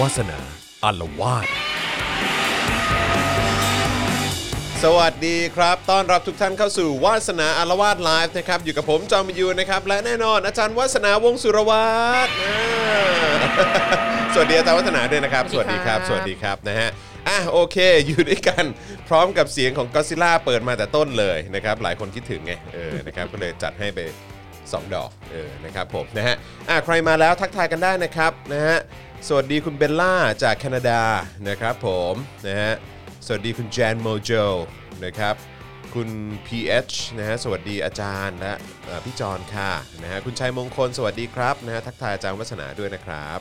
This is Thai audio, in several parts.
วาสนาอารวาส สวัสดีครับ ต้อนรับทุกท่านเข้าสู่วาสนาอารวาสไลฟ์นะครับ อยู่กับผมจอมยูนะครับ และแน่นอนอาจารย์วาสนาวงศ์สุรวัตรอ่า สวัสดีอาจารย์วัฒนาด้วยนะครับ ส สวั วัส สดี ดีค ครั รับ บ สวัสดีครับนะฮะ อ่ะโอเค อยู่ด้วยกันพร้อมกับเสียงของก็ซิล่าเปิดมาแต่ต้นเลยนะครับ หลายคนคิดถึงไง เออ นะครับ ก็เลยจัดให้ไป 2 ดอก เออ นะครับผมนะฮะ อ่ะใครมาแล้วทักทายกันได้นะครับนะฮะ สวัสดีคุณเบลล่าจากแคนาดานะครับผมนะฮะ สวัสดีคุณแจนโมโจนะครับ คุณ PH นะฮะ สวัสดีอาจารย์และเอ่อพี่จอนค่ะนะฮะ คุณชัยมงคลสวัสดีครับนะฮะ ทักทายอาจารย์วัฒนาด้วยนะครับ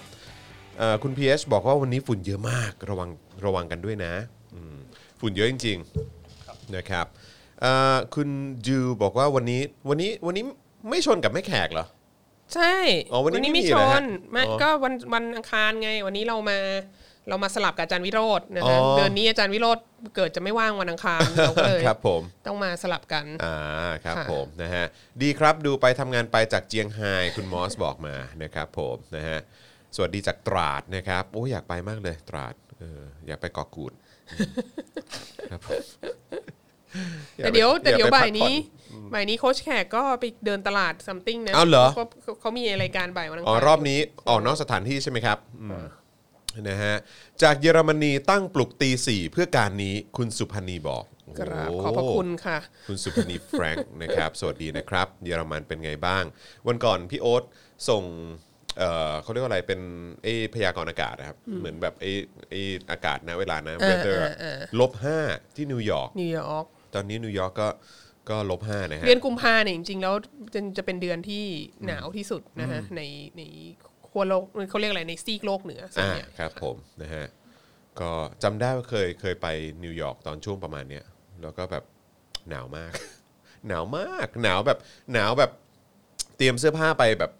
เอ่อคุณ PH บอกว่าวันนี้ฝุ่นเยอะมากระวังระวังกันด้วยนะอืมฝุ่นเยอะจริงๆนะครับเอ่อคุณจูบอกว่าวันนี้วันนี้วันนี้ไม่ชนกับแม่แขกเหรอ ใช่ อ๋อวันนี้ไม่มี ช เหรอฮะ นไม่ อ๋อ ก็วันวันอังคารไง วันนี้เรามาเรามาสลับกับอาจารย์วิโรจน์นะ อ๋ คะ อ เดือนนี้อาจารย์วิโรจน์เกิดจะไม่ว่างวันอังคาร เราก็เลย ครับผม ต้องมาสลับกัน อ่าครับ ค่ะ ผมนะฮะดีครับดูไปทำงานไปจากเจียงไฮ้คุณมอสบอกมานะครับผมนะฮะสวัสดีจากตราดนะครับโอ้ยอยากไปมากเลยตราดเอออยากไปเกาะกูดอืมครับผม แต่เดี๋ยวแต่เดี๋ยว อไป บ่า พั ย กผ่อ นี้บ่ายนี้โค้ชแขกก็ไปเดินตลาด something นะ อ้าวเหรอ ขาขาเขามีรายการบ่ายวันอัง อ๋อ คาร รอบนี้ออกนอกสถานที่ใช่ไหมครับอืมนะฮะจากเยอรมนีตั้งปลุกตีสี่เพื่อการนี้คุณสุพนีบอก กราบ โโห ขอบพระคุณค่ะ คุณสุพนีแฟรงค์ นะครับ สวัสดีนะครับ เยอรมันเป็นไงบ้าง วันก่อนพี่โอ๊ตส่งเอ่อเขาเรียกว่าอะไรเป็นไอพยากรณ์อากาศนะครับ เหมือนแบบไอไออากาศนะเวลานะ เออ เวเตอร์ เออเออ ลบห้าที่นิวยอร์ก นิวยอร์ก ตอนนี้นิวยอร์กก็ก็ลบห้านะฮะ เดือนกุมภาเนี่ยจริงๆแล้วจะจะเป็นเดือนที่หนาวที่สุดนะคะในในขั้วโลกเขาเรียกอะไรในซีกโลกเหนือส่วน อ่า ใหญ่ ครับผมนะฮะก็จำได้ว่าเคยเคยไปนิวยอร์กตอนช่วงประมาณเนี้ยแล้วก็แบบหนาวมาก หนาวมาก หนาวแบบหนาวแบบเตรียมเสื้อผ้าไปแบบ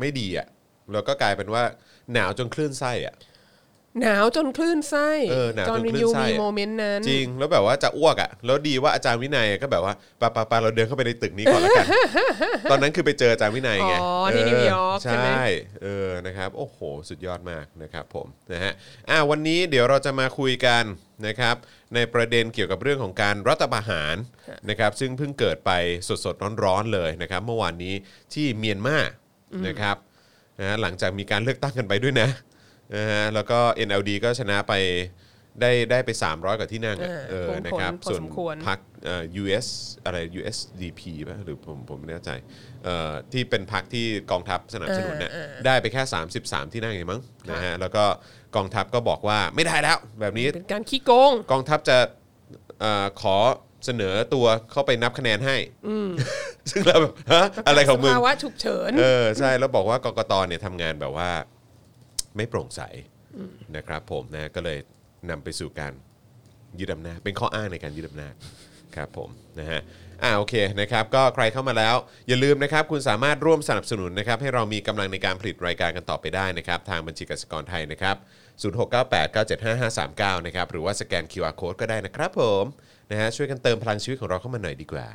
ไม่ดีอะ่ะแล้วก็กลายเป็นว่าหนาวจนคลื่นไส้อะ่ะ หนาวจนคลื่นไส้ เออหนาวจน จอห์นวิน คลื่น ยู ไส้ มีโมเมนต์นั้น จริงแล้วแบบว่าจะอ้วกอะ่ะแล้วดีว่าอาจารย์วินัยก็แบบว่าปะปะปะเราเดินเข้าไปในตึกนี้ก่อนละกัน ตอนนั้นคือไปเจออาจารย์วินัยไง อ๋อที่นิวยอร์กใช่ ใช่ ไหม เออนะครับโอ้โห สุดยอดมากนะครับผมนะฮะอ่ะวันนี้เดี๋ยวเราจะมาคุยกันนะครับ ในประเด็นเกี่ยวกับเรื่องของการรัฐประหารนะครับ ซึ่งเพิ่งเกิดไปสดๆร้อนๆเลยนะครับ เมื่อวานนี้ที่เมียนมานะครับนะฮะหลังจากมีการเลือกตั้งกันไปด้วยนะนะฮะแล้วก็ NLD ก็ชนะไปได้ได้ไป 300 กว่าที่นั่งอะ อ่า เออ คงผล นะครับ พอ ส่วน สมควร พรรค พรรคเอ่อ US อะไร USDP ป่ะหรือผมผมไม่แน่ใจเอ่อที่เป็นพรรคที่กองทัพสนับสนุนเนี่ย เออเออ ได้ไปแค่ 33 ที่นั่งเองมั้ง ค่ะ นะฮะแล้วก็กองทัพก็บอกว่าไม่ได้แล้ว แบบนี้ เป็นการขี้โกง กองทัพจะเอ่อขอเสนอตัวเข้าไปนับคะแนนให้ ซึ่งเราแบบฮะอะไรของมึง ภาวะฉุกเฉิน เออใช่แล้วบอกว่ากกตเนี่ยทำงานแบบว่าไม่โปร่งใสนะครับผมนะก็เลยนำไปสู่การยึดอำนาจเป็นข้ออ้างในการยึดอำนาจครับผมนะฮะอ่าโอเคนะครับก็ใครเข้ามาแล้ว อย่าลืมนะครับคุณสามารถร่วมสนับสนุนนะครับให้เรามีกำลังในการผลิตรายการกันต่อไปได้นะครับ ทางบัญชีกสิกรไทยนะครับ 0698975539 นะครับหรือว่าสแกน QR Code ก็ได้นะครับผมนะฮะช่วยกันเติมพลังชีวิตของเราเข้ามาหน่อยดีกว่า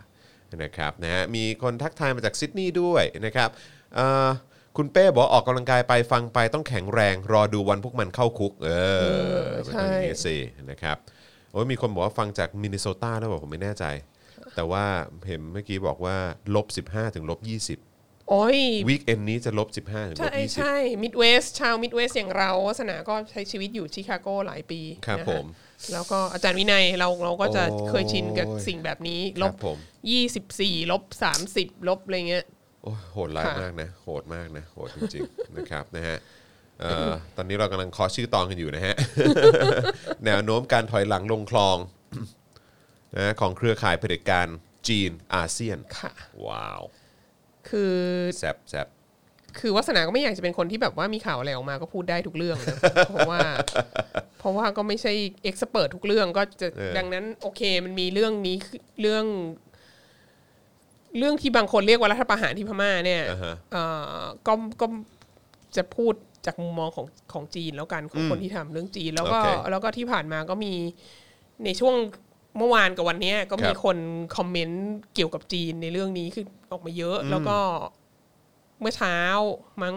นะครับนะฮะมีคนทักทายมาจากซิดนีย์ด้วยนะครับเอ่อคุณเป้บอกว่าออกกำลังกายไปฟังไปต้องแข็งแรง รอดูวันพวกมันเข้าคุก เออเป็นอใช่ย่างนี้สินะครับโอ้ยมีคนบอกว่าฟังจากมินนิโซตาแล้วบอกผมไม่แน่ใจ แต่ว่าเห็นเมื่อกี้บอกว่าลบ15ถึงลบ โอ้ย 20วีคเอนนี้จะลบ15ถึงล ใช่ บ20 ใช่มิดเวสชาวมิดเวสอย่างเราวาสนาก็ใช้ชีวิตอยู่ชิคาโกหลายปี ครับ นะะ ผม แล้วก็อาจารย์วินัยเราเราก็จะ โอ้ เคยชินกับสิ่งแบบนี้ ค ล รับบ ผม ยี่สิบสี่ลบสามสิบลบอะไรเงี้ย โอ้ยโหดร้าย ค่ะ มากนะโหดมากนะโหดจ ริงๆ นะครับนะฮะเอ่อตอนนี้เรากำลังเคอชื่อตอนกันอยู่นะ ฮะ แนวโน้มการถอยหลังลงคลอง นะของเครือข่ายเผด็จการจีนอาเซียน ค่ะ ว้าว คือ แซบแซบ คือวาสนาก็ไม่อยากจะเป็นคนที่แบบว่ามีข่าวอะไรออกมาก็พูดได้ทุกเรื่องนะ เพราะว่า เพราะว่าก็ไม่ใช่เอ็กซ์เพรสทุกเรื่องก็จะดังนั้นโอเคมันมีเรื่องนี้คือเรื่อง เรื่องที่บางคนเรียกว่ารัฐประหารที่พม่าเนี่ย อ่าฮะ เอ่อก็ก็จะพูดจากมุมมองของของจีนแล้วกันของคนที่ทำเรื่องจีน แล้วก็ โอเค แล้วก็ที่ผ่านมาก็มีในช่วงเมื่อวานกับวันเนี้ยก็ ค มี รับ คนคอมเมนต์เกี่ยวกับจีนในเรื่องนี้คือออกมาเยอะ แล้วก็เมื่อเช้ามั้ง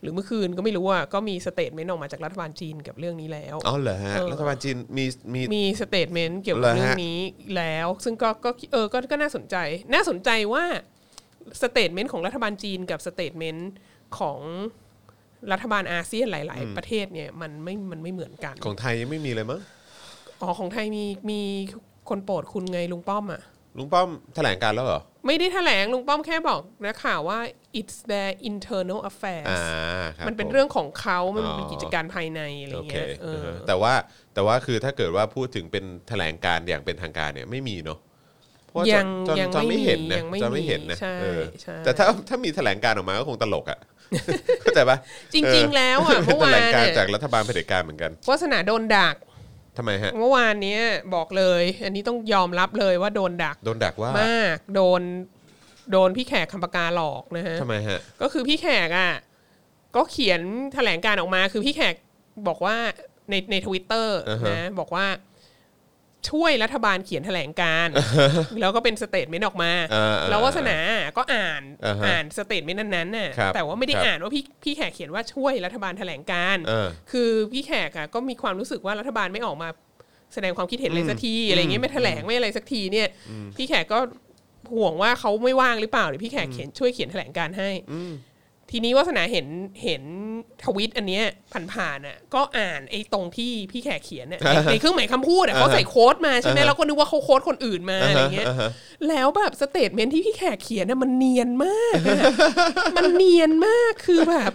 หรือเมื่อคืนก็ไม่รู้ว่าก็มีสเตทเมนต์ออกมาจากรัฐบาลจีนกับเรื่องนี้แล้ว อ๋อเหรอฮะ เออ รัฐบาลจีนมีมี มีสเตทเมนต์เกี่ยวกับ เหรอฮะ เรื่องนี้แล้ว ซึ่งก็ก็เออก็ก็น่าสนใจ น่าสนใจว่าสเตทเมนต์ของรัฐบาลจีนกับสเตทเมนต์ของรัฐบาลอาเซียนหลาย ๆ ประเทศเนี่ยมันไม่มันไม่เหมือนกัน ของไทยยังไม่มีเลยมั้ง อ๋อของไทยมีมีคนโปรดคุณไงลุงป้อมอ่ะ ลุงป้อมแถลงการแล้วเหรอ ไม่ได้แถลงลุงป้อมแค่บอกนะข่าวว่า it's their internal affairs อ่าครับ มันเป็น ผ เรื่องของเขามันเป็น อ๋อ กิจการภายในอะไร โอเค เงี้ยเอ เอ อ อแต่ว่าแต่ว่าคือถ้าเกิดว่าพูดถึงเป็นแถลงการอย่างเป็นทางการเนี่ยไม่มีเนาะเพราะว่าจอ ยัง จอ ยัง จอไม่เห็นนะ ยังไม่ จอไม่ มี เห็นนะ ใช่ เออ ใช่ แต่ถ้าถ้ามีแถลงการออกมาก็คงตลกอ่ะ เข้าใจปะ จริง ๆ แล้ว อ่ะ เป็ เมื่ นแถอวา ล น งการ เนี่ย จากรัฐบาลเผด็จการเหมือนกัน วาสนาโดนดัก ทำไมฮะ เมื่อวานเนี้ยบอกเลย อันนี้ต้องยอมรับเลยว่าโดนดัก โดนดักว่าม าก โดนโดนพี่แขกคำปากาหลอกนะฮะ ทำไมฮะ ก็คือพี่แขกอ่ะก็เขียนแถลงการออกมาคือพี่แขกบอกว่าในในทวิตเตอร์ อ่าฮะ นะบอกว่าช่วยรัฐบาลเขียนแถลงการ แล้วก็เป็นสเตทเมนต์ออกมา อ่า แล้ววาสนาก็อ่าน อ่าฮะ อ่านสเตทเมนต์นั้นๆน่ะ ครับ แต่ว่าไม่ได้ ครับ อ่านว่าพี่พี่แขกเขียนว่าช่วยรัฐบาลแถลงการ เออ คือพี่แขกอะก็มีความรู้สึกว่ารัฐบาลไม่ออกมาแสดงความคิดเห็นอะไรสักทีอะไรเงี้ยไม่แถลงไม่อะไรสักทีเนี่ย พี่แขกก็ห่วงว่าเขาไม่ว่างหรือเปล่าหรือพี่แขกเขียนช่วยเขียนแถลงการให้ทีนี้วาสนาเห็นเห็นทวิตอันเนี้ยผ่านๆอ่ะ ก็อ่านไอ้ตรงที่พี่แขกเขียน เนี่ยในเครื่องหมายคำพูดอ่ะเขาใส่โค้ดมาใช่ไหม อ่าฮะ เราก็นึกว่าเขาโค้ดคนอื่นมาอะไรเงี้ย อ่าฮะ แล้วแบบสเตทเมนต์ที่พี่แขกเขียนน่ะมันเนียนมากอะ มันเนียนมากคือแบบ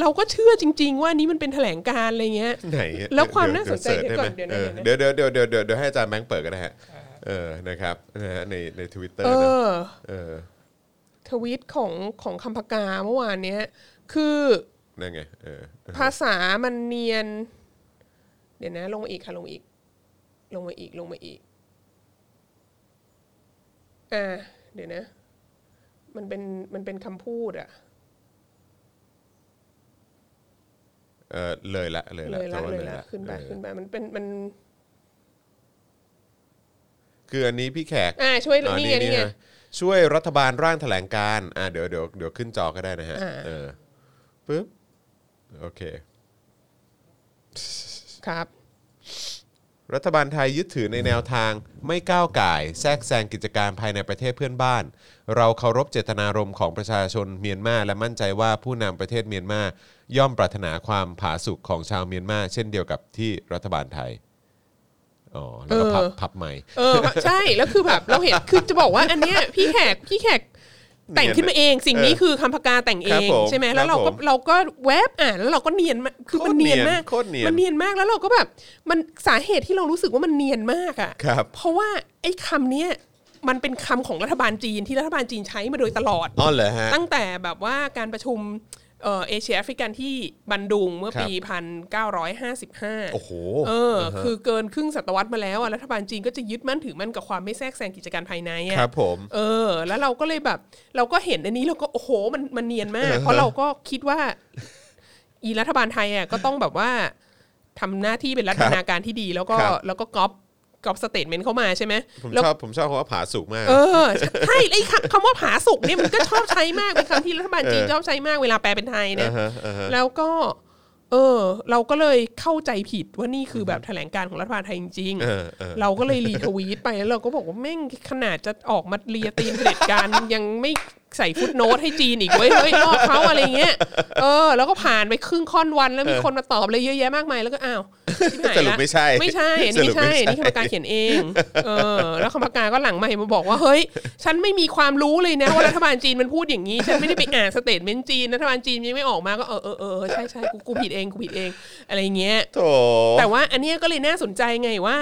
เราก็เชื่อจริง ๆ ว่านี้มันเป็นแถลงการอะไรเงี้ย ไหนอะ แล้วความน่า เดี๋ย สนใจ เดี๋ยว เดี๋ยวก่อน เสิร์ช เดี๋ยวเออนะเดี๋ เดี๋ย ยว ว เดี๋ยวเดี๋ยวเดี๋ยวเดี๋ยวเดี๋ยวให้อาจารย์แบงค์เปิดกันนะฮะเออนะครับนะฮะในในทวิตเตอร์ เอ นะ อ เออ ทวิตของของคำพกาเมื่อวานเนี้ย คือ นั่นไงเออเออ ภาษามันเนียน เดี๋ยวนะ ลงมาอีกค่ะลงมาอีก ลงมาอีกลงมาอีกอ่าเดี๋ยวนะ มันเป็นมันเป็นคำพูดอะ เออเลยละเลยละ เลยละ จำว่า เลยละขึ้นไป เออ ขึ้นไปมันเป็นมัน คืออันนี้พี่แขก อ่าช่วย อ่า นี่ไงนี่ไง ะช่วยรัฐบาลร่างแถลงการอ่าเดี๋ยวเดี๋ยวเดี๋ยวขึ้นจอก็ได้นะฮะ อ่า เออปึ๊บโอเค ครับ รัฐบาลไทยยึดถือในแนวทางไม่ก้าวก่าย แทรกแซงกิจการภายในประเทศเพื่อนบ้าน เราเคารพเจตนารมณ์ของประชาชนเมียนมาและมั่นใจว่าผู้นำประเทศเมียนมาย่อมปรารถนาความผาสุกของชาวเมียนมาเช่นเดียวกับที่รัฐบาลไทยอ๋อแล้วก็พับ เออ พับใหม่ เออใช่แล้วคือแบบเราเห็นคือจะบอกว่าอันเนี้ยพี่แขกพี่แขกแต่งขึ้นมาเองสิ่งนี้คือคำพกาแต่งเอ ครับ ง ผม ใช่ไหมแล้วเรา ครั ก็ บผม เราก็แวบอ่านแล้วเราก็เนียนมากคือมันเนียนมาก โคตรเนียน มันเนียนมากแล้วเราก็แบบมันสาเหตุที่เรารู้สึกว่ามันเนียนมากอ่ะ ครับ เพราะว่าไอ้คำเนี้ยมันเป็นคำของรัฐบาลจีนที่รัฐบาลจีนใช้มาโดยตลอด อ๋อเหรอฮะ ตั้งแต่แบบว่าการประชุมเอ่อเอเชียแอฟริกันที่บันดุงเมื่อปี 1955 โอ้โห เออคือเกินครึ่งศตวรรษมาแล้วอะรัฐบาลจีนก็จะยึดมั่นถือมั่นกับความไม่แทรกแซงกิจการภายในอะ ครับผม เออ แล้วเราก็เลยแบบ เราก็เห็นอันนี้เราก็โอ้โหมันมันเนียนมาก เพราะเราก็คิดว่า อีรัฐบาลไทยอะก็ต้องแบบว่าทำหน้าที่เป็นรัฐบาการที่ดี แล้วก็ ครับ แล้วก็ก๊อปก๊อปสเตทเมนต์เข้ามาใช่ไหม ผม แล้ว ชอบผมชอบคำว่าผาสุกมาก เออใช่ไอ้คำคำว่าผาสุกเนี่ยมันก็ชอบใช้มากเป็นคำที่รัฐบาลจีน เออ ชอบใช้มากเวลาแปลเป็นไทยนะ อ่าฮะอ่าฮะ แล้วก็ เออ เราก็เลยเข้าใจผิดว่านี่คือแบบแถลงการของรัฐบาลไทยจริง เออเออ เราก็เลยรีทวีตไปแล้วเราก็บอกว่าแม่งขนาดจะออกมาเรียตีนเผด็จการ ยังไม่ใส่ฟุตโนตให้จีนอีกเว้ยเฮ้ยรอบเขาอะไรเงี้ยเออ แล้วก็ผ่านไปครึ่งค่อนวันแล้วมีคนมาตอบเลยเยอะแยะมากมายแล้วก็อ้าวชิบหายละ สรุปไม่ใช่ ไม่ใช่อัน ส นี่ รุป ไม่ใช่อันนี่คำปากกาเขียนเอง เออ แล้วคำปากกาก็หลังใหม่มาบอกว่าเฮ้ย ฉันไม่มีความรู้เลยนะว่ารัฐบาลจีนมันพูดอย่างนี้ ฉันไม่ได้ไปอ่านสเตทเมนต์จีนรัฐบาลจีนยังไม่ออกมาก็เออเออเออเออใช่ใช่กูกูผิดเองกูผิดเอง อะไรเงี้ย โถ แต่ว่าอันเนี้ยก็เลยน่าสนใจไงว่า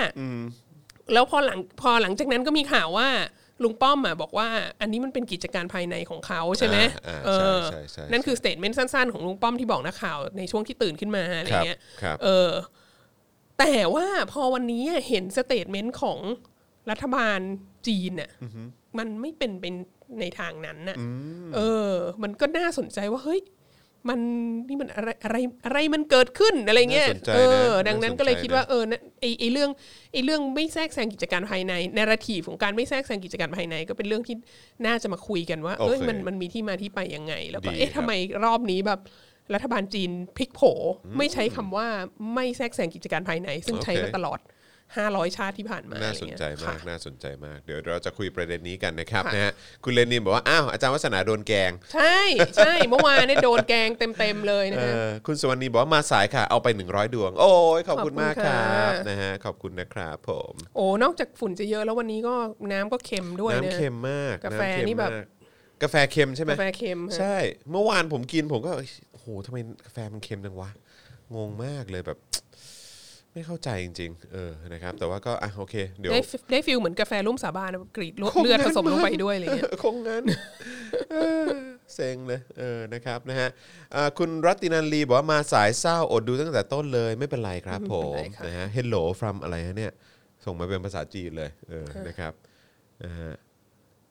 แล้วพอหลังพอหลังจากนั้นก็มีข่าวว่าลุงป้อมอะบอกว่า อันนี้มันเป็นกิจการภายในของเขาใช่ไหม อ่า เอ อ่าใช่ อ ใช่ใช่ นั่นคือสเตทเมนต์สั้น ๆ ของลุงป้อมที่บอกนักข่าวในช่วงที่ตื่นขึ้นมาอะไร ครับ เงี้ย ครับ เออ แต่ว่าพอวันนี้เห็นสเตทเมนต์ของรัฐบาลจีนน่ะมันไม่เป็นเป็นในทางนั้นน่ะ เออ มันก็น่าสนใจว่าเฮ้ย มันนี่มันอะไรอะไรอะไรมันเกิดขึ้นอะไรเงี้ย น่าสนใจนะ เออ น่าสนใจนะ ดังนั้นก็เลยคิดว่าเออนะไอไอเรื่องไอเรื่องไม่แทรกแซงกิจการภายในนาราทีของการไม่แทรกแซงกิจการภายใน ก็เป็นเรื่องที่น่าจะมาคุยกันว่า เอ้ย โอเค มันมันมีที่มาที่ไปยังไง แล้วก็ ดี เอ๊ะ ครับ ทำไมรอบนี้แบบ รัฐบาลจีนพลิกโผ ไม่ใช้คำว่าไม่แทรกแซงกิจการภายใน ซึ่งใช้มา โอเค ตลอด 500 ชาติที่ผ่านมา น่า อะไร สน เงี้ย ใจมาก ค่ะ น่าสนใจมากเดี๋ยวเราจะคุยประเด็นนี้กันนะครับ ค่ะ นะฮะคุณเลนินบอกว่าอ้าวอาจารย์วัฒนาโดนแกง ใช่ใช่เมื่อวานเนี่ยโดนแกงเต็มๆเลยนะ เอ ฮะ อคุณสวรรณีบอกว่ามาสายค่ะ เอาไป 100 ดวง โอ้ยขอบคุณ ขอบคุณ มากครับ ค่ะ นะฮะขอบคุณนะครับผม โอ้นอกจากฝุ่นจะเยอะแล้ววันนี้ก็น้ำก็เค็มด้วยนะ น้ำเค็มมาก กาแฟ ำเค็ม นี่แบบ มากกาแฟเค็มใช่ไหม กาแฟเค็มฮะ ใช่ เมื่อวานผมกินผมก็เอ้ยโอ้โหทำไมกาแฟมันเค็มจังวะ งงมากเลยแบบ ไม่เข้าใจจริง ๆ เออ นะครับ แต่ว่าก็ อ่ะ โอเค เดี๋ยว ได้ฟิได้ฟิลเหมือนกาแฟร่วมสาบานนะกรีดเลือด เลือดผสมลงไปด้วยอะไรเงี้ย เออคงงั้นเออเซ็งเลย เออ นะครับ นะฮะอ่าคุณรัตินันลีบอกว่ามาสายเศร้าอดดูตั้งแต่ต้นเลย ไม่เป็นไรครับ ไม่ ผ เป็น ม ไรค่ะ นะฮะ hello from อะไรฮะเนี่ย ส่งมาเป็นภาษาจีนเลย เออ นะครับ นะฮะ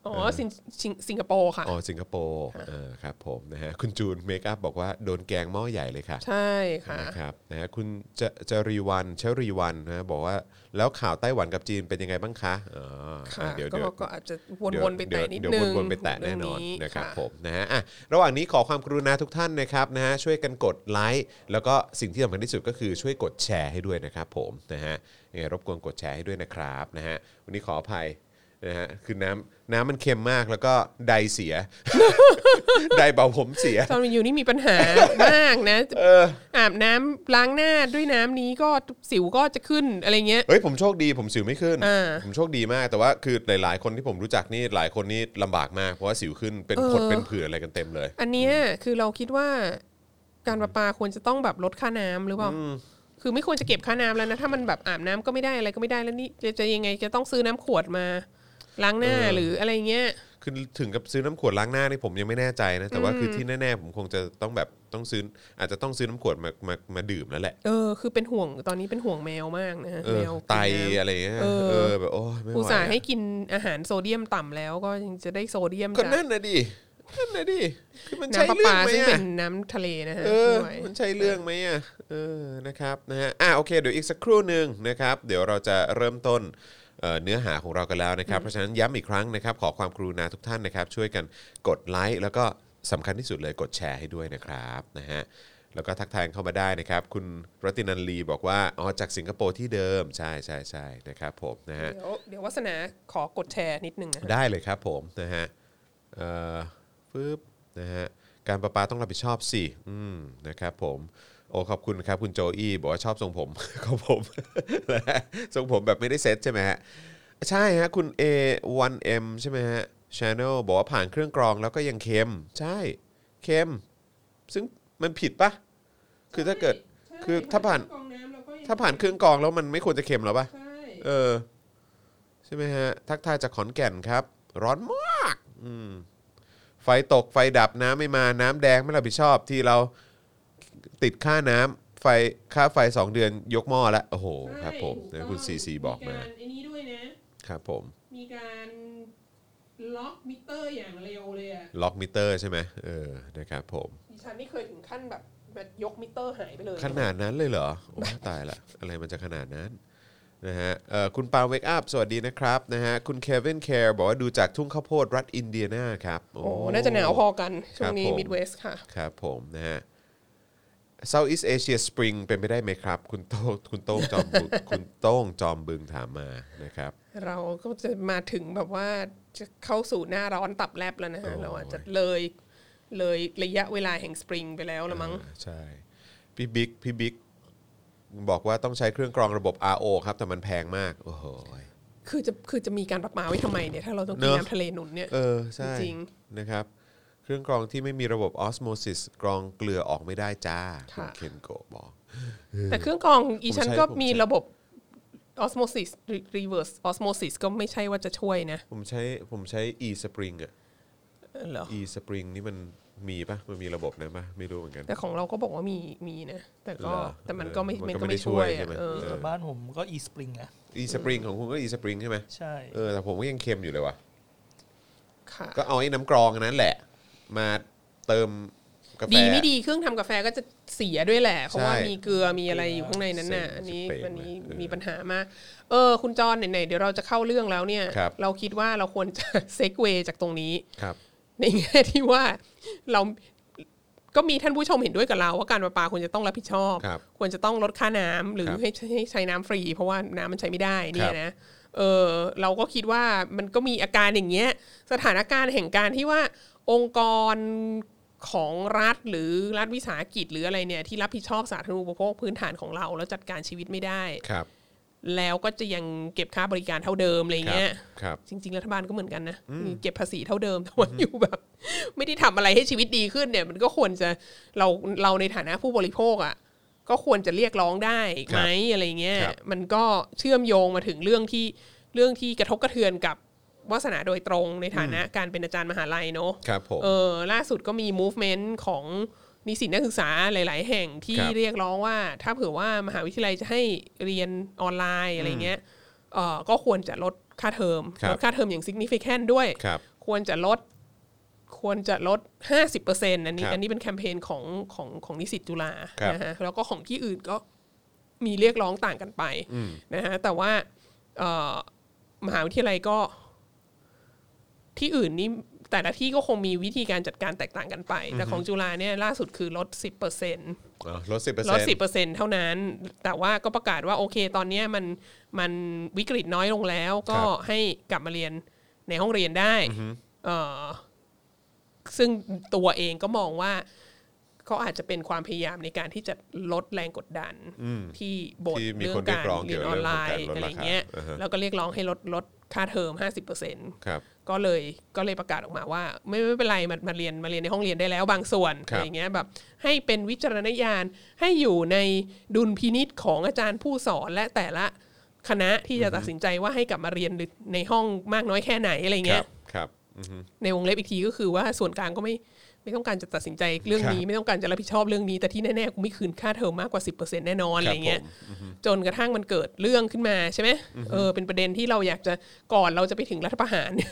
อ๋อสิงสิงสิงคโปร์ค่ะ อ๋อ สิงคโปร์ เออ ครับผม นะฮะ คุณจูนเมคอัพบอกว่าโดนแกงหม้อใหญ่เลยค่ะ ใช่ค่ะ นะครับนะฮะคุณจะจะรีวันเชรีวันนะฮะบอกว่าแล้วข่าวไต้หวันกับจีนเป็นยังไงบ้างคะอ๋อ ค่ะ อ่ะเดี๋ยว ก็ เดี๋ยว ก็อาจจะ เดี๋ยว วนๆไป เดี๋ยว แตะนิด เดี๋ยว นึง วนๆไปแตะแน่นอน เง นะครับ ะ ผมนะฮะอ่ะระหว่างนี้ขอความกรุณาทุกท่านนะครับนะฮะช่วยกันกดไลค์แล้วก็สิ่งที่สำคัญที่สุดก็คือช่วยกดแชร์ให้ด้วยนะครับผมนะฮะยังไงรบกวนกดแชร์ให้ด้วยนะครับนะฮะวันนี้ขออภัยนะฮะคือน้ำน้ำมันเค็มมากแล้วก็ไดเสีย ไดเบาผมเสีย ตอนอยู่นี่มีปัญ หา มากนะอาบน้ำล้างหน้าด้วยน้ำนี้ก็สิวก็จะขึ้นอะไรเงี้ย เฮ้ยผมโชคดีผมสิวไม่ขึ้น อ่า ผมโชคดีมากแต่ว่าคือหลาย ๆ คนที่ผมรู้จักนี่หลายคนนี่ลำบากมากเพราะว่าสิวขึ้นเป็น เออ ผดเป็นผื่นอะไรกันเต็มเลย อันเนี้ยคือเราคิดว่า การประปาควรจะต้องแบบลดค่าน้ำหรือเปล่าคือไม่ควรจะเก็บค่าน้ำแล้วนะถ้ามันแบบอาบน้ำก็ไม่ได้อะไรก็ไม่ได้แล้วนี่จะจะยังไงจะต้องซื้อน้ำขวดมา ล้างหน้า เออ หรืออะไรเงี้ย คือถึงกับซื้อน้ำขวดล้างหน้านี่ผมยังไม่แน่ใจนะแต่ว่าคือที่แน่ ๆ ผมคงจะต้องแบบต้องซื้ออาจจะต้องซื้อน้ำขวดมามามาดื่มแล้วแหละ เออ คือเป็นห่วงตอนนี้เป็นห่วงแมวมากนะฮะ เอ แม อ ว ไต กินน้ำ อะไรเงี้ย เออ เออแบบโอ้ยไม่ไหว อุตส่าห์ อะ ให้กินอาหารโซเดียมต่ำแล้วก็ยังจะได้โซเดียม ก็ จาก นั่นนะดินั่นนะดิคือมันใช่เรื่อน้ำประปาง ไหม ซึ่งเป็ อะ นน้ำทะเลนะฮะ เออ ไม่ไหว มันใช่เรื่องไหมอะเออนะครับนะฮะอ่ะโอเคเดี๋ยวอีกสักครู่หนึ่งนะครับ เดี๋ยวเราจะเริ่มต้น เอ่อเนื้อหาของเรากันแล้วนะครับ เพราะฉะนั้นย้ำอีกครั้งนะครับ ขอความกรุณาทุกท่านนะครับ ช่วยกันกดไลค์แล้วก็สำคัญที่สุดเลยกดแชร์ให้ด้วยนะครับนะฮะแล้วก็ทักทายเข้ามาได้นะครับ คุณรัตินันลีบอกว่าอ๋อจากสิงคโปร์ที่เดิมใช่ใช่ใช่นะครับผมนะฮะ เดี๋ยวเดี๋ยววัสนาขอกดแชร์นิดนึงนะคะ ได้เลยครับผมนะฮะเอ่อปึ๊บนะฮะการประปาต้องรับผิดชอบสิอืมนะครับผมโอ้ขอบคุณครับคุณโจอี้บอกว่าชอบทรงผม ของผม ทรงผมแบบไม่ได้เซ็ตใช่ไหมฮะ ใช่ฮะ คุณ A1M ใช่ไหมฮะ Channel บอกว่าผ่านเครื่องกรองแล้วก็ยังเค็ม ใช่เค็ม ซึ่งมันผิดปะคือถ้าเกิด คือถ้าผ่าน ถ้าผ่านเครื่องกรองแล้วมันไม่ควรจะเค็มแล้วปะ ใช่ เออ ใช่ไหมฮะ ทักทายจากขอนแก่นครับ ร้อนมาก อืม ไฟตกไฟดับน้ำไม่มาน้ำแดงไม่รับผิดชอบที่เราติดค่าน้ำไฟค่าไฟ 2 เดือนยกหม้อละโอ้โหครับ ผมนะคุณซีซีบอกมา ไอ้นี้ด้วยนะ ครับผม มีการล็อกมิเตอร์อย่างเร็วเลยอ่ะ ล็อกมิเตอร์ใช่ไหมเออ นะครับผม ดิฉันนี่เคยถึงขั้นแบบแบบยกมิเตอร์หายไปเลย ขนาดนั้นเลยเหรอ โอ้ยตายละ อะไรมันจะขนาดนั้นนะฮะเอ่อคุณปาเวกอัพ สวัสดีนะครับนะฮะ คุณเควินแคร์บอกว่าดูจากทุ่งข้าวโพดรัฐอินเดียนาครับ โอ้น่าจะหนาวพอกัน ช่วงนี้ ครับผม มิดเวสค่ะ ครับผมนะฮะ Southeast Asia Spring เป็นไปได้ไหมครับ คุณโต้งคุณโต้งจอมบึง คุณโต้งจอมบึงถามมานะครับ เราก็จะมาถึงแบบว่าจะเข้าสู่หน้าร้อนตับแลบแล้วนะฮะ โอ้ย เราอาจจะเลยเลยระยะเวลาแห่งสปริงไปแล้วละมั้ง เออใช่ พี่บิ๊กพี่บิ๊กบอกว่าต้องใช้เครื่องกรองระบบ RO ครับ แต่มันแพงมาก โอ้โห คือจะคือจะมีการประปาไว้ทำไมเนี่ยถ้าเราต้องกิน เนอะ น้ำทะเลหนุนเนี่ย เออ ใช่ จริง นะครับ เครื่องกรองที่ไม่มีระบบออสโมซิสกรองเกลือออกไม่ได้จ้าคุค่ะณเคนโกะบอก แต่เครื่องกรองอี ผม ชัน ใช้ ก็ ผม มี ใช้ ระบบออสโมซิสรีเวิร์สออสโมซิสก็ไม่ใช่ว่าจะช่วยนะ ผมใช้ผมใช้ e spring อะ เออเหรอ e spring นี่มันมีปะมันมีระบบนะปะไม่รู้เหมือนกัน แต่ของเราก็บอกว่ามีมีนะ แต่ก็ เหรอ แต่มันก็ไม่ เออมั มันน ก็ ก็ ไม่ ไม่ ได้ ช่วช่วยยใช่ อะ ไหม เออ เ แต่บ้านผมก็อีสปริงนะ e spring ของคุณก็ e spring ใช่ไหม ใช่ เออแต่ผมก็ยังเค็มอยู่เลยวะ ค่ะ ก็เอาไอ้น้ำกรองอันนั้นแหละ มาเติมกาแฟ ดีไม่ดีเครื่องทำกาแฟก็จะเสียด้วยแหละ เพราะว่า ใช่ มีเกลือมีอะไรอยู่ข้างในนั้นน่ะ เส้น อันนี้ สเปน วันนี้ เออ มีปัญหามากเออ คุณจรไหนๆเดี๋ยวเราจะเข้าเรื่องแล้วเนี่ย ครับ เราคิดว่าเรา ควรจะเซกเวจากตรงนี้ ครับ ในแง่ที่ว่าเรา ก็มีท่านผู้ชมเห็นด้วยกับเรา ว่าการประปาควรจะต้องรับผิดชอบ ครับ ควรจะต้องลดค่าน้ำหรือ ครับ ให้ใช้ให้ใช้น้ำฟรี เพราะว่าน้ำมันใช้ไม่ได้เนี่ ครั ย บ นะเออเราก็คิดว่ามันก็มีอาการอย่างเงี้ยสถานการณ์แห่งการที่ว่าองค์กรของรัฐหรือรัฐวิสาหกิจหรืออะไรเนี่ยที่รับผิดชอบสาธารณูปโภคพื้นฐานของเรา แล้วจัดการชีวิตไม่ได้ ครับ แล้วก็จะยังเก็บค่าบริการเท่าเดิมอะไร ครั เงี้ย ครับ จริงๆ รัฐบาลก็เหมือนกันนะเก็บภาษีเท่าเดิมแต่ว่าอยู่แบบ ไม่ได้ทำอะไรให้ชีวิตดีขึ้นเนี่ย มันก็ควรจะเราเราในฐานะผู้บริโภคอ่ะก็ควรจะเรียกร้องได้ไหมอะไรเงี้ย ครับ มันก็เชื่อมโยงมาถึงเรื่องที่เรื่องที่กระทบกระเทือนกับวาสนาโดยตรงในฐานะการเป็นอาจารย์มหาลัยเนอะ ครับผม เออล่าสุดก็มี movement ของนิสิตนักศึกษาหลาย ๆ แห่งที่ ครับ เรียกร้องว่า ถ้าเผื่อว่ามหาวิทยาลัยจะให้เรียนออนไลน์อะไรเงี้ยเออก็ควรจะลดค่าเทอม ครับ ลดค่าเทอมอย่าง significant ด้วย ครับ ควรจะลดควรจะลด 50%อันนี้ ครับ อันนี้เป็นแคมเปญของของของนิสิตจุฬา ครับ นะฮะแล้วก็ของที่อื่นก็มีเรียกร้องต่างกันไปนะฮะแต่ว่าเอ่อมหาวิทยาลัยก็ ที่อื่นนี่แต่ละที่ก็คงมีวิธีการจัดการแตกต่างกันไป แต่ของจุฬาเนี่ยล่าสุดคือลด 10% อ๋อลดสิบเปอร์ ล เซ็ ด นต์ สิเปอร์เซ็นเท่านั้น แต่ว่าก็ประกาศว่าโอเค ตอนเนี้ยมันมันวิกฤตน้อยลงแล้ว ก็ ครับ ให้กลับมาเรียนในห้องเรียนได้เอ่อซึ่งตัวเองก็มองว่าเขาอาจจะเป็นความพยายามในการที่จะลดแรงกดดันที่บท ที่มี เรื่อง คนเรีย การ กร้อง เรียนออนไลน์ เกี่ยวกับ อะ เรื่องของการลด ไร ราคา เงี้ย อ่าฮะ แล้วก็เรียกร้องให้ลดลดค่าเทอมห้าสิบเปอร์เซ็นต์ ครับ ก็เลยก็เลยประกาศออกมาว่า ไม่ไม่เป็นไรมามาเรียนมาเรียนในห้องเรียนได้แล้วบางส่วน ครั อะ บ ไรอย่างเงี้ยแบบให้เป็นวิจารณญาณให้อยู่ในดุลพินิษของอาจารย์ผู้สอนและแต่ละคณะที่จะตัดสินใจว่าให้กลับมาเรียนหรือในห้องมากน้อยแค่ไหนอะไร ครั เงี้ บ ย ครับอือฮึ ในวงเล็บอีกทีก็คือว่าส่วนกลางก็ไม่ไม่ต้องการจะตัดสินใจเรื่องคนี้รับ ไม่ต้องการจะรับผิดชอบเรื่องนี้ แต่ที่แน่ๆกูไม่คืนค่าเทอมมากกว่า 10%แน่นอนอะไรเงี้คยรับผม จนกระทั่งมันเกิดเรื่องขึ้นมาใช่ไหมเออเป็นประเด็นที่เราอยากจะก่อนเราจะไปถึงรัฐประหารเนี่ย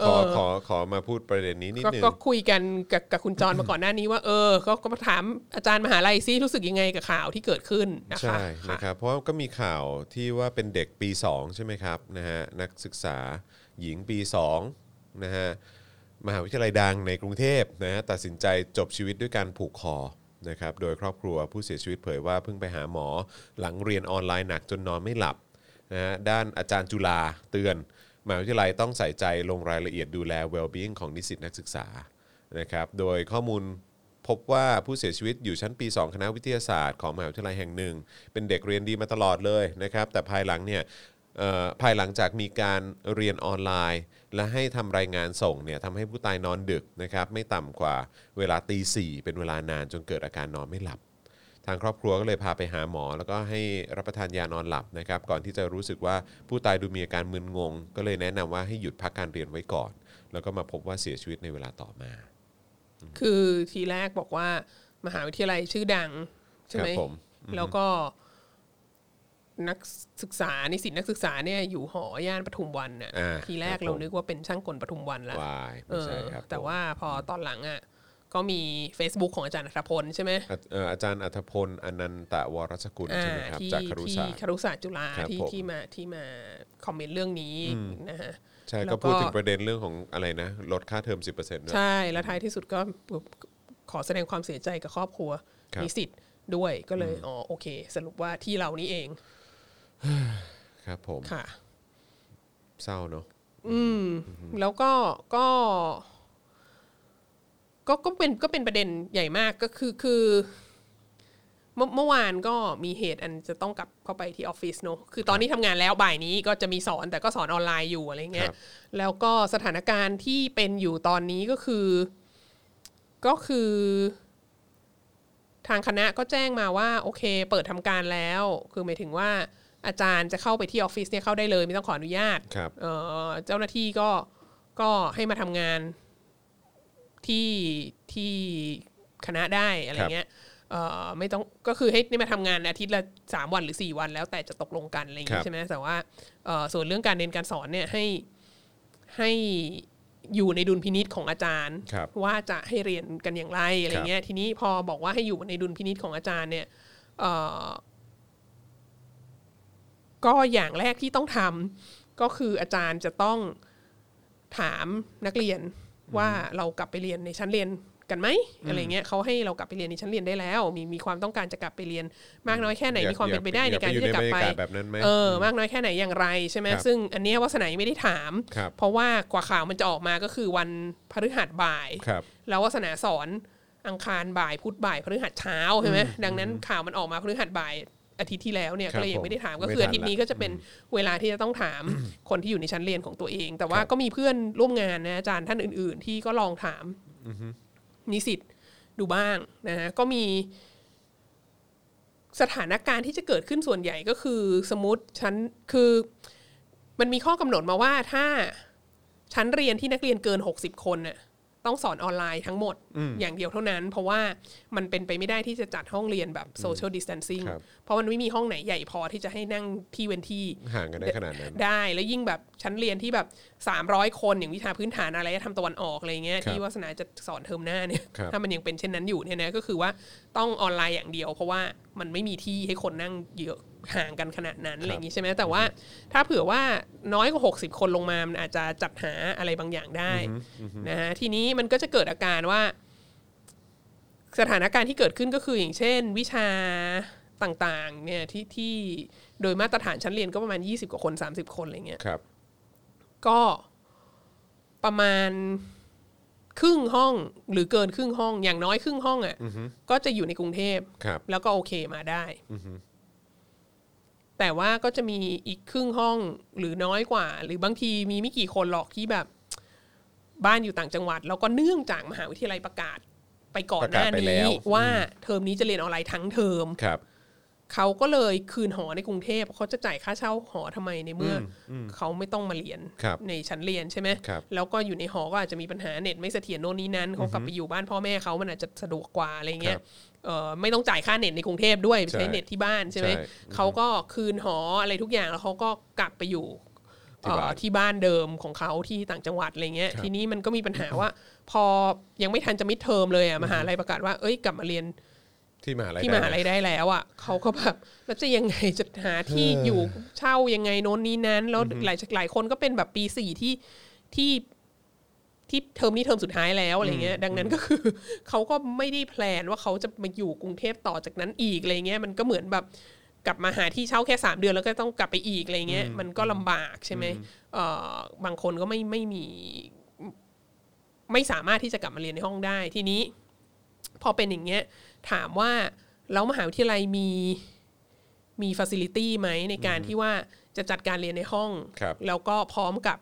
ขอขอขอมาพูดประเด็นนี้นิด ก็ นึง ก็คุยกันกับกับคุณจรมาก่อนหน้านี้ว่าเออก็ก็ถามอาจารย์มหาลัยซิรู้สึกยังไงกับข่าวที่เกิดขึ้นนะคะ ใช่ ค่ะ นะครับเพราะก็มีข่าวที่ว่าเป็นเด็กปี 2 ใช่ไหมครับนะฮะนักศึกษาหญิงปี2นะฮะมหาวิทยาลัยดังในกรุงเทพนะฮะตัดสินใจจบชีวิตด้วยการผูกคอนะครับโดยครอบครัวผู้เสียชีวิตเผยว่าเพิ่งไปหาหมอหลังเรียนออนไลน์หนักจนนอนไม่หลับนะฮะด้านอาจารย์จุฬาเตือนมหาวิทยาลัยต้องใส่ใจลงรายละเอียดดูแล well-being ของนิสิตนักศึกษานะครับโดยข้อมูล พบว่าผู้เสียชีวิตอยู่ชั้นปี 2 คณะวิทยาศาสตร์ของมหาวิทยาลัยแห่งหนึ่ง เป็นเด็กเรียนดีมาตลอดเลยนะครับ แต่ภายหลังเนี่ยเอ่อภายหลังจากมีการเรียนออนไลน์ และให้ทำรายงานส่งเนี่ยทำให้ผู้ตายนอนดึกนะครับ ไม่ต่ำกว่าเวลาตีสี่เป็นเวลานานจนเกิดอาการนอนไม่หลับ ทางครอบครัวก็เลยพาไปหาหมอ แล้วก็ให้รับประทานยานอนหลับนะครับ ก่อนที่จะรู้สึกว่าผู้ตายดูมีอาการมึนงง ก็เลยแนะนำว่าให้หยุดพักการเรียนไว้ก่อน แล้วก็มาพบว่าเสียชีวิตในเวลาต่อมา คือทีแรกบอกว่ามหาวิทยาลัยชื่อดังใช่ไหม ครับผม แล้วก็นักศึกษานิสิตนักศึกษาเนี่ยอยู่หอย่านปทุมวันน่ะ อ่า ทีแรก ครับผม เรานึกว่าเป็นช่างกลปทุมวันละ วาย เอ ไม่ อ ใช่ครับ แต่ ผม ว่าพอตอนหลังอ่ะก็มี Facebook ของอาจารย์อัธพลใช่ไหม อาเอ่ออาจารย์อัธพลอนันตวรชกุลใช่ไหมครับ ที่ จากครุศาสตร์ ที่ครุศาสตร์จุฬา ครับ ที่ ผม ที่มาที่มาคอมเมนต์เรื่องนี้นะฮะ ใช่ แล้ ก็ วก็ พูดถึงประเด็นเรื่องของอะไรนะ ลดค่าเทอม 10%ด้วย ใช่ แล้วท้ายที่สุดก็ขอแสดงความเสียใจกับครอบครัว ครับ นิสิตด้วยก็เลยอ๋อโอเค สรุปว่าที่เรานี่เอง ครับผม ค่ะ เศร้าเนาะ แล้วก็ก็ก็ก็เป็นก็เป็นประเด็นใหญ่มากก็คือคือเมื่อเมื่อวานก็มีเหตุอันจะต้องกลับเข้าไปที่ออฟฟิศเนอะคือตอนนี้ทำงานแล้วบ่ายนี้ก็จะมีสอนแต่ก็สอนออนไลน์อยู่อะไรเงี้ ค ย รับ แล้วก็สถานการณ์ที่เป็นอยู่ตอนนี้ก็คือ ก็คือ ทางคณะก็แจ้งมาว่า โอเค เปิดทำการแล้ว คือหมายถึงว่าอาจารย์จะเข้าไปที่ออฟฟิศเนี่ยเข้าได้เลยไม่ต้องขออนุญาต ครับ เอ่อเจ้าหน้าที่ก็ก็ให้มาทำงานที่ที่คณะได้อะไรเงี้ยเอ่อไม่ต้องก็คือให้ได้มาทำงานอาทิตย์ละสามวันหรือสี่วันแล้วแต่จะตกลงกันอะไรอย่าง ครั งี้ บ ใช่ไหมแต่ว่าเอ่อส่วนเรื่องการเรียนการสอนเนี่ยให้ให้อยู่ในดุลพินิษของอาจารย์ ครับ ว่าจะให้เรียนกันอย่างไรอะไรเงี้ยทีนี้พอบอกว่าให้อยู่ในดุลพินิษของอาจารย์เนี่ยเอ่อก็อย่างแรกที่ต้องทำก็คืออาจารย์จะต้องถามนักเรียนว่าเรากลับไปเรียนในชั้นเรียน กันไหมอะไรเงี้ยเขาให้เรากลับไปเรียนในชั้นเรียนได้แล้ว มีมีความต้องการจะกลับไปเรียน มากน้อยแค่ไหน อยาก มีความเป็นไปได้ อยาก ในการที่จะกลับ ไปอยู่ในบรรยากาไปศแบบนั้นไหม เออมากน้อยแค่ไหนอย่างไรใช่ไหม ครับ ซึ่งอันเนี้ยวาสนายังไม่ได้ถาม ครับ เพราะว่ากว่าข่าวมันจะออกมาก็คือวันพฤหัสบ่าย ครับ แล้ววาสนาสอนอังคารบ่ายพุธบ่ายพฤหัสเช้าใช่ไหมดังนั้นข่าวมันออกมาพฤหัสบ่ายอาทิตย์ที่แล้วเนี่คยรับ ก็เลยผยัง ม ไม่ได้ถามก็ ไม่ คือ ทัน อาทิตย์นี้ ละ ก็จะเป็นเวลาที่จะต้องถาม คนที่อยู่ในชั้นเรียนของตัวเอง แต่ว่า ครับ ก็มีเพื่อนร่วมงานนะอาจารย์ท่านอื่น ๆ ที่ก็ลองถามนิสิตดูบ้างนะฮะก็มีสถานการณ์ที่จะเกิดขึ้นส่วนใหญ่ก็คือสมมติชั้นคือ มันมีข้อกำหนดมาว่าถ้าชั้นเรียนที่นักเรียนเกิน 60 คนน่ะต้องสอนออนไลน์ทั้งหมดอย่างเดียวเท่านั้น เพราะว่ามันเป็นไปไม่ได้ที่จะจัดห้องเรียนแบบ social distancing ครับ เพราะมันไม่มีห้องไหนใหญ่พอที่จะให้นั่งที่เว้นที่ ห่างกันได้ขนาดนั้น ได้แล้วยิ่งแบบชั้นเรียนที่แบบ 300 คนอย่างวิชาพื้นฐานอะไรทำตะวันออกอะไรเงี้ย ครับ ที่วาสนาจะสอนเทอมหน้าเนี่ย ครับ ถ้ามันยังเป็นเช่นนั้นอยู่เนี่ยนะก็คือว่าต้องออนไลน์อย่างเดียว เพราะว่ามันไม่มีที่ให้คนนั่งเยอะห่างกันขนาดนั้นอะไรอย่างงี้ใช่ไหมแต่ว่า ถ้าเผื่อว่าน้อยกว่า 60 คนลงมามันอาจจะจัดหาอะไรบางอย่างได้นะฮะทีนี้มันก็จะเกิดอาการว่า สถานการณ์ที่เกิดขึ้นก็คืออย่างเช่น วิชาต่างๆเนี่ยที่ที่โดยมาตรฐานชั้นเรียนก็ประมาณ 20 กว่าคน 30 คนอะไรเงี้ย ครับ ก็ประมาณครึ่งห้องหรือเกินครึ่งห้อง อย่างน้อยครึ่งห้องอะ่ะก็จะอยู่ในกรุงเทพ ครับ แล้วก็โอเคมาได้ แต่ว่าก็จะมีอีกครึ่งห้องหรือน้อยกว่า หรือบางทีมีไม่กี่คนหรอกที่แบบ บ้านอยู่ต่างจังหวัด แล้วก็เนื่องจากมหาวิทยาลัยประกาศไปก่อนหน้า ประกาศไปแล้ นี้ ว ว่าเทอมนี้จะเรียนออนไลน์ทั้งเทอม ครับ เขาก็เลยคืนหอในกรุงเทพเพราะเขาจะจ่ายค่าเช่าหอทำไมในเมื่ออเขาไม่ต้องมาเรียน ครับ ในชั้นเรียนใช่ไหม ครับ แล้วก็อยู่ในหอก็อาจจะมีปัญหาเน็ตไม่เสถียรโน่นนี้นั้นเขากลับไปอยู่บ้านพ่อแม่เขามันอาจจะสะดวกกว่าอะไรเงี้ ค ย รับ เอ่อไม่ต้องจ่ายค่าเน็ตในกรุงเทพด้วยไปใช้ ใช่ เน็ตที่บ้านใช่ไหม ใช่ เขาก็คืนหออะไรทุกอย่างแล้วเขาก็กลับไปอยู่ ที่บ้าน เอ่อที่บ้านเดิมของเขาที่ต่างจังหวัดอะไรเงี้ย ครับ ทีนี้มันก็มีปัญหาว่า พอยังไม่ทันจะมิดเทอมเลยอะมหาลัยประกาศว่าเอ้ยกลับมาเรียน ที่มหาลัย ที่มหาลัยได้แล้วอ่ะเขาก็แบบแล้วจะยังไงจะหาที่อยู่เช่ายังไงโน้นนี้นั้น แล้วหลายหลายคนก็เป็นแบบปีสี่ที่ที่ที่เทอมนี้เทอมสุดท้ายแล้วอะไรเงี้ย ดังนั้นก็คือ เขาก็ไม่ได้แพลนว่าเขาจะมาอยู่กรุงเทพต่อจากนั้นอีกอะไรเงี้ยมันก็เหมือนแบบกลับมาหาที่เช่าแค่สามเดือนแล้วก็ต้องกลับไปอีกอะไรเงี้ยมันก็ลำบากใช่ไหมเอ่อบางคนก็ไม่ไม่มี ไม่สามารถที่จะกลับมาเรียนในห้องได้ทีนี้ พอเป็นอย่างเงี้ย ถามว่าแล้วมหาวิทยาลัยมีมีฟัซิลิตี้ไหมในการที่ว่าจะจัดการเรียนในห้อง ครับ แล้วก็พร้อมกับ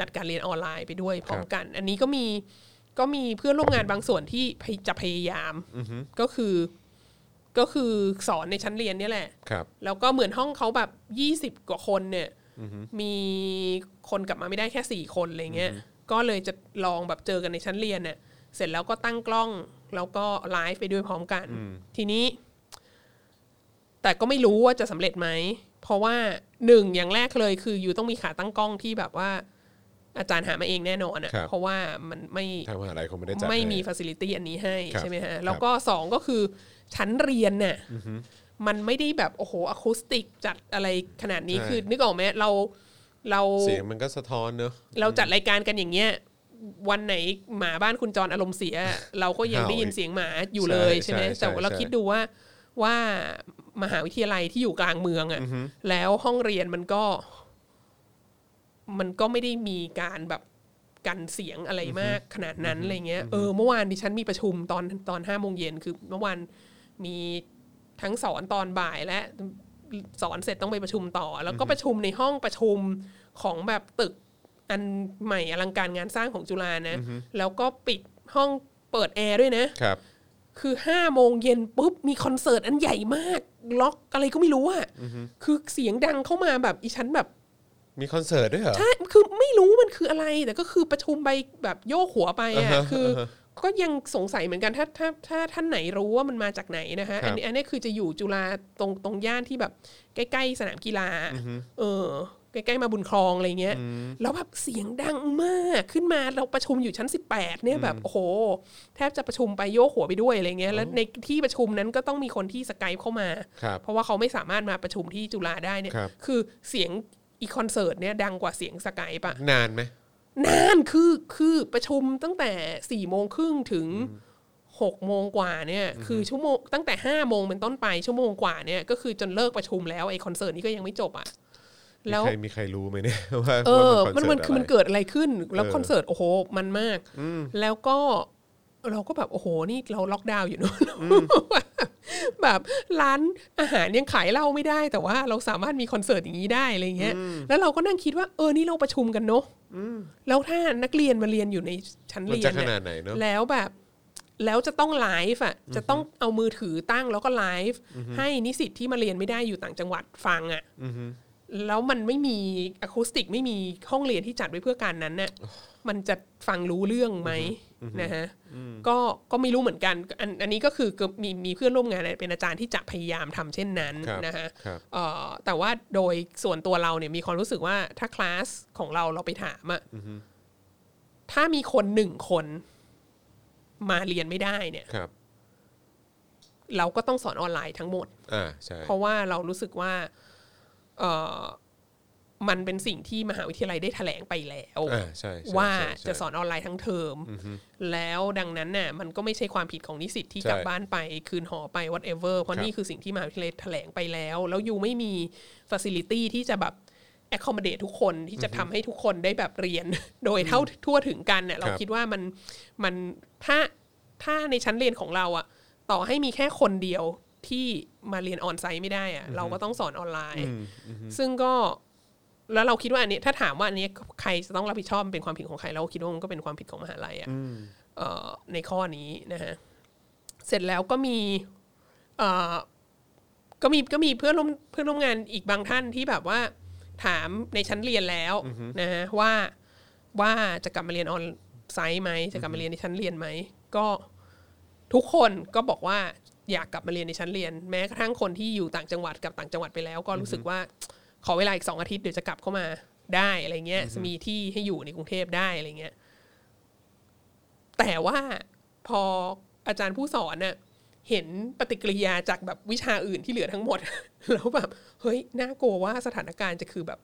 จัดการเรียนออนไลน์ไปด้วยพร้อมกัน อันนี้ก็มีก็มีเพื่อนร่วมงานบางส่วนที่พยจะพยายามก็คือก็คือสอนในชั้นเรียนเนี่ยแหละ ครับ แล้วก็เหมือนห้องเขาแบบยี่สิบ20 กว่าคนเนี่ยมีคนกลับมาไม่ได้แค่สี่คนอะไรเงี้ยก็เลยจะลองแบบเจอกันในชั้นเรียนเนี่ยเสร็จแล้วก็ตั้งกล้องแล้วก็ไลฟ์ไปด้วยพร้อมกัน ทีนี้ แต่ก็ไม่รู้ว่าจะสำเร็จไหม เพราะว่าหนึ่งอย่างแรกเลยคืออยู่ต้องมีขาตั้งกล้องที่แบบว่า อาจารย์หามาเองแน่นอน ครั อะ่ะ บ เพราะว่ามันไม่ ทางมหาลัยคงไม่ได้จัด ไม่มี ให้ ฟัซิลิตี้อันนี้ให้ ครับ ใช่ไหม ครับฮะแล้วก็สองก็คือชั้นเรียนน่ะมันไม่ได้แบบ โอ้โหอะคูสติกจัดอะไรขนาดนี้คือ นึกออกไหมเราเรา เสียงมันก็สะท้อนเนอะ เราจัดรายการกันอย่างเงี้ยวันไหนหมาบ้านคุณจรอารมณ์เสีย เราก็ยัง เห่า ได้ยิน อีก เสียงหมาอยู่เลย ใช่ ใช่ไหม ใช่ แต่ว่าเรา ใช่ คิดดูว่าว่ามหาวิทยาลัยที่อยู่กลางเมืองอะ่ะแล้วห้องเรียนมันก็ มันก็ไม่ได้มีการแบบกันเสียงอะไรมากขนาดนั้นอะไรเงี้ยเออเมื่อวานดิฉันมีประชุมตอนตอนห้าโมงเย็นคือเมื่อวานมีทั้งสอนตอนบ่ายและ สอนเสร็จต้องไปประชุมต่อ แล้วก็ประชุมในห้องประชุมของแบบตึกอันใหม่อลังการงานสร้างของจุฬานะ แล้วก็ปิดห้องเปิดแอร์ด้วยนะ ครับ คือห้าโมงเย็นปุ๊บ มีคอนเสิร์ตอันใหญ่มาก ล็อกอะไรก็ไม่รู้อะคือเสียงดังเข้ามาแบบอีฉันแบบ มีคอนเสิร์ตด้วยเหรอ ใช่คือไม่รู้มันคืออะไร แต่ก็คือประชุมไปแบบโยกหัวไปอะ อ่าฮะ คือ าฮะ ก็ยังสงสัยเหมือนกันถ้าถ้าถ้าท่านไหนรู้ว่ามันมาจากไหนนะคะ ครับ อันนี้อันนี้คือจะอยู่จุฬาตรงตรงย่านที่แบบ ใกล้ๆสนามกีฬา เออ ใกล้ๆมาบุญคลองอะไรเงี้ยแล้วแบบเสียงดังมากขึ้นมาเราประชุมอยู่ชั้น 18เนี่ยแบบโอ้โห แทบจะประชุมไปโยกหัวไปด้วยอะไรเงี้ยแล้วในที่ประชุมนั้นก็ต้องมีคนที่สกายเข้ามา ครับ เพราะว่าเขาไม่สามารถมาประชุมที่จุฬาได้เนี่ย ครับ คือเสียงอีคอนเสิร์ตเนี่ยดังกว่าเสียงสกายปะ นานไหม นานคือคือประชุมตั้งแต่สี่โมงครึ่งถึง หกโมงกว่าเนี่ยคือชั่วโมงตั้งแต่ห้าโมงเป็นต้นไปชั่วโมงกว่าเนี่ยก็คือจนเลิกประชุมแล้วไอ้คอนเสิร์ตนี้ก็ยังไม่จบอ่ะ มี แล้ว ใครมีใครรู้ไหมเนี่ย ว่า เออ ว่า มันมันคือ สิร์ตะไร มันเกิดอะไรขึ้น แล้ว เออ คอนเสิร์ต โอ้โห มันมาก แล้วก็เราก็แบบ โอ้โห นี่เราล็อกดาวน์อยู่เนอะแบบร้านอาหารยังขายเหล้าไม่ได้ แต่ว่าเราสามารถมีคอนเสิร์ตอย่างนี้ได้อะไรเงี้ย แล้วเราก็นั่งคิดว่า เออ นี่เราประชุมกันเนอะแล้วถ้านักเรียนมาเรียนอยู่ในชั้น มัน เรีย จะขนเนี่ย นาดไหนเนาะ แล้วแบบแล้วจะต้องไลฟ์อ่ะจะต้องเอามือถือตั้งแล้วก็ไลฟ์ให้นิสิตที่มาเรียนไม่ได้อยู่ต่างจังหวัดฟังอ่ะแล้วมันไม่มีอะคูสติกไม่มีห้องเรียนที่จัดไว้เพื่อการนั้นเนี่ยมันจะฟังรู้เรื่องไหมนะฮะก็ก็ไม่รู้เหมือนกันอันอันนี้ก็คือก็มีมีเพื่อนร่วมงานเป็นอาจารย์ที่จะพยายามทำเช่นนั้น ครับ นะฮะ ครับ เอ่อแต่ว่าโดยส่วนตัวเราเนี่ยมีความรู้สึกว่าถ้าคลาสของเราเราไปถามอะถ้ามีคนหนึ่งคน มาเรียนไม่ได้เนี่ย ครับ เราก็ต้องสอนออนไลน์ทั้งหมด อ่าใช่ เพราะว่าเรารู้สึกว่าเออมันเป็นสิ่งที่มหาวิทยาลัยได้แถลงไปแล้ว อ่าใช่ใช่ ว่า ใช่ใช่ จะสอนออนไลน์ทั้งเทอม แล้วดังนั้นน่ะมันก็ไม่ใช่ความผิดของนิสิตที่ ใช่ กลับบ้านไปคืนหอไป whatever เพราะ ครับ นี่คือสิ่งที่มหาวิทยาลัยแถลงไปแล้ว แล้วยูไม่มี facility ที่จะแบบ accommodate ทุกคนที่จะทำให้ทุกคนได้แบบเรียน โดยเท่าทั่วถึงกันเนี่ยเรา ครับ คิดว่ามันมันถ้าถ้าในชั้นเรียนของเราอะต่อให้มีแค่คนเดียวที่มาเรียนออนไซต์ไม่ได้อะเราก็ต้องสอนออนไลน์ ซึ่งก็ แล้วเราคิดว่าอันนี้ถ้าถามว่าอันนี้ใครจะต้องรับผิดชอบมันเป็นความผิดของใครเราก็คิดว่ามันก็เป็นความผิดของมหาลัยอะเอ่ะในข้อนี้นะฮะเสร็จแล้วก็มีเอ่อก็มีก็มีเพื่อนร่วมเพื่อนร่วมงานอีกบางท่านที่แบบว่า ถามในชั้นเรียนแล้วนะฮะว่าว่าจะกลับมาเรียนออนไซต์ไหมจะกลับมาเรียนในชั้นเรียนไหมก็ทุกคนก็บอกว่าอยากกลับมาเรียนในชั้นเรียน แม้กระทั่งคนที่อยู่ต่างจังหวัดกับต่างจังหวัดไปแล้ว ก็รู้สึกว่า ขอเวลาอีกสองอาทิตย์เดี๋ยวจะกลับเข้ามาได้อะไรเงี้ยมีที่ให้อยู่ในกรุงเทพได้อะไรเงี้ยแต่ว่าพออาจารย์ผู้สอนน่ะเห็นปฏิกิริยาจากแบบวิชาอื่นที่เหลือทั้งหมด แล้วแบบเฮ้ยน่ากลัวว่าสถานการณ์จะคือแบบ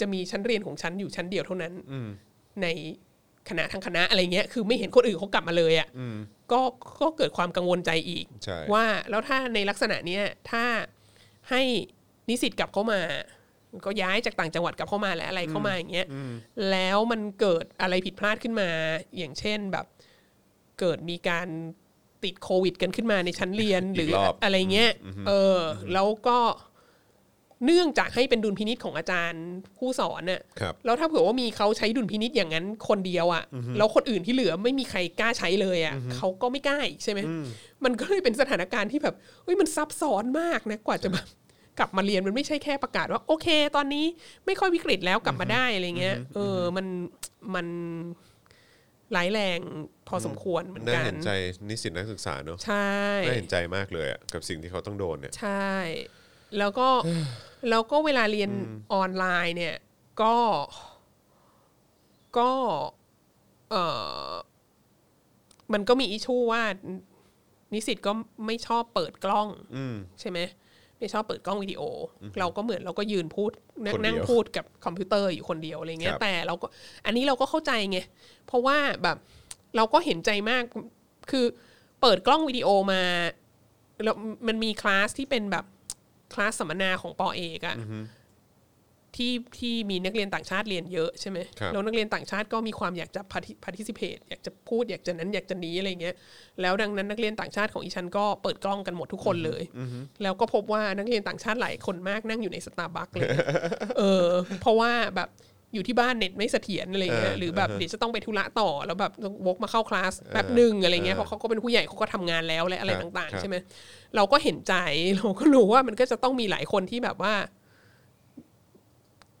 จะมีชั้นเรียนของฉันอยู่ชั้นเดียวเท่านั้นในคณะทั้งคณะอะไรเงี้ยคือไม่เห็นคนอื่นเขากลับมาเลยอะ่ะก็ก็เกิดความกังวลใจอีก ใช่ ว่าแล้วถ้าในลักษณะเนี้ยถ้าให้นิสิตกลับเข้ามา ก็ย้ายจากต่างจังหวัดกลับเข้ามาและอะไรเข้ามาอย่างเงี้ยแล้วมันเกิดอะไรผิดพลาดขึ้นมา อย่างเช่นแบบเกิดมีการติดโควิดกันขึ้นมาในชั้นเรียน หรือ รอบ อะไรเงี้ยเอออแล้วก็เนื่องจากให้เป็นดุลพินิษของอาจารย์ผู้สอนน่ะ ครับ แล้วถ้าเผื่อว่ามีเขาใช้ดุลพินิษอย่างนั้นคนเดียวอะ่ะแล้วคนอื่นที่เหลือไม่มีใครกล้าใช้เลยอะ่ะเขาก็ไม่กล้าอีกใช่ไหมมันก็เลยเป็นสถานการณ์ที่แบบเฮ้ยมันซับซ้อนมากนะกว่าจะแบบกลับมาเรียนมันไม่ใช่แค่ประกาศว่า โอเค ตอนนี้ไม่ค่อยวิกฤตแล้วกลับมาได้อะไรเงี้ยเออมันมันร้ายแรงพอสมควรเหมือน น่า กัน เห็นใจนิสิตนักศึกษาเนอะ ใช่ น่าเห็นใจมากเลยอะกับสิ่งที่เขาต้องโดนเนี่ย ใช่ แล้วก็ แล้วก็เวลาเรียนออนไลน์เนี่ย ก็ก็เออมันก็มีอิชูว่า นิสิตก็ไม่ชอบเปิดกล้องใช่ไหมไม่ชอบเปิดกล้องวิดีโออเราก็เหมือนเราก็ยืนพูดนั่ง คนเดียว นั่งพูดกับคอมพิวเตอร์อยู่คนเดียวอะไรเงี้ ค ย รับ แต่เราก็ อันนี้เราก็เข้าใจไงเพราะว่าแบบเราก็เห็นใจมากคือเปิดกล้องวิดีโอมา แล้วมันมีคลาสที่เป็นแบบคลาสสัมมนาของปอเอกอะที่ที่มีนักเรียนต่างชาติเรียนเยอะใช่ไหม ครับ แล้วนักเรียนต่างชาติก็มีความอยากจะ parti- participate อยากจะพูดอยากจะนั้นอยากจะนี้อะไรเงี้ยแล้วดังนั้นนักเรียนต่างชาติของอีชันก็เปิดกล้องกันหมดทุกคนเลย แล้วก็พบว่านักเรียนต่างชาติหลายคนมากนั่งอยู่ในสตาร์บัค เลย เออเพราะว่าแบบอยู่ที่บ้านเน็ตไม่เสถียรอะไรเงี้ย เออ หรือแบบเดี๋ยวจะต้องไปธุระต่อแล้วแบบต้องวกมาเข้าคลาสแป๊บหนึ่งอะไรเงี้ยเพราะเขาก็เป็นผู้ใหญ่เขาก็ทำงานแล้วและอะไร ครับ ต่าง ครั ๆ บ ใช่ไหมเราก็เห็นใจ เราก็รู้ว่ามันก็จะต้องมีหลายคนที่แบบว่า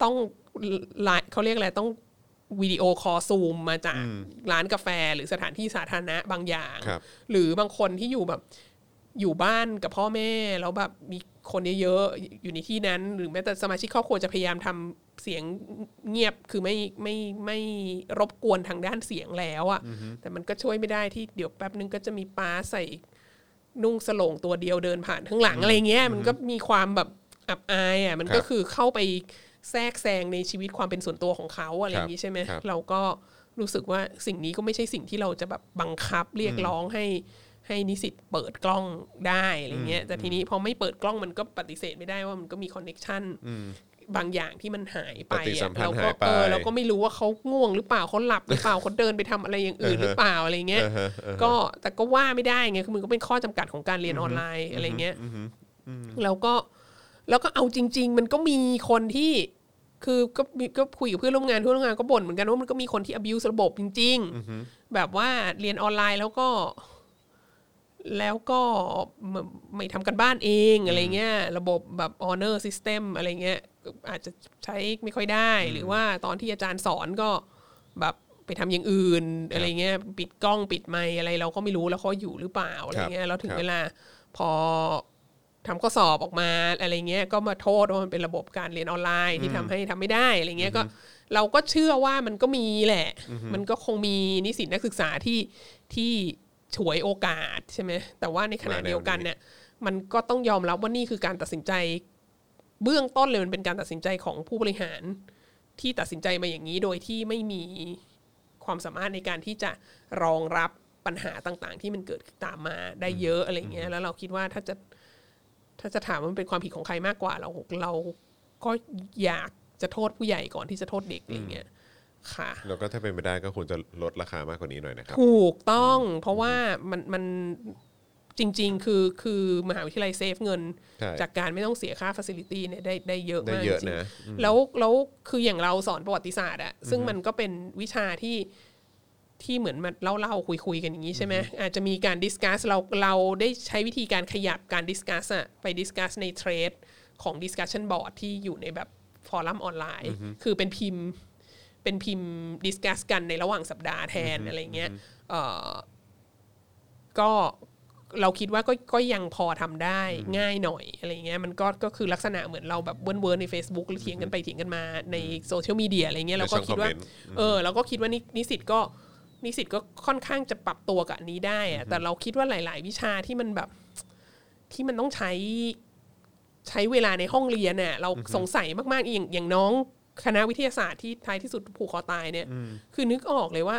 ต้องไลน์เขาเรียกอะไรต้องวิดีโอคอลซูมมาจากร้านกาแฟหรือสถานที่สาธารณะบางอย่าง ครับ หรือบางคนที่อยู่แบบอยู่บ้านกับพ่อแม่แล้วแบบมีคนเยอะๆอยู่ในที่นั้น หรือแม้แต่สมาชิกครอบครัวจะพยายามทำเสียงเงียบคือไม่ไม่ไม่รบกวนทางด้านเสียงแล้วอะ่ะแต่มันก็ช่วยไม่ได้ที่เดี๋ยวแป๊บนึงก็จะมีป้าใส่นุ่งสโลงตัวเดียวเดินผ่านข้างหลังอะไรเงี้ยมันก็มีความแบบอับอายอะ่ะมันก็ ครับ คือเข้าไปแทรกแซงในชีวิตความเป็นส่วนตัวของเขาอะไรอย่างนี้ใช่ไหม ครับ เราก็ รู้สึกว่าสิ่งนี้ก็ไม่ใช่สิ่งที่เราจะแบบบังคับเรียกร้องให้ให้นิสิตเปิดกล้องได้อะไรเงี้ยแต่ทีนี้พอไม่เปิดกล้องมันก็ปฏิเสธไม่ได้ว่ามันก็มีคอนเน็ชันบางอย่างที่มันหายไป ปฏิสั อะ มพันธ์ เราก็ หายไป เออเราก็ไม่รู้ว่าเขาง่วงหรือเปล่าเขาหลับหรือเปล่าเขาเดินไปทำอะไรอย่างอื่นหรือเปล่าอะไรเงี้ย ก็แต่ก็ว่าไม่ได้ไงคือมันก็เป็นข้อจำกัดของการเรียนออนไลน์อะไรเงี้ยแล้วก็แล้วก็เอาจริง ๆ มันก็มีคนที่ คือก็มีก็คุยกับเพื่อนร่วมงานเพื่อนร่วมงานก็บ่นเหมือนกันว่ามันก็มีคนที่ abuse ระบบจริง ๆ แบบว่าเรียนออนไลน์แล้วก็ แล้วก็ไม่ไม่ทำกันบ้านเองอะไรเงี้ยระบบแบบ honor system อะไรเงี้ยก็อาจจะใช้ไม่ค่อยได้ หรือว่าตอนที่อาจารย์สอนก็แบบไปทำอย่างอื่นอะไรเงี้ยปิดกล้องปิดไมค์อะไรเราก็ไม่รู้แล้วเขาอยู่หรือเปล่าอะไรเงี้ยแล้วถึ ค ง รับ เวลาพอ ทำข้อสอบออกมาอะไรเงี้ยก็มาโทษว่ามันเป็นระบบการเรียนออนไลน์ที่ทำให้ทำไม่ได้อะไรเงี้ยก็เราก็เชื่อว่ามันก็มีแหละ มันก็คงมีนิสิตนักศึกษาที่ที่ฉวยโอกาสใช่ไหมแต่ว่าในขณะ มาแนวนี้ เดียวกันเนี่ยมันก็ต้องยอมรับว่านี่คือการตัดสินใจ เบื้องต้นเลยมันเป็นการตัดสินใจของผู้บริหาร ที่ตัดสินใจมาอย่างนี้โดยที่ไม่มีความสามารถในการที่จะรองรับปัญหาต่างๆ ที่มันเกิดตามมาได้เยอะอะไรเงี้ยแล้วเราคิดว่าถ้าจะ ถ้าจะถามว่ามันเป็นความผิดของใครมากกว่าเราเราก็อยากจะโทษผู้ใหญ่ก่อนที่จะโทษเด็กอะไรเงี้ยค่ะ แล้วก็ถ้าเป็นไปได้ก็ควรจะลดราคามากกว่านี้หน่อยนะครับ ถูกต้อง เพราะว่ามันมันจริง ๆ คือคือมหาวิทยาลัยเซฟเงิน ใช่ จากการไม่ต้องเสียค่าฟ a ซิลิตี้เนี่ยได้ได้เยอะมาก ได้ จ เยอะ ริง นะ ๆแล้วแล้วคืออย่างเราสอนประวัติศาสตร์อะซึ่งมันก็เป็นวิชาที่ที่เหมือนมาเล่าเล่าคุยคุยๆกันอย่างนี้ใช่ไหมอาจจะมีการดิสคัสเราเราได้ใช้วิธีการขยับการดิสคัสอะไปดิสคัสในเทรดของ Discussion Board ที่อยู่ในแบบฟอรัมออนไลน์ คือเป็นพิมพ์ เป็นพิมพ์ดิสคัสกันในระหว่างสัปดาห์แทนอะไรเงี้ยเอ่อก็เราคิดว่าก็ก็ยังพอทำได้ง่ายหน่อยอะไรเงี้ยมันก็ก็คือลักษณะเหมือนเราแบบเวิร์นเวิร์นๆใน Facebook หรือเถียงกันไปเถียงกันมาในโซเชียลมีเดียอะไรเงี้ยเราก็คิดว่า ในช่องคอมเมนต์ เออเราก็คิดว่านินิสิตก็นิสิตก็ค่อนข้างจะปรับตัวกับอันนี้ได้อะแต่เราคิดว่าหลาย ๆ วิชาที่มันแบบที่มันต้องใช้ ใช้เวลาในห้องเรียนเนี่ยเราสงสัยมากๆอย่างอย่างน้องคณะวิทยาศาสตร์ที่ท้ายที่สุดผูกคอตายเนี่ย คือนึกออกเลยว่า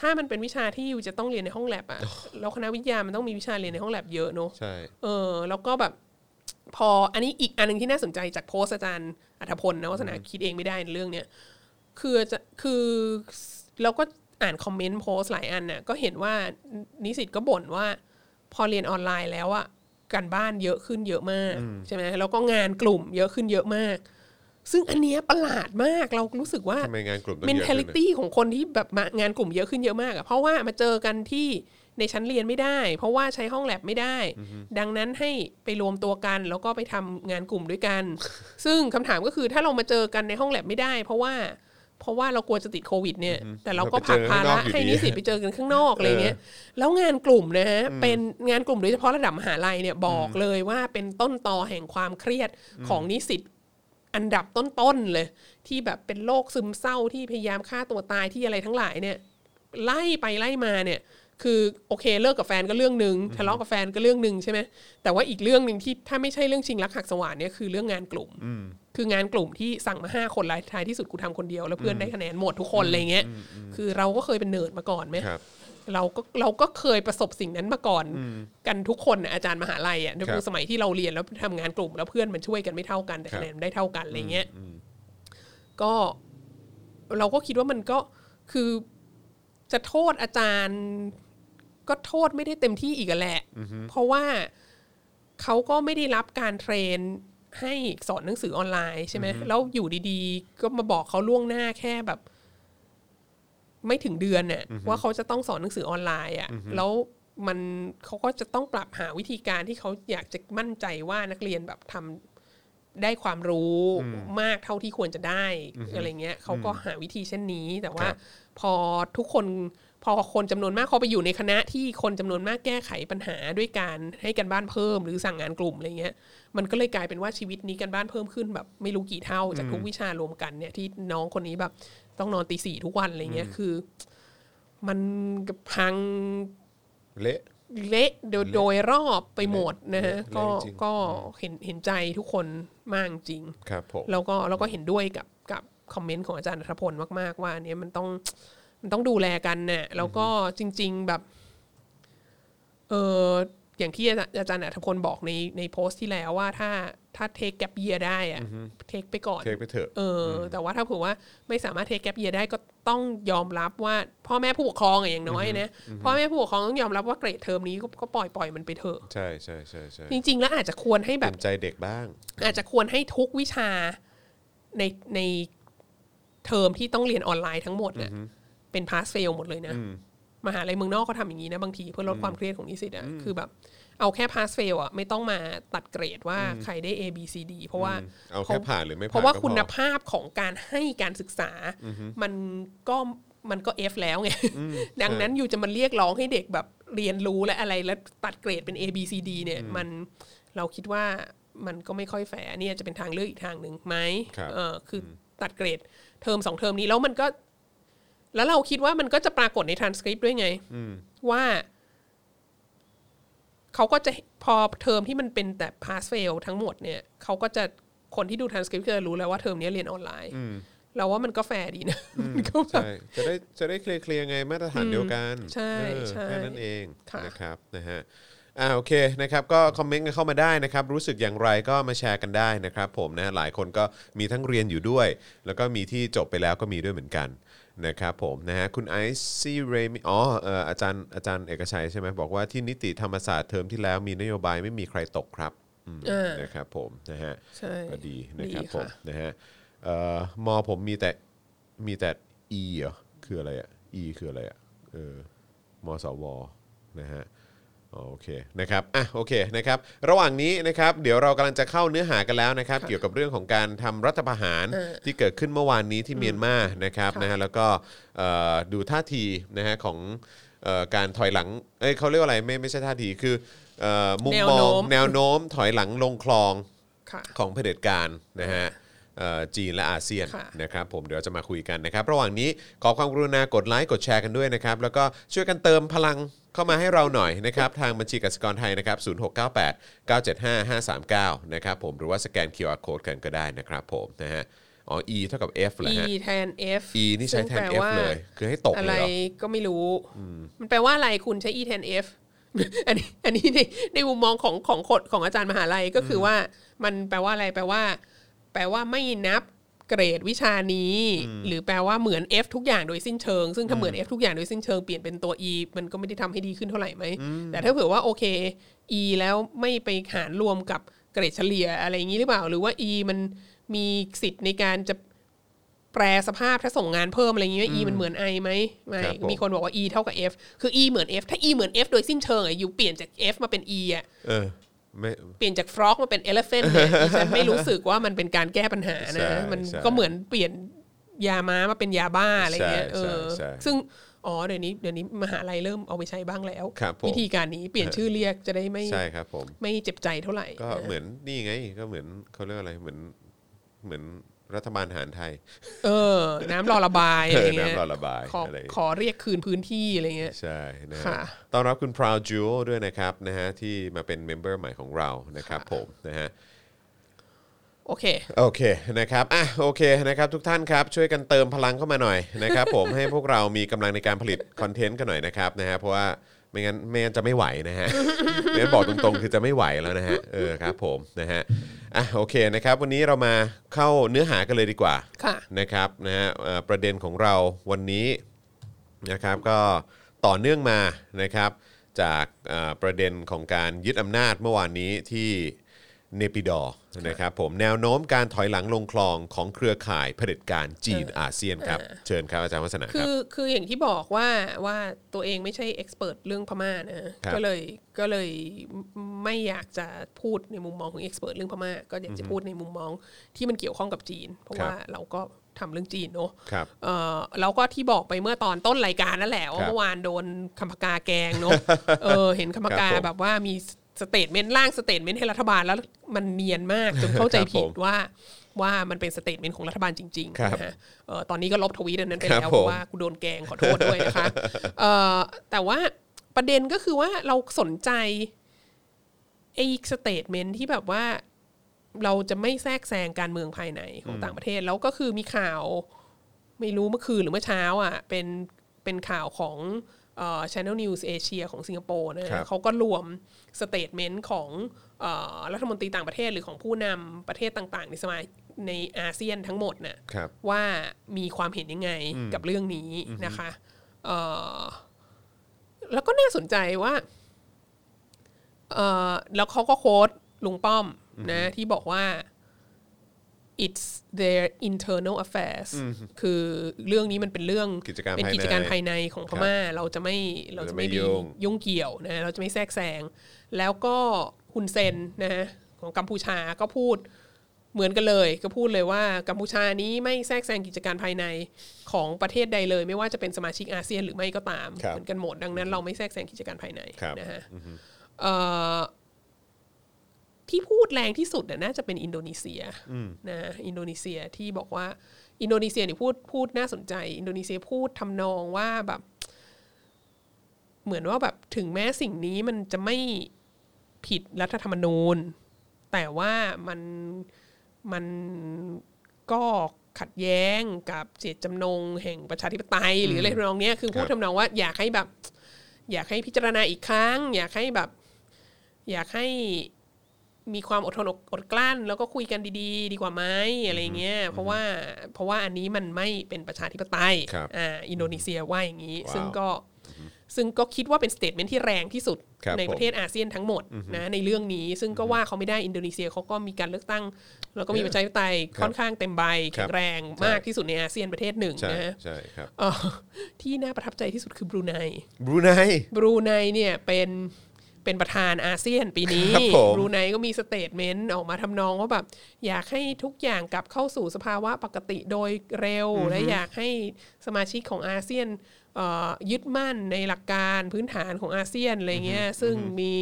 ถ้ามันเป็นวิชาที่อยู่จะต้องเรียนในห้องแลบอะแล้วคณะวิทยามันต้องมีวิชาเรียนในห้องแลบเยอะเนอะ ใช่ เออแล้วก็แบบพออันนี้อีกอันหนึงที่น่าสนใจจากโพสต์อาจารย์อัธพลนะวัฒนาคิดเองไม่ได้ในเรื่องเนี้ยคือจะคือเราก็อ่านคอมเมนต์โพสต์หลายอันน่ะก็เห็นว่านิสิตก็บ่นว่า พอเรียนออนไลน์แล้วอะการบ้านเยอะขึ้นเยอะมากใช่ไหมแล้วก็งานกลุ่มเยอะขึ้นเยอะมาก ซึ่งอันเนี้ยประหลาดมากเรารู้สึกว่า ทำไมงานกลุ่มต้องเยอะขึ้น mentality ของคนที่แบบมางานกลุ่มเยอะขึ้นเยอะมากอะเพราะว่ามาเจอกันที่ในชั้นเรียนไม่ได้ เพราะว่าใช้ห้องแลบไม่ได้ ดังนั้นให้ไปรวมตัวกัน แล้วก็ไปทำงานกลุ่มด้วยกัน ซึ่งคำถามก็คือถ้าเรามาเจอกันในห้องแลบไม่ได้ เพราะว่า เพราะว่าเรากลัวจะติดโควิดเนี่ย แต่เราก็ผลักภาระให้นิสิตไปเจอกันข้างนอกอะไรเงี้ย แล้วงานกลุ่มนะฮะเป็นงานกลุ่มโดยเฉพาะระดับมหาลัยเนี่ยบอกเลยว่าเป็นต้นตอแห่งความเครียดของนิสิต อันดับต้นๆเลย ที่แบบเป็นโรคซึมเศร้าที่พยายามฆ่าตัวตายที่อะไรทั้งหลายเนี่ย ไล่ไปไล่มาเนี่ย คือโอเคเลิกกับแฟนก็เรื่องหนึ่งทะเลาะกับแฟนก็เรื่องหนึ่งใช่ไหมแต่ว่าอีกเรื่องหนึ่งที่ถ้าไม่ใช่เรื่องชิงรักหักสวานเนี่ยคือเรื่องงานกลุ่ม คืองานกลุ่มที่สั่งมาห้าคนแล้วท้ายที่สุดกูทำคนเดียวแล้วเพื่อนได้คะแนนหมดทุกคนอะไรเงี้ยคือเราก็เคยเป็นเนิร์ดมาก่อนไหม ครับ เราก็เราก็เคยประสบสิ่งนั้นมาก่อน กันทุกคนน่ะอาจารย์มหาลัยอ่ะใน ครับ สมัยที่เราเรียนแล้วทำงานกลุ่มแล้วเพื่อนมันช่วยกันไม่เท่ากันแต่คะแนนได้เท่ากันอะไรเงี้ยก็เราก็คิดว่ามันก็คือจะโทษอาจารย์ ก็โทษไม่ได้เต็มที่อีกอะแหละ เพราะว่าเขาก็ไม่ได้รับการเทรนให้สอนหนังสือออนไลน์ใช่ไหมแล้วอยู่ดีๆ ก็มาบอกเขาล่วงหน้าแค่แบบ ไม่ถึงเดือนน่ะว่าเขาจะต้องสอนหนังสือออนไลน์อ่ะแล้วมันเขาก็จะต้องปรับหาวิธีการที่เขาอยากจะมั่นใจว่านักเรียนแบบทำได้ความรู้มากเท่าที่ควรจะได้อะไรเงี้ยเขาก็หาวิธีเช่นนี้ แต่ว่า ครับ พอทุกคนพอคนจำนวนมากเขาไปอยู่ในคณะที่คนจำนวนมากแก้ไขปัญหาด้วยการให้กันบ้านเพิ่ม หรือสั่งงานกลุ่มอะไรเงี้ยมันก็เลยกลายเป็นว่าชีวิตนี้กันบ้านเพิ่มขึ้นแบบไม่รู้กี่เท่าจากทุกวิชารวมกันเนี่ยที่น้องคนนี้แบบต้องนอนตีสี่ทุกวันอะไรเงี้ยคือ มันพัง เละ เละโดยโดยรอบไปหมดนะฮะ เละ ก็ เละจริง ก็เห็นเห็นใจทุกคนมากจริง ครับผม แล้วก็แล้วก็เห็นด้วยกับกับคอมเมนต์ของอาจารย์รัฐพลมาก ๆ ว่าอันเนี้ยมันต้อง มันต้องดูแลกันเนี่ยแล้วก็จริง ๆแบบ เอออย่างที่อาจารย์อาจารย์อัธพลบอกในในโพสต์ที่แล้วว่าถ้าถ้าเทคแกปเยียได้อะเทคไปก่อน เทคไปเถอะ เอออแต่ว่าถ้าเผื่อว่าไม่สามารถเทคแกปเยียได้ก็ต้องยอมรับว่า พ่อแม่ผู้ปกครองอะอย่างน้อยนะพ่อแม่ผู้ปกครองต้องยอมรับว่าเกรดเทอมนี้ก็ก็ปล่อยปล่อยมันไปเถอะ ใช่ใช่ใช่ใช่ จริง ๆ แล้วอาจจะควรให้แบ เห็ บ นใจเด็กบ้าง อาจจะควรให้ทุกวิชาในในเทอมที่ต้องเรียนออนไลน์ทั้งหมดเนี่ยเป็นพาสเฟลหมดเลยนะ มหาลัยเมืองนอกเขาทำอย่างนี้นะ บางทีเพื่อลดความเครียดของนิสิตอ่ะคือแบบ เอาแค่พาสเฟลอ่ะไม่ต้องมาตัดเกรดว่าใครได้ A B C D เพราะว่า เอาแค่ผ่านหรือไม่ผ่าน เพราะว่า ก็พอ คุณภาพของการให้การศึกษา มันก็มันก็ F แล้วไง ดังนั้นอยู่จะมันเรียกร้องให้เด็กแบบเรียนรู้และอะไรแล้วตัดเกรดเป็น A B C D เนี่ยมันเราคิดว่ามันก็ไม่ค่อยแฝงเนี่ยจะเป็นทางเลือกอีกทางหนึ่งไหม ครับ เออคือตัดเกรดเทอมสองเทอมนี้แล้วมันก็ แล้วเราคิดว่ามันก็จะปรากฏในทรานสคริปต์ด้วยไงว่าเขาก็จะพอเทอมที่มันเป็นแต่ pass fail ทั้งหมดเนี่ยเขาก็จะคนที่ดูทรานสคริปต์ก็จะรู้แล้วว่าเทอมนี้เรียนออนไลน์เราว่ามันก็แฟร์ดีนะมันก็แบบ ใช่จะได้จะได้เคลียร์เคลียร์ไงมาตรฐานเดียวกัน ใช่ เออ ใช่ แค่นั้นเอง ค่ะ นะครับนะฮะอ่าโอเคนะครับก็คอมเมนต์กันเข้ามาได้นะครับ รู้สึกอย่างไรก็มาแชร์กันได้นะครับ ผมนะหลายคนก็มีทั้งเรียนอยู่ด้วย แล้วก็มีที่จบไปแล้วก็มีด้วยเหมือนกันนะครับผมนะฮะคุณไอซี่เรมอ๋อเอ่ออาจารย์อาจารย์เอกชัยใช่ไหมบอกว่าที่นิติธรรมศาสตร์เทอมที่แล้วมีนโยบายไม่มีใครตกครับอืม เออ นะครับผมนะฮะ ใช่ ก็ดีนะครับ ะ ผมนะฮะเอ่อมอผมมีแต่มีแต่ E เหรอคืออะไรอ่ะ E คืออะไรอ่ะเออมสวนะฮะอ๋อโอเคนะครับอ่ะโอเคนะครับระหว่างนี้นะครับเดี๋ยวเรากำลังจะเข้าเนื้อหากันแล้วนะครับ เกี่ยวกับเรื่องของการทำรัฐประหารที่เกิดขึ้นเมื่อวานนี้ที่เมียนมานะครับนะฮะแล้วก็เอ่อดูท่าทีนะฮะของเอ่อการถอยหลังเอ้ยเขาเรียกว่าอะไรไม่ไม่ใช่ท่าทีคือเอ่อมุมมองแนวโน้มถอยหลังลงคลอง ค่ะ ของเผด็จการนะฮะเอ่อจีนและอาเซียน ค่ะ นะครับผมเดี๋ยวจะมาคุยกันนะครับ ระหว่างนี้ขอความกรุณากดไลค์กดแชร์กันด้วยนะครับ แล้วก็ช่วยกันเติมพลังเข้ามาให้เราหน่อยนะครับ ทางบัญชีกสิกรไทยนะครับ 0698 975 539 นะครับผมหรือว่าสแกน QR Code กันก็ได้นะครับผมนะฮะอ๋อ E เท่ากับ F เหรอ E ฮะ แทน F E นี่ใช้แทน ซึ่ F งปว่า เลย คือให้ตก อะ เล ไร ยเหรอ ก็ไม่รู้ มันแปลว่าอะไรคุณใช้ E แทน F อันนี้อันนี้ในในมุมมองของของคนของอาจารย์มหาลัยก็คือว่า มันแปลว่าอะไรแปลว่า แปลว่าไม่นับเกรดวิชานี้ หรือแปลว่าเหมือน F ทุกอย่างโดยสิ้นเชิง ซึ่งถ้าเหมือน F ทุกอย่างโดยสิ้นเชิงเปลี่ยนเป็นตัว E มันก็ไม่ได้ทำให้ดีขึ้นเท่าไหร่ไหมแต่ถ้าเผื่อว่าโอเค E แล้วไม่ไปหารรวมกับเกรดเฉลี่ยอะไรอย่างนี้หรือเปล่า หรือว่า E มันมีสิทธิ์ในการจะ แปลสภาพถ้าส่งงานเพิ่มอะไรอย่างเงี้ย e มันเหมือน i ไหมไม่ ครับผม มีคนบอกว่า e เท่ากับ f คือ e เหมือน f ถ้า e เหมือน f โดยสิ้นเชิงอะอยู่เปลี่ยนจาก f มาเป็น e อ่ะ เออไม่ เปลี่ยนจาก frog มาเป็น elephant เนี่ยดิฉันไม่รู้สึกว่ามันเป็นการแก้ปัญหา ใช่ นะ มัน ใช่ ก็เหมือนเปลี่ยนยาม้ามาเป็นยาบ้าอะไรเงี้ย ใช่ เอ ใช่ใช่อซึ่งอ๋อเดี๋ยวนี้เดี๋ยวนี้มหาลัยเริ่มเอาไปใช้บ้างแล้ว ครับผม วิธีการนี้เปลี่ยนชื่อเรียกจะได้ไม่ ใช่ครับผม ไม่เจ็บใจเท่าไหร่ ก็ นะ เหมือนนี่ไงก็เหมือนเขาเรียกว่าอะไรเหมือนเหมือนรัฐบาลทหารไทย เออ น้ำรอระบาย เอ อะไร อ เงี้ย น้ำรอระบาย ขอ อะไร ขอเรียกคืนพื้นที่อะไรเงี้ย ใช่นะฮะ ค่ะ ต้อนรับคุณ Proud Jewel ด้วยนะครับนะฮะที่มาเป็นเมมเบอร์ใหม่ของเรานะครับ ค่ะ ผมนะฮะ โอเค โอเคนะครับ อ่ะโอเคนะครับทุกท่านครับช่วยกันเติมพลังเข้ามาหน่อยนะครับ ผมให้พวกเรามีกำลังในการผลิตคอนเทนต์กันหน่อยนะครับนะฮะเพราะว่าไม่งั้นไม่งั้นจะไม่ไหวนะ ฮะ ไม่งั้นบอกตรงๆคือจะไม่ไหวแล้วนะฮะ เออครับผมนะฮะอ่ะโอเคนะครับวันนี้เรามาเข้าเนื้อหากันเลยดีกว่า ค่ะ นะครับนะฮะเอ่อประเด็นของเราวันนี้นะครับก็ต่อเนื่องมานะครับจากเอ่อประเด็นของการยึดอำนาจเมื่อวานนี้ที่ เนปิดอร์นะครับผมแนวโน้มการถอยหลังลงคลองของเครือข่ายเผด็จการจีนอาเซียนครับ เชิญครับอาจารย์วัฒนาค คื รับ อคืออย่างที่บอกว่าว่าตัวเองไม่ใช่เอ็กซ์เพรสเรื่องพม่านะ ครับ ก็เลยก็เลยไม่อยากจะพูดในมุมมองของเอ็กซ์เพรสเรื่องพม่า ก็อยากจะพูดในมุมมองที่มันเกี่ยวข้องกับจีน เพราะ ครับ ว่าเราก็ทำเรื่องจีนเนาะ ครับ เออแล้วก็ที่บอกไปเมื่อตอนต้นรายการนั่นแหละคว่ารับ เมื่อวานโดนคำพกาแกงเนอะ เออเห็นคำพกา ครับผม แบบว่ามีสเตทเมนต์ร่างสเตทเมนต์ให้รัฐบาลแล้วมันเนียนมากจนเข้าใจ ครับผม ผิดว่าว่ามันเป็นสเตทเมนต์ของรัฐบาลจริง ครับ ๆนะฮะเออตอนนี้ก็ลบทวีตอันนั้นไป ครับ แล้ว ผมเพราะว่ากูโดนแกงขอโทษด้วยนะคะ เออแต่ว่าประเด็นก็คือว่าเราสนใจไอ้สเตทเมนต์ที่แบบว่า เราจะไม่แทรกแซงการเมืองภายในของต่างประเทศ แล้วก็คือมีข่าว ไม่รู้เมื่อคืนหรือเมื่อเช้าอ่ะเป็น เป็นข่าวของเอ่อ Channel News Asia ของสิงคโปร์นะ ครั ฮะ บ เขาก็รวมสเตทเมนต์ของเอ่อรัฐมนตรีต่างประเทศหรือของผู้นำประเทศต่างๆ ในสมาในอาเซียนทั้งหมดน่ะ ครับ ว่ามีความเห็นยังไงกับเรื่องนี้นะคะเอ่อแล้วก็น่าสนใจว่าเอ่อแล้วเขาก็โค้ดลุงป้อมนะที่บอกว่า it's their internal affairs คือเรื่องนี้มันเป็นเรื่อง กิจการ เป็น ภายใน กิจการภายในของพม่าเราจะไม่เราจะไม่ เราจะไม่ มี ยุ่ง ยุ่งเกี่ยวนะเราจะไม่แทรกแซงแล้วก็ฮุนเซนนะฮะของกัมพูชาก็พูด เหมือนกันเลยก็พูดเลยว่ากัมพูชานี้ไม่แทรกแซงกิจการภายในของประเทศใดเลย ไม่ว่าจะเป็นสมาชิกอาเซียนหรือไม่ก็ตาม ครับ เหมือนกันหมดดังนั้นเราไม่แทรกแซงกิจการภายใน ครับ นะฮะเอ่อที่พูดแรงที่สุดน่ะน่าจะเป็นอินโดนีเซียนะอินโดนีเซียที่บอกว่าอินโดนีเซียเนี่ยพูดพูดน่าสนใจ อินโดนีเซียพูดทำนองว่าแบบ เหมือนว่าแบบถึงแม้สิ่งนี้มันจะไม่ผิดรัฐธรรมนูญ แต่ว่ามันมันก็ขัดแย้งกับเจตจำนงแห่งประชาธิปไตย หรืออะไรทำนองเนี้ยคือพูดทำนองว่าอยากให้แบบ อยากให้พิจารณาอีกครั้ง อยากให้แบบ อยากให้มีความอดทนอดอดกลั้น แล้วก็คุยกันดีๆ ดีกว่าไหมอะไรเงี้ยเพราะว่าเพราะว่าอันนี้มันไม่เป็นประชาธิปไตย ครับ อ่าอินโดนีเซียว่าอย่างนี้ ว้าว ซึ่งก็ซึ่งก็คิดว่าเป็นสเตทเมนที่แรงที่สุด ครับ ใน ผม ประเทศอาเซียนทั้งหมดนะในเรื่องนี้ ซึ่งก็ว่าเขาไม่ได้อินโดนีเซียเขาก็มีการเลือกตั้ง แล้วก็มีประชาธิปไตยค่อนข้างเต็มใบแข็งแรงมากที่สุดในอาเซียนประเทศหนึ่ง ใช่ นะ ใช่ครับ เอ่อที่น่าประทับใจที่สุดคือบรูไน บรูไน บรูไนเนี่ยเป็นเป็นประธานอาเซียนปีนี้ ครับผม บรูไนก็มีสเตทเมนต์ออกมาทำนองว่าแบบอยากให้ทุกอย่างกลับเข้าสู่สภาวะปกติโดยเร็ว และอยากให้สมาชิกของอาเซียนเอ่อยึดมั่นในหลักการพื้นฐานของอาเซียนอะไรเงี้ยซึ่งมี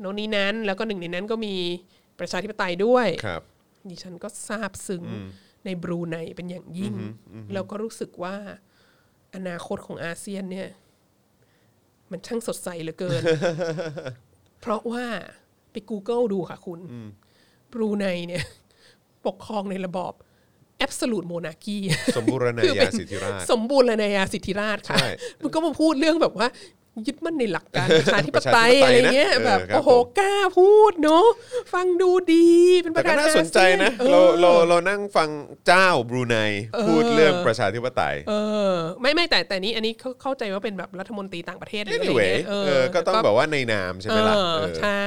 โน่นนี้นั้นแล้วก็หนึ่งในนั้นก็มีประชาธิปไตยด้วย ครับ ดิฉันก็ซาบซึ้งในบรูไนเป็นอย่างยิ่ง แล้วก็รู้สึกว่าอนาคตของอาเซียนเนี่ย มันช่างสดใสเหลือเกิน เพราะว่าไป Google ดูค่ะคุณบรูไนเนี่ย ปกครองในระบอบ absolute monarchy สมบูรณา คือเป็ ญาน สิทธิราช สมบูรณาญาสิทธิราชค่ะ ใช่ มันก็มาพูดเรื่องแบบว่า ยึดมั่นในหลักการ ประชาธิปไตย ประชาธิปไตยนะ อะไรเงี้ย เออ แบบ ครับ โอ้ผโหม กล้าพูดเนาะฟังดูดีเป็นป แต่ ระ ก็ ธาน น่าสนใจนะ อซีย เรา ออ เราเรานั่งฟังเจ้าบรูไนพูดเรื่องประชาธิปไตย เออไม่ไม่แต่แต่นี้อันนี้เขาเข้าใจว่าเป็นแบบรัฐมนตรีต่างประเทศหรืออะไร anyway เงี้ย เออก็ต้องแบบว่าในนามใช่ไหมล่ะ เออ เออ ใช่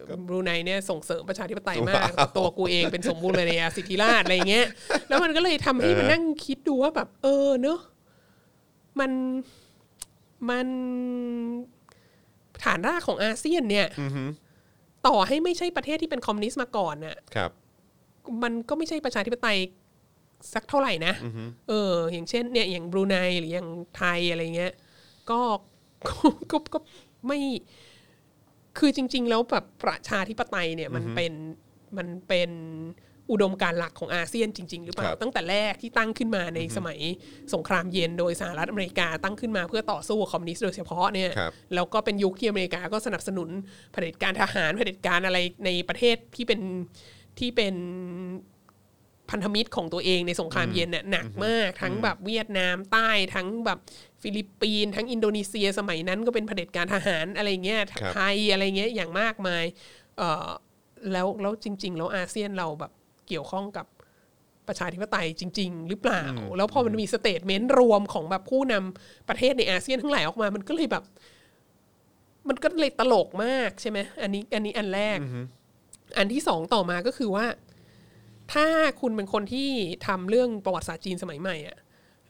เออ บรูไนเนี่ยส่งเสริมประชาธิปไตยมาก ว้าว ตัวกูเองเป็นสมบูรณาญาสิทธิราชอะไรเงี้ย แล้วมันก็เลยทำให้มันนั่งคิดดูว่าแบบ เออเนอะมันมันฐานรากของอาเซียนเนี่ยต่อให้ไม่ใช่ประเทศที่เป็นคอมมิวนิสต์มาก่อนน่ะ ครับ มันก็ไม่ใช่ประชาธิปไตยสักเท่าไหร่นะ เออ อย่างเช่นเนี่ยอย่างบรูไนหรืออย่างไทยอะไรเงี้ย ก็ ก็ก็ก็ไม่ คือจริง ๆ แล้วแบบประชาธิปไตยเนี่ยมันเป็นมันเป็นอุดมการณ์หลักของอาเซียนจริง ๆ หรือเปล่า ครับ ตั้งแต่แรกที่ตั้งขึ้นมาในสมัยสงครามเย็นโดยสหรัฐอเมริกาตั้งขึ้นมาเพื่อต่อสู้กับคอมมิวนิสต์โดยเฉพาะเนี่ย ครับ แล้วก็เป็นยุคที่อเมริกาก็สนับสนุนเผด็จการทหารเผด็จการอะไรในประเทศที่เป็นที่เป็นพันธมิตรของตัวเองในสงครามเย็นเนี่ยหนักมาก ทั้งแบบเวียดนามใต้ทั้งแบบฟิลิปปินส์ทั้งอินโดนีเซียสมัยนั้นก็เป็นเผด็จการทหารอะไรเงี้ย ครับ ไทยอะไรเงี้ยอย่างมากมายเออแล้วแล้วจริง ๆ แล้วอาเซียนเราแบบเกี่ยวข้องกับ ประชาธิปไตยจริง ๆ หรือเปล่า แล้วพอมันมีสเตทเมนต์รวมของแบบผู้นำประเทศในอาเซียนทั้งหลายออกมา มันก็เลยแบบ มันก็เลยตลกมากใช่ไหมอันนี้อันนี้อันแรก อันที่สองต่อมาก็คือว่า ถ้าคุณเป็นคนที่ทำเรื่องประวัติศาสตร์จีนสมัยใหม่อะ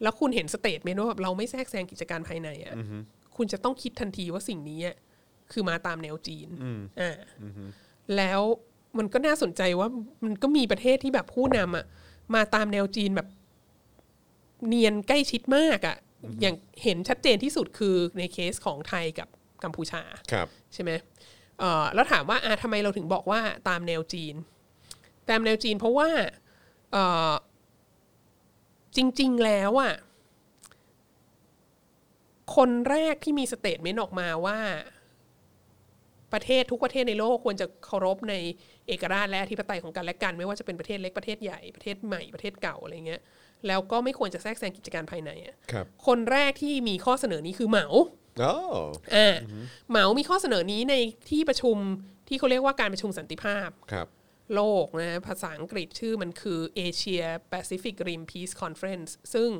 แล้วคุณเห็นสเตทเมนต์ว่าแบบเราไม่แทรกแซงกิจการภายในอะคุณจะต้องคิดทันทีว่าสิ่งนี้อะคือมาตามแนวจีนอ่า แล้วมันก็น่าสนใจว่ามันก็มีประเทศที่แบบผู้นำอ่ะมาตามแนวจีนแบบเนียนใกล้ชิดมากอ่ะอย่างเห็นชัดเจนที่สุดคือในเคสของไทยกับกัมพูชา ครับ ใช่ไหมเอ่อแล้วถามว่าอ่ะทำไมเราถึงบอกว่าตามแนวจีน ตามแนวจีนเพราะว่าเอ่อจริง ๆ แล้วอ่ะคนแรกที่มีสเตทเมนต์ออกมาว่า ประเทศทุกประเทศในโลกควรจะเคารพในเอกราชและอธิปไตยของกันและกัน ไม่ว่าจะเป็นประเทศเล็กประเทศใหญ่ประเทศใหม่ประเทศเก่าอะไรเงี้ย แล้วก็ไม่ควรจะแทรกแซงกิจการภายในอะ ครับ คนแรกที่มีข้อเสนอนี้คือเหมา โอ้ อ่าเหมามีข้อเสนอนี้ในที่ประชุมที่เขาเรียกว่าการประชุมสันติภาพ ครับ โลกนะภาษาอังกฤษชื่อมันคือ Asia Pacific Rim Peace Conference ซึ่ง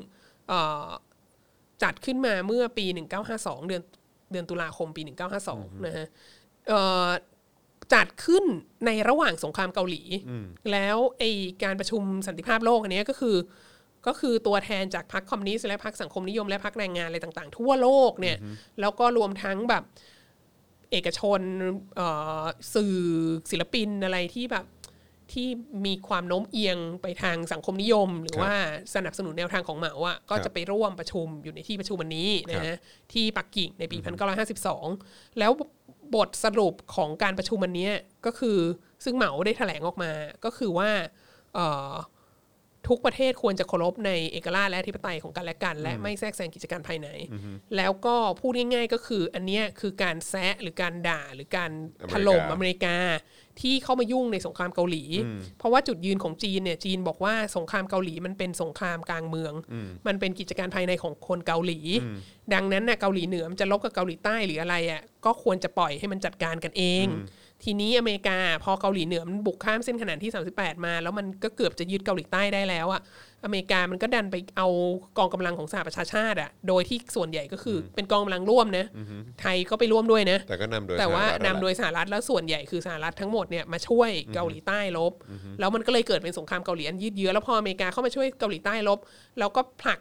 เอ่อจัดขึ้นมาเมื่อปี 1952 เดือนเดือนตุลาคมปี 1952 นะฮะเอ่อจัดขึ้นในระหว่างสงครามเกาหลี แล้วไอการประชุมสันติภาพโลกอันเนี้ยก็คือ ก็คือตัวแทนจากพรรคคอมมิวนิสต์และพรรคสังคมนิยมและพรรคแรงงานอะไรต่าง ๆ ทั่วโลกเนี่ยแล้วก็รวมทั้งแบบเอกชนเอ่อสื่อศิลปินอะไรที่แบบที่มีความโน้มเอียงไปทางสังคมนิยม หรือว่าสนับสนุนแนวทางของเหมาอ่ะก็จะไปร่วมประชุมอยู่ในที่ประชุมวันนี้นะฮะที่ปักกิ่งในปี 1952 แล้วบทสรุปของการประชุมวันเนี้ยก็คือซึ่งเหมาได้แถลงออกมาก็คือว่าเอ่อ ทุกประเทศควรจะเคารพในเอกราชและอธิปไตยของกันและกัน และไม่แทรกแซงกิจการภายใน แล้วก็พูดง่ายๆก็คืออันเนี้ยคือการแซะหรือการด่าหรือการถล่มอเมริกาที่เข้ามายุ่งในสงครามเกาหลี เพราะว่าจุดยืนของจีนเนี่ยจีนบอกว่าสงครามเกาหลีมันเป็นสงครามกลางเมือง มันเป็นกิจการภายในของคนเกาหลี ดังนั้นน่ะเกาหลีเหนือมันจะลบกับเกาหลีใต้หรืออะไรอ่ะก็ควรจะปล่อยให้มันจัดการกันเอง ทีนี้อเมริกาพอเกาหลีเหนือมันบุกข้ามเส้นขนานที่ 38 มา แล้วมันก็เกือบจะยึดเกาหลีใต้ได้แล้วอะอเมริกามันก็ดันไปเอากองกำลังของสหประชาชาติอะโดยที่ส่วนใหญ่ก็คือเป็นกองกำลังร่วมนะไทยก็ไปร่วมด้วยนะ แต่ก็นำโดย แต่ว่า สหรัฐ นำโดยสหรัฐแล้วส่วนใหญ่คือสหรัฐทั้งหมดเนี่ยมาช่วยเกาหลีใต้รบ แล้วมันก็เลยเกิดเป็นสงครามเกาหลีอันยืดเยื้อแล้วพออเมริกาเข้ามาช่วยเกาหลีใต้รบ แล้วก็ผลัก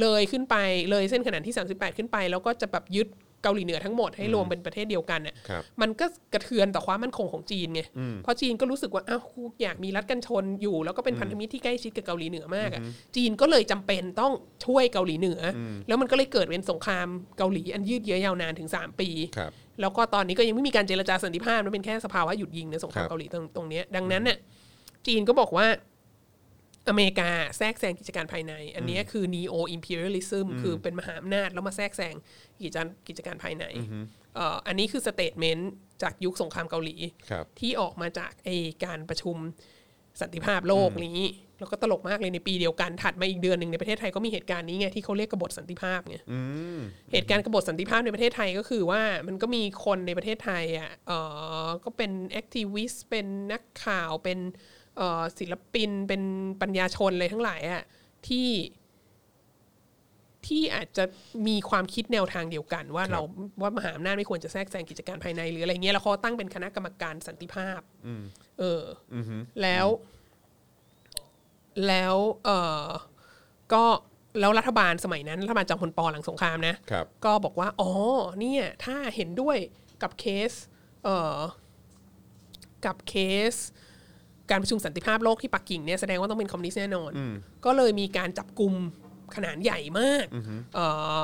เลยขึ้นไปเลยเส้นขนานที่ 38 ขึ้นไป แล้วก็จะแบบยึดเกาหลีเหนือทั้งหมดให้รวมเป็นประเทศเดียวกันเนี่ย ครับ มันก็กระเทือนต่อความมั่นคงของจีนไง เพราะจีนก็รู้สึกว่า อ้าวกูอยากมีรัฐกันชนอยู่ แล้วก็เป็นพันธมิตรที่ใกล้ชิดกับเกาหลีเหนือมากอะจีนก็เลยจำเป็นต้องช่วยเกาหลีเหนืออแล้วมันก็เลยเกิดเป็นสงครามเกาหลีอันยืดเยื้อยาวนานถึง 3 ปี ครับ แล้วก็ตอนนี้ก็ยังไม่มีการเจรจาสันติภาพมันเป็นแค่สภาวะหยุดยิงในสงครา ค ม รับ เกาหลีตรงตรงเนี้ยดังนั้นเนี่ยจีนก็บอกว่า อเมริกาแทรกแซงกิจการภายใน อันเนี้ยคือ neo imperialism คือเป็นมหาอำนาจแล้วมาแทรกแซงกิจการกิจการภายในเอ่ออันนี้คือสเตทเมนต์จากยุคสงครามเกาหลี ครับ ที่ออกมาจากไอการประชุมสันติภาพโลกนี้ แล้วก็ตลกมากเลยในปีเดียวกันถัดมาอีกเดือนหนึ่งในประเทศไทยก็มีเหตุการณ์นี้ไงที่เขาเรียกกบฏสันติภาพไง อืม เหตุการณ์กบฏสันติภาพในประเทศไทยก็คือว่ามันก็มีคนในประเทศไทยอ่ะเออก็เป็นแอคทีวิสต์เป็นนักข่าวเป็นเอ่อศิลปิน เป็นปัญญาชนอะไรทั้งหลายอ่ะที่ที่อาจจะมีความคิดแนวทางเดียวกัน ว่าเราว่ามหาอำนาจไม่ควรจะแทรกแซงกิจการภายในหรืออะไรเงี้ยแล้วเขาตั้งเป็นคณะกรรมการสันติภาพเอออแล้ว แล้วเออก็แล้วรัฐบาลสมัยนั้นรัฐบาลจอมพลปหลังสงครามนะ ครับ ก็บอกว่า อ๋อ เนี่ย ถ้าเห็นด้วยกับเคส เอ่อ กับเคส การประชุมสันติภาพโลกที่ปักกิ่งเนี่ยแสดงว่าต้องเป็นคอมมิวนิสต์แน่นอน ก็เลยมีการจับกลุ่มขนาดใหญ่มากเอ่อ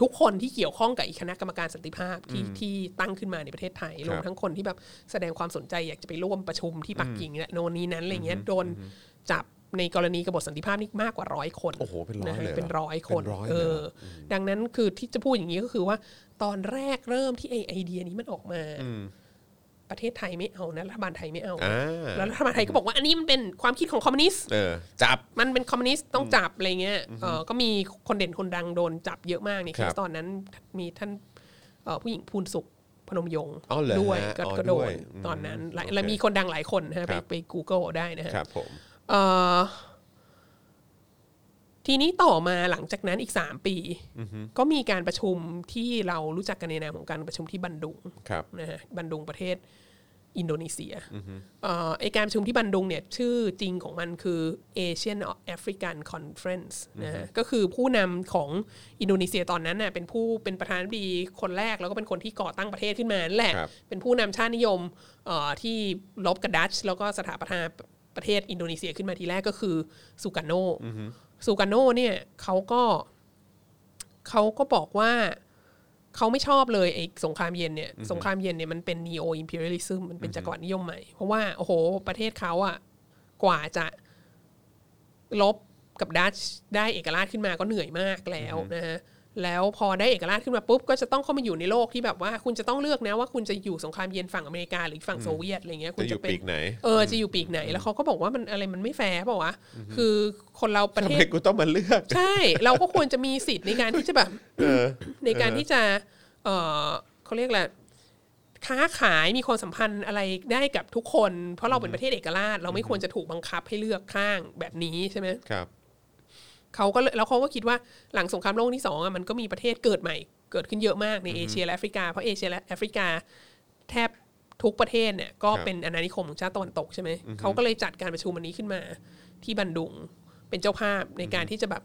ทุกคนที่เกี่ยวข้องกับอีกคณะกรรมการสันติภาพที่ที่ตั้งขึ้นมาในประเทศไทยรวมทั้งคนที่แบบแสดงความสนใจอยากจะไปร่วมประชุมที่ปักกิ่งและโน่นนี้นั้นอะไรเงี้ยโดนจับในกรณีกบฏสันติภาพนี่มากกว่าร้อยคน โอ้โหเป็นร้อย ะฮะ เลยเหรอ เป็นร้อยคน เป็นร้อยเลย เอ เหรอ อ ดังนั้นคือที่จะพูดอย่างนี้ก็คือว่า ตอนแรกเริ่มที่ไอไอเดียนี้มันออกมา ประเทศไทยไม่เอานะรัฐบาลไทยไม่เอา อ่า แล้วรัฐบาลไทยก็บอกว่าอันนี้มันเป็นความคิดของคอมมิวนิสต์ เออจับ มันเป็นคอมมิวนิสต์ต้องจับอะไรเงี้ยเออก็มีคนเด่นคนดังโดนจับเยอะมากในเค ครั ส บ ตอนนั้นมีท่านเอ่อผู้หญิงพูนสุขพนมยงค์ อ๋อเหรอ ด้วย ฮะ ก็ อ๋อ ก็โด ด้ น วย ตอนนั้นหลาย อืม แล้ว โอเค มีคนดังหลายคนนะฮะไป ครับ ไป Google ได้นะฮะ ครับผม เอ่อทีนี้ต่อมาหลังจากนั้นอีกสามปี ก็มีการประชุมที่เรารู้จักกันในนามของการประชุมที่บันดุง ครับ นะฮะบันดุงประเทศอินโดนีเซียเอ่อไอการประชุมที่บันดุงเนี่ยชื่อจริงของมันคือ Asian African Conference นะฮะก็คือผู้นำของอินโดนีเซียตอนนั้นน่ะเป็นผู้เป็นประธานาธิบดีคนแรกแล้วก็เป็นคนที่ก่อตั้งประเทศขึ้นมานั่นแหละ ครับ เป็นผู้นำชาตินิยมเอ่อที่ลบกับดัชแล้วก็สถาปนาประเทศอินโดนีเซียขึ้นมาทีแรกก็คือซูการโนซูการโนเนี่ยเขาก็เขาก็บอกว่าเขาไม่ชอบเลยไอ้สงครามเย็นเนี่ยสงครามเย็นเนี่ยมันเป็น neo imperialism มันเป็นจักรวรรดินิยมใหม่ เพราะว่า โอ้โห ประเทศเขาอะกว่าจะ ลบกับดัชได้เอกราชขึ้นมาก็เหนื่อยมากแล้วนะฮะ แล้วพอได้เอกราชขึ้นมาปุ๊บก็จะต้องเข้ามาอยู่ในโลกที่แบบว่าคุณจะต้องเลือกนะว่าคุณจะอยู่สงครามเย็นฝั่งอเมริกาหรือฝั่งโซเวียตอะไรเงี้ยคุ จะ ณ อยู่ จะเป็น ปีกไหน เออจะอยู่ปีกไหนแล้วเขาก็บอกว่ามันอะไรมันไม่แฟร์เปล่าวะคือคนเราประ ทำ เท ไม ศ กูต้องมาเลือก ใช่ เราก็ควรจะมีสิทธิ์ในการที่จะแบบ เออ ในการที่จะเออเขาเรียกแหละไรค้าขายมีความสัมพันธ์อะไรได้กับทุกคน เพราะเราเป็นประเทศเอกราช เราไม่ควรจะถูกบังคับให้เลือกข้างแบบนี้ใช่ไหม ครับ เขาก็เลยแล้วเขาก็คิดว่าหลังสงครามโลกที่สองอ่ะมันก็มีประเทศเกิดใหม่ เกิดขึ้นเยอะมากในเอเชียและแอฟริกาเพราะเอเชียและแอฟริกา แทบทุกประเทศเนี่ยก็เป็นอาณานิคมของชาติตะวันตกใช่ไหมเขาก็เลยจัดการประชุมอันนี้ขึ้นมาที่บันดุงเป็นเจ้าภาพในการที่จะแบบ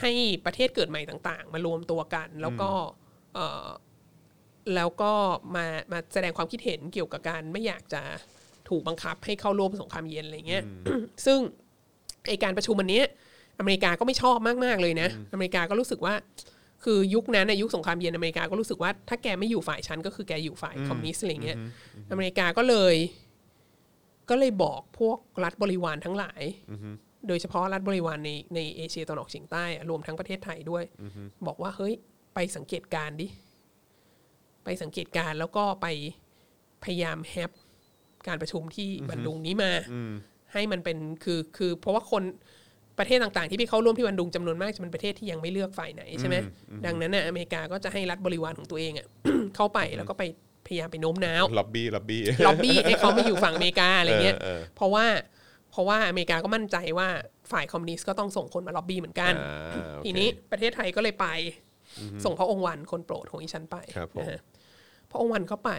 ให้ประเทศเกิดใหม่ต่าง ๆ มารวมตัวกัน แล้วก็เอ่อแล้วก็มามาแสดงความคิดเห็นเกี่ยวกับการไม่อยากจะถูกบังคับให้เข้าร่วมสงครามเย็นอะไรเงี้ย ซึ่งไอการประชุมอันเนี้ยอเมริกาก็ไม่ชอบมากๆเลยนะ อเมริกาก็รู้สึกว่า คือยุคนั้นในะยุคสงครามเย็นอเมริกาก็รู้สึกว่า ถ้าแกไม่อยู่ฝ่ายฉันก็คือแกอยู่ฝ่ายคอมมิวนิสต์อะไรเงี้ยอเมริกาก็เลย ก็เลยบอกพวกรัฐบริวารทั้งหลาย โดยเฉพาะรัฐบริวารในในเอเชียตะวันออกเฉียงใต้อะรวมทั้งประเทศไทยด้วย บอกว่าเฮ้ยไปสังเกตการณ์ดิ ไปสังเกตการณ์แล้วก็ไปพยายามแฮปการประชุมที่บันดุงนี้มา ให้มันเป็นคือคือเพราะว่าคนประเทศต่างๆ ที่ไปเข้าร่วมที่บันดุงจำนวนมากจะเป็นประเทศที่ยังไม่เลือกฝ่ายไหนใช่ไหมดังนั้นน่ะอเมริกาก็จะให้รัฐบริวารของตัวเองอ่ะ เข้าไปแล้วก็ไปพยายามไปโน้มน้าว ล็อบบี้ล็อบบี้ ล็อบบี้ให้เขามาอยู่ฝั่งอเมริกาอะไรเงี้ย เออเออ เพราะว่าเพราะว่าอเมริกาก็มั่นใจว่าฝ่ายคอมมิวนิสต์ก็ต้องส่งคนมาล็อบบี้เหมือนกัน อ่าโอเค ทีนี้ประเทศไทยก็เลยไป ส่งพระองค์วันคนโปรดของอีชันไป ครับผม นะฮะพระองค์วันเขาไป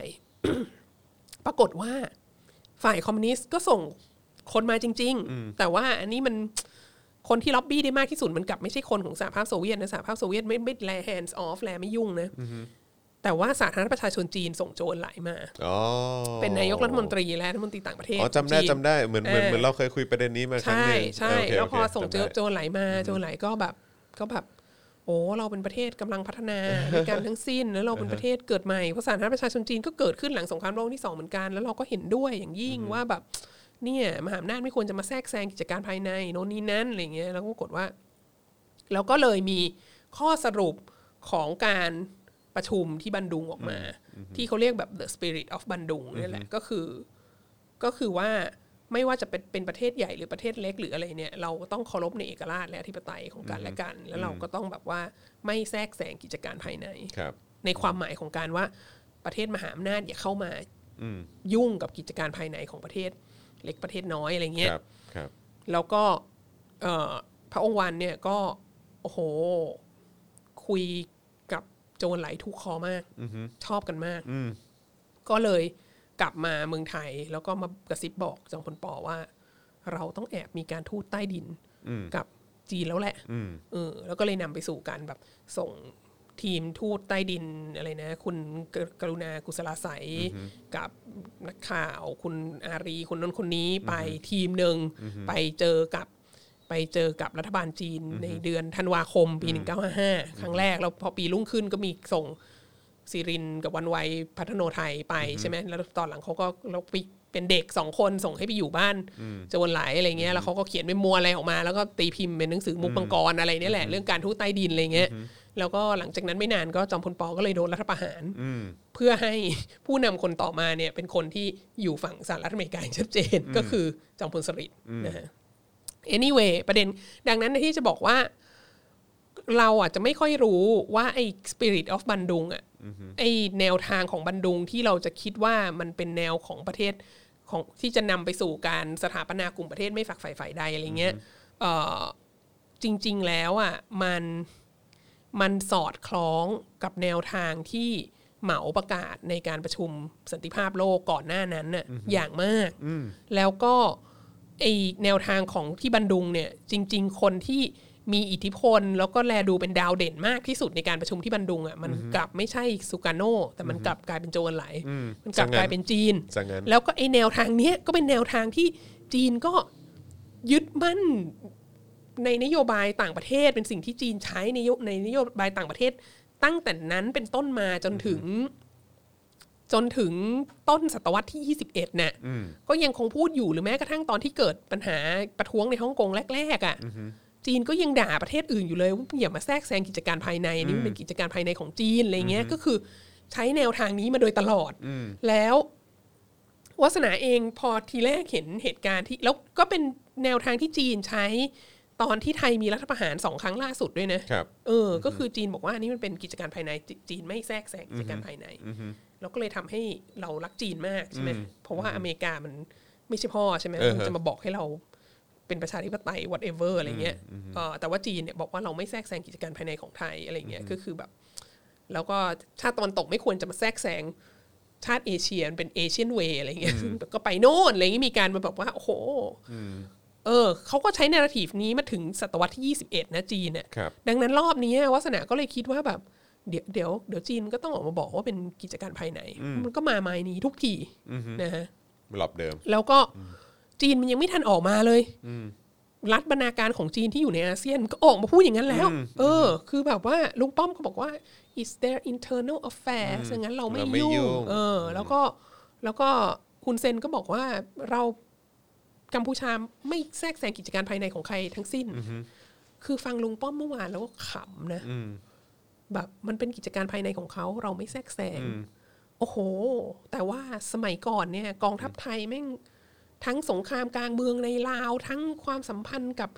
ปรากฏว่า ฝ่ายคอมมิวนิสต์ก็ส่งคนมาจริง ๆ แต่ว่าอันนี้มันคนที่ล็อบบี้ได้มากที่สุดมันกลับไม่ใช่คนของสหภาพโซเวียตนะสหภาพโซเวียตไม่ไม่แล hands off แลไม่ยุ่งนะแต่ว่าสาธารณประชาชนจีนส่งโจรไหลายมา อ๋อ เป็นนายกรัฐมนตรีและรัฐมนตรีต่างประเทศ อ๋อจำได้ น จำได้เหมือนเหมือน เออ เหมือนเราเคยคุยประเด็นนี้มาครั้งหใช่นึง ใช่ โเค แล้วพอ โเค ส่งเจอ จำ โจ ได้ รไหลมาโจรไหลก็แบบก็แบบ โอ้เราเป็นประเทศกำลังพัฒ นา ด้วยกันทั้งสิ้นแล้วเราเป็นประเทศเกิดใหม่เพราะสาธารณประชาชนจีนก็เกิดขึ้นหลังสงครามโลกที่สองเหมือนกันแล้วเราก็เห็นด้วยอย่างยิ่งว่าแบบเนี่ยมหาอำนาจไม่ควรจะมาแทรกแซงกิจการภายในโน่นนี่นั่นอะไรเงี้ยแล้วก็ปรากฏว่า แล้วก็เลยมีข้อสรุปของการประชุมที่บันดุงออกมา ที่เขาเรียกแบบ the spirit of บันดุงนี่แหละก็คือ ก็คือว่าไม่ว่าจะเป็นเป็นประเทศใหญ่หรือประเทศเล็กหรืออะไรเนี่ยเราก็ต้องเคารพในเอกราชและอธิปไตยของกันและกัน แล้วเราก็ต้องแบบว่าไม่แทรกแซงกิจการภายใน ครับ ในความหมายของการว่าประเทศมหาอำนาจอย่าเข้ามา อืม ยุ่งกับกิจการภายในของประเทศเล็กประเทศน้อยอะไรเงี้ย ครับครับ แล้วก็เอ่อพระองค์วันเนี่ยก็โอ้โห คุยกับโจรไหลายทุกคอมากชอบกันมากก็เลยกลับมาเมืองไทย แล้วก็มากระซิบบอกจองพลปอว่า เราต้องแอบมีการทูตใต้ดินกับจีนแล้วแหละเออแล้วก็เลยนำไปสู่การแบบส่งทีมทูตใต้ดินอะไรนะ คุณกรกรุณากุศลาใสยกับนักข่าว คุณอารีคุณนนท์คนนี้ไปทีมหนึ่งไปเจอกับ ไปเจอกับรัฐบาลจีนในเดือนธันวาคมปี 1955 ครั้งแรก แล้วพอปีรุ่งขึ้นก็มีส่งซีรินกับวันไวยพัฒโนไทยไปใช่ไหมแล้วตอนหลังเขาก็เราไปเป็นเด็กสองคนส่งให้ไปอยู่บ้านโจวนไหลายอะไรเงี้ยแล้วเขาก็เขียนเป็นมัวอะไรออกมา แล้วก็ตีพิมพ์เป็นหนังสือมุกบังกรอะไรเนี่ยแหละเรื่องการทุใต้ดินอะไรเงี้ยแล้วก็หลังจากนั้นไม่นานก็จอมพลปก็เลยโดนรัฐประหาร อืม เพื่อให้ ผู้นำคนต่อมาเนี่ยเป็นคนที่อยู่ฝั่งสหรัฐอเมริกาอย่างชัดเจนก็คือจอมพลสฤษดิ์นะฮะ anyway ประเด็นดังนั้นที่จะบอกว่า เราอ่ะจะไม่ค่อยรู้ว่าไอ้ spirit of บันดุงอ่ะไอ้แนวทางของบันดุงที่เราจะคิดว่ามันเป็นแนวของประเทศของที่จะนำไปสู่การสถาปนากลุ่มประเทศไม่ฝักใฝ่ฝ่ายใดอะไรเงี้ยเอ่อจริง ๆ แล้วอ่ะมัน มันสอดคล้องกับแนวทางที่เหมาประกาศในการประชุมสันติภาพโลกก่อนหน้านั้นน่ะอย่างมาก แล้วก็ไอแนวทางของที่บันดุงเนี่ยจริง ๆ คนที่มีอิทธิพล แล้วก็แลดูเป็นดาวเด่นมากที่สุดในการประชุมที่บันดุงอ่ะมันกลับไม่ใช่สุการโนแต่มันกลับกลายเป็นโจรไหลมันกลับ ซะงั้น กลายเป็นจีน จากนั้น แล้วก็ไอแนวทางเนี้ยก็เป็นแนวทางที่จีนก็ยึดมั่นในนโยบายต่างประเทศ เป็นสิ่งที่จีนใช้ในโยในนโยบายต่างประเทศ ตั้งแต่นั้นเป็นต้นมาจนถึง จนถึงต้นศตวรรษที่ 21เนี่ยก็ยังคงพูดอยู่หรือแม้กระทั่งตอนที่เกิดปัญหาประท้วงในฮ่องกงแรกๆอะ่ะ จีนก็ยังด่าประเทศอื่นอยู่เลยว่าอย่ามาแทรกแซงกิจการภายในอันนี่มันเป็นกิจการภายในของจีนอะไรเงี้ยก็คือใช้แนวทางนี้มาโดยตลอดแล้ววาสนาเองพอทีแรกเห็นเหตุการณ์ที่แล้วก็เป็นแนวทางที่จีนใช้ตอนที่ไทยมีรัฐประหารสองครั้งล่าสุดด้วยนะ ครับ เออ ก็คือจีนบอกว่าอันนี่มันเป็นกิจการภายในจีจีนไม่แทรกแซงกิจการภายในแล้วก็เลยทำให้เรารักจีนมากใช่ไหมเพราะว่าอเมริกามันไม่ใช่พ่อใช่ไหม เออฮะ มันจะมาบอกให้เราเป็นประชาธิปไตย whatever อะไรเงี้ยเออแต่ว่าจีนเนี่ยบอกว่าเราไม่แทรกแซงกิจการภายในของไทยอะไรเงี้ยก็คือแบบ แล้วก็ชาติตะวันตกไม่ควรจะมาแทรกแซงชาติเอเชียมันเป็นเอเชียนเวย์อะไรเงี้ยก็ไปโน่นอะไรเงี้ยมีการมาแบบว่า โอ้โหเออเขาก็ใช้นาราทีฟนี้มาถึงศตวรรษที่ 21 นะจีนเนี่ย ครับ ดังนั้นรอบนี้วาสนาก็เลยคิดว่าแบบ เดี๋ยวเดี๋ยวเดี๋ยวจีนก็ต้องออกมาบอกว่าเป็นกิจการภายใน มันก็มาไม้นี้ทุกทีนะฮะ หลอบเดิม แล้วก็จีนมันยังไม่ทันออกมาเลยรัฐบรรณาการของจีนที่อยู่ในอาเซียนก็ออกมาพูดอย่างนั้นแล้ว เออ คือแบบว่าลุงป้อมก็บอกว่า is their internal affairs ดังนั้นเราไม่ เราไม่ ยุ่ ยุ่ ง ง เออ แล้วก็แล้วก็คุณเซนก็บอกว่าเรากัมพูชาไม่แทรกแซงกิจการภายในของใครทั้งสิ้น คือฟังลุงป้อมเมื่อวานแล้วก็ขำนะ แบบมันเป็นกิจการภายในของเขาเราไม่แทรกแซง โอ้โห แต่ว่าสมัยก่อนเนี่ย กองทัพไทยแม่งทั้งสงครามกลางเมืองในลาว ทั้งความสัมพันธ์กับ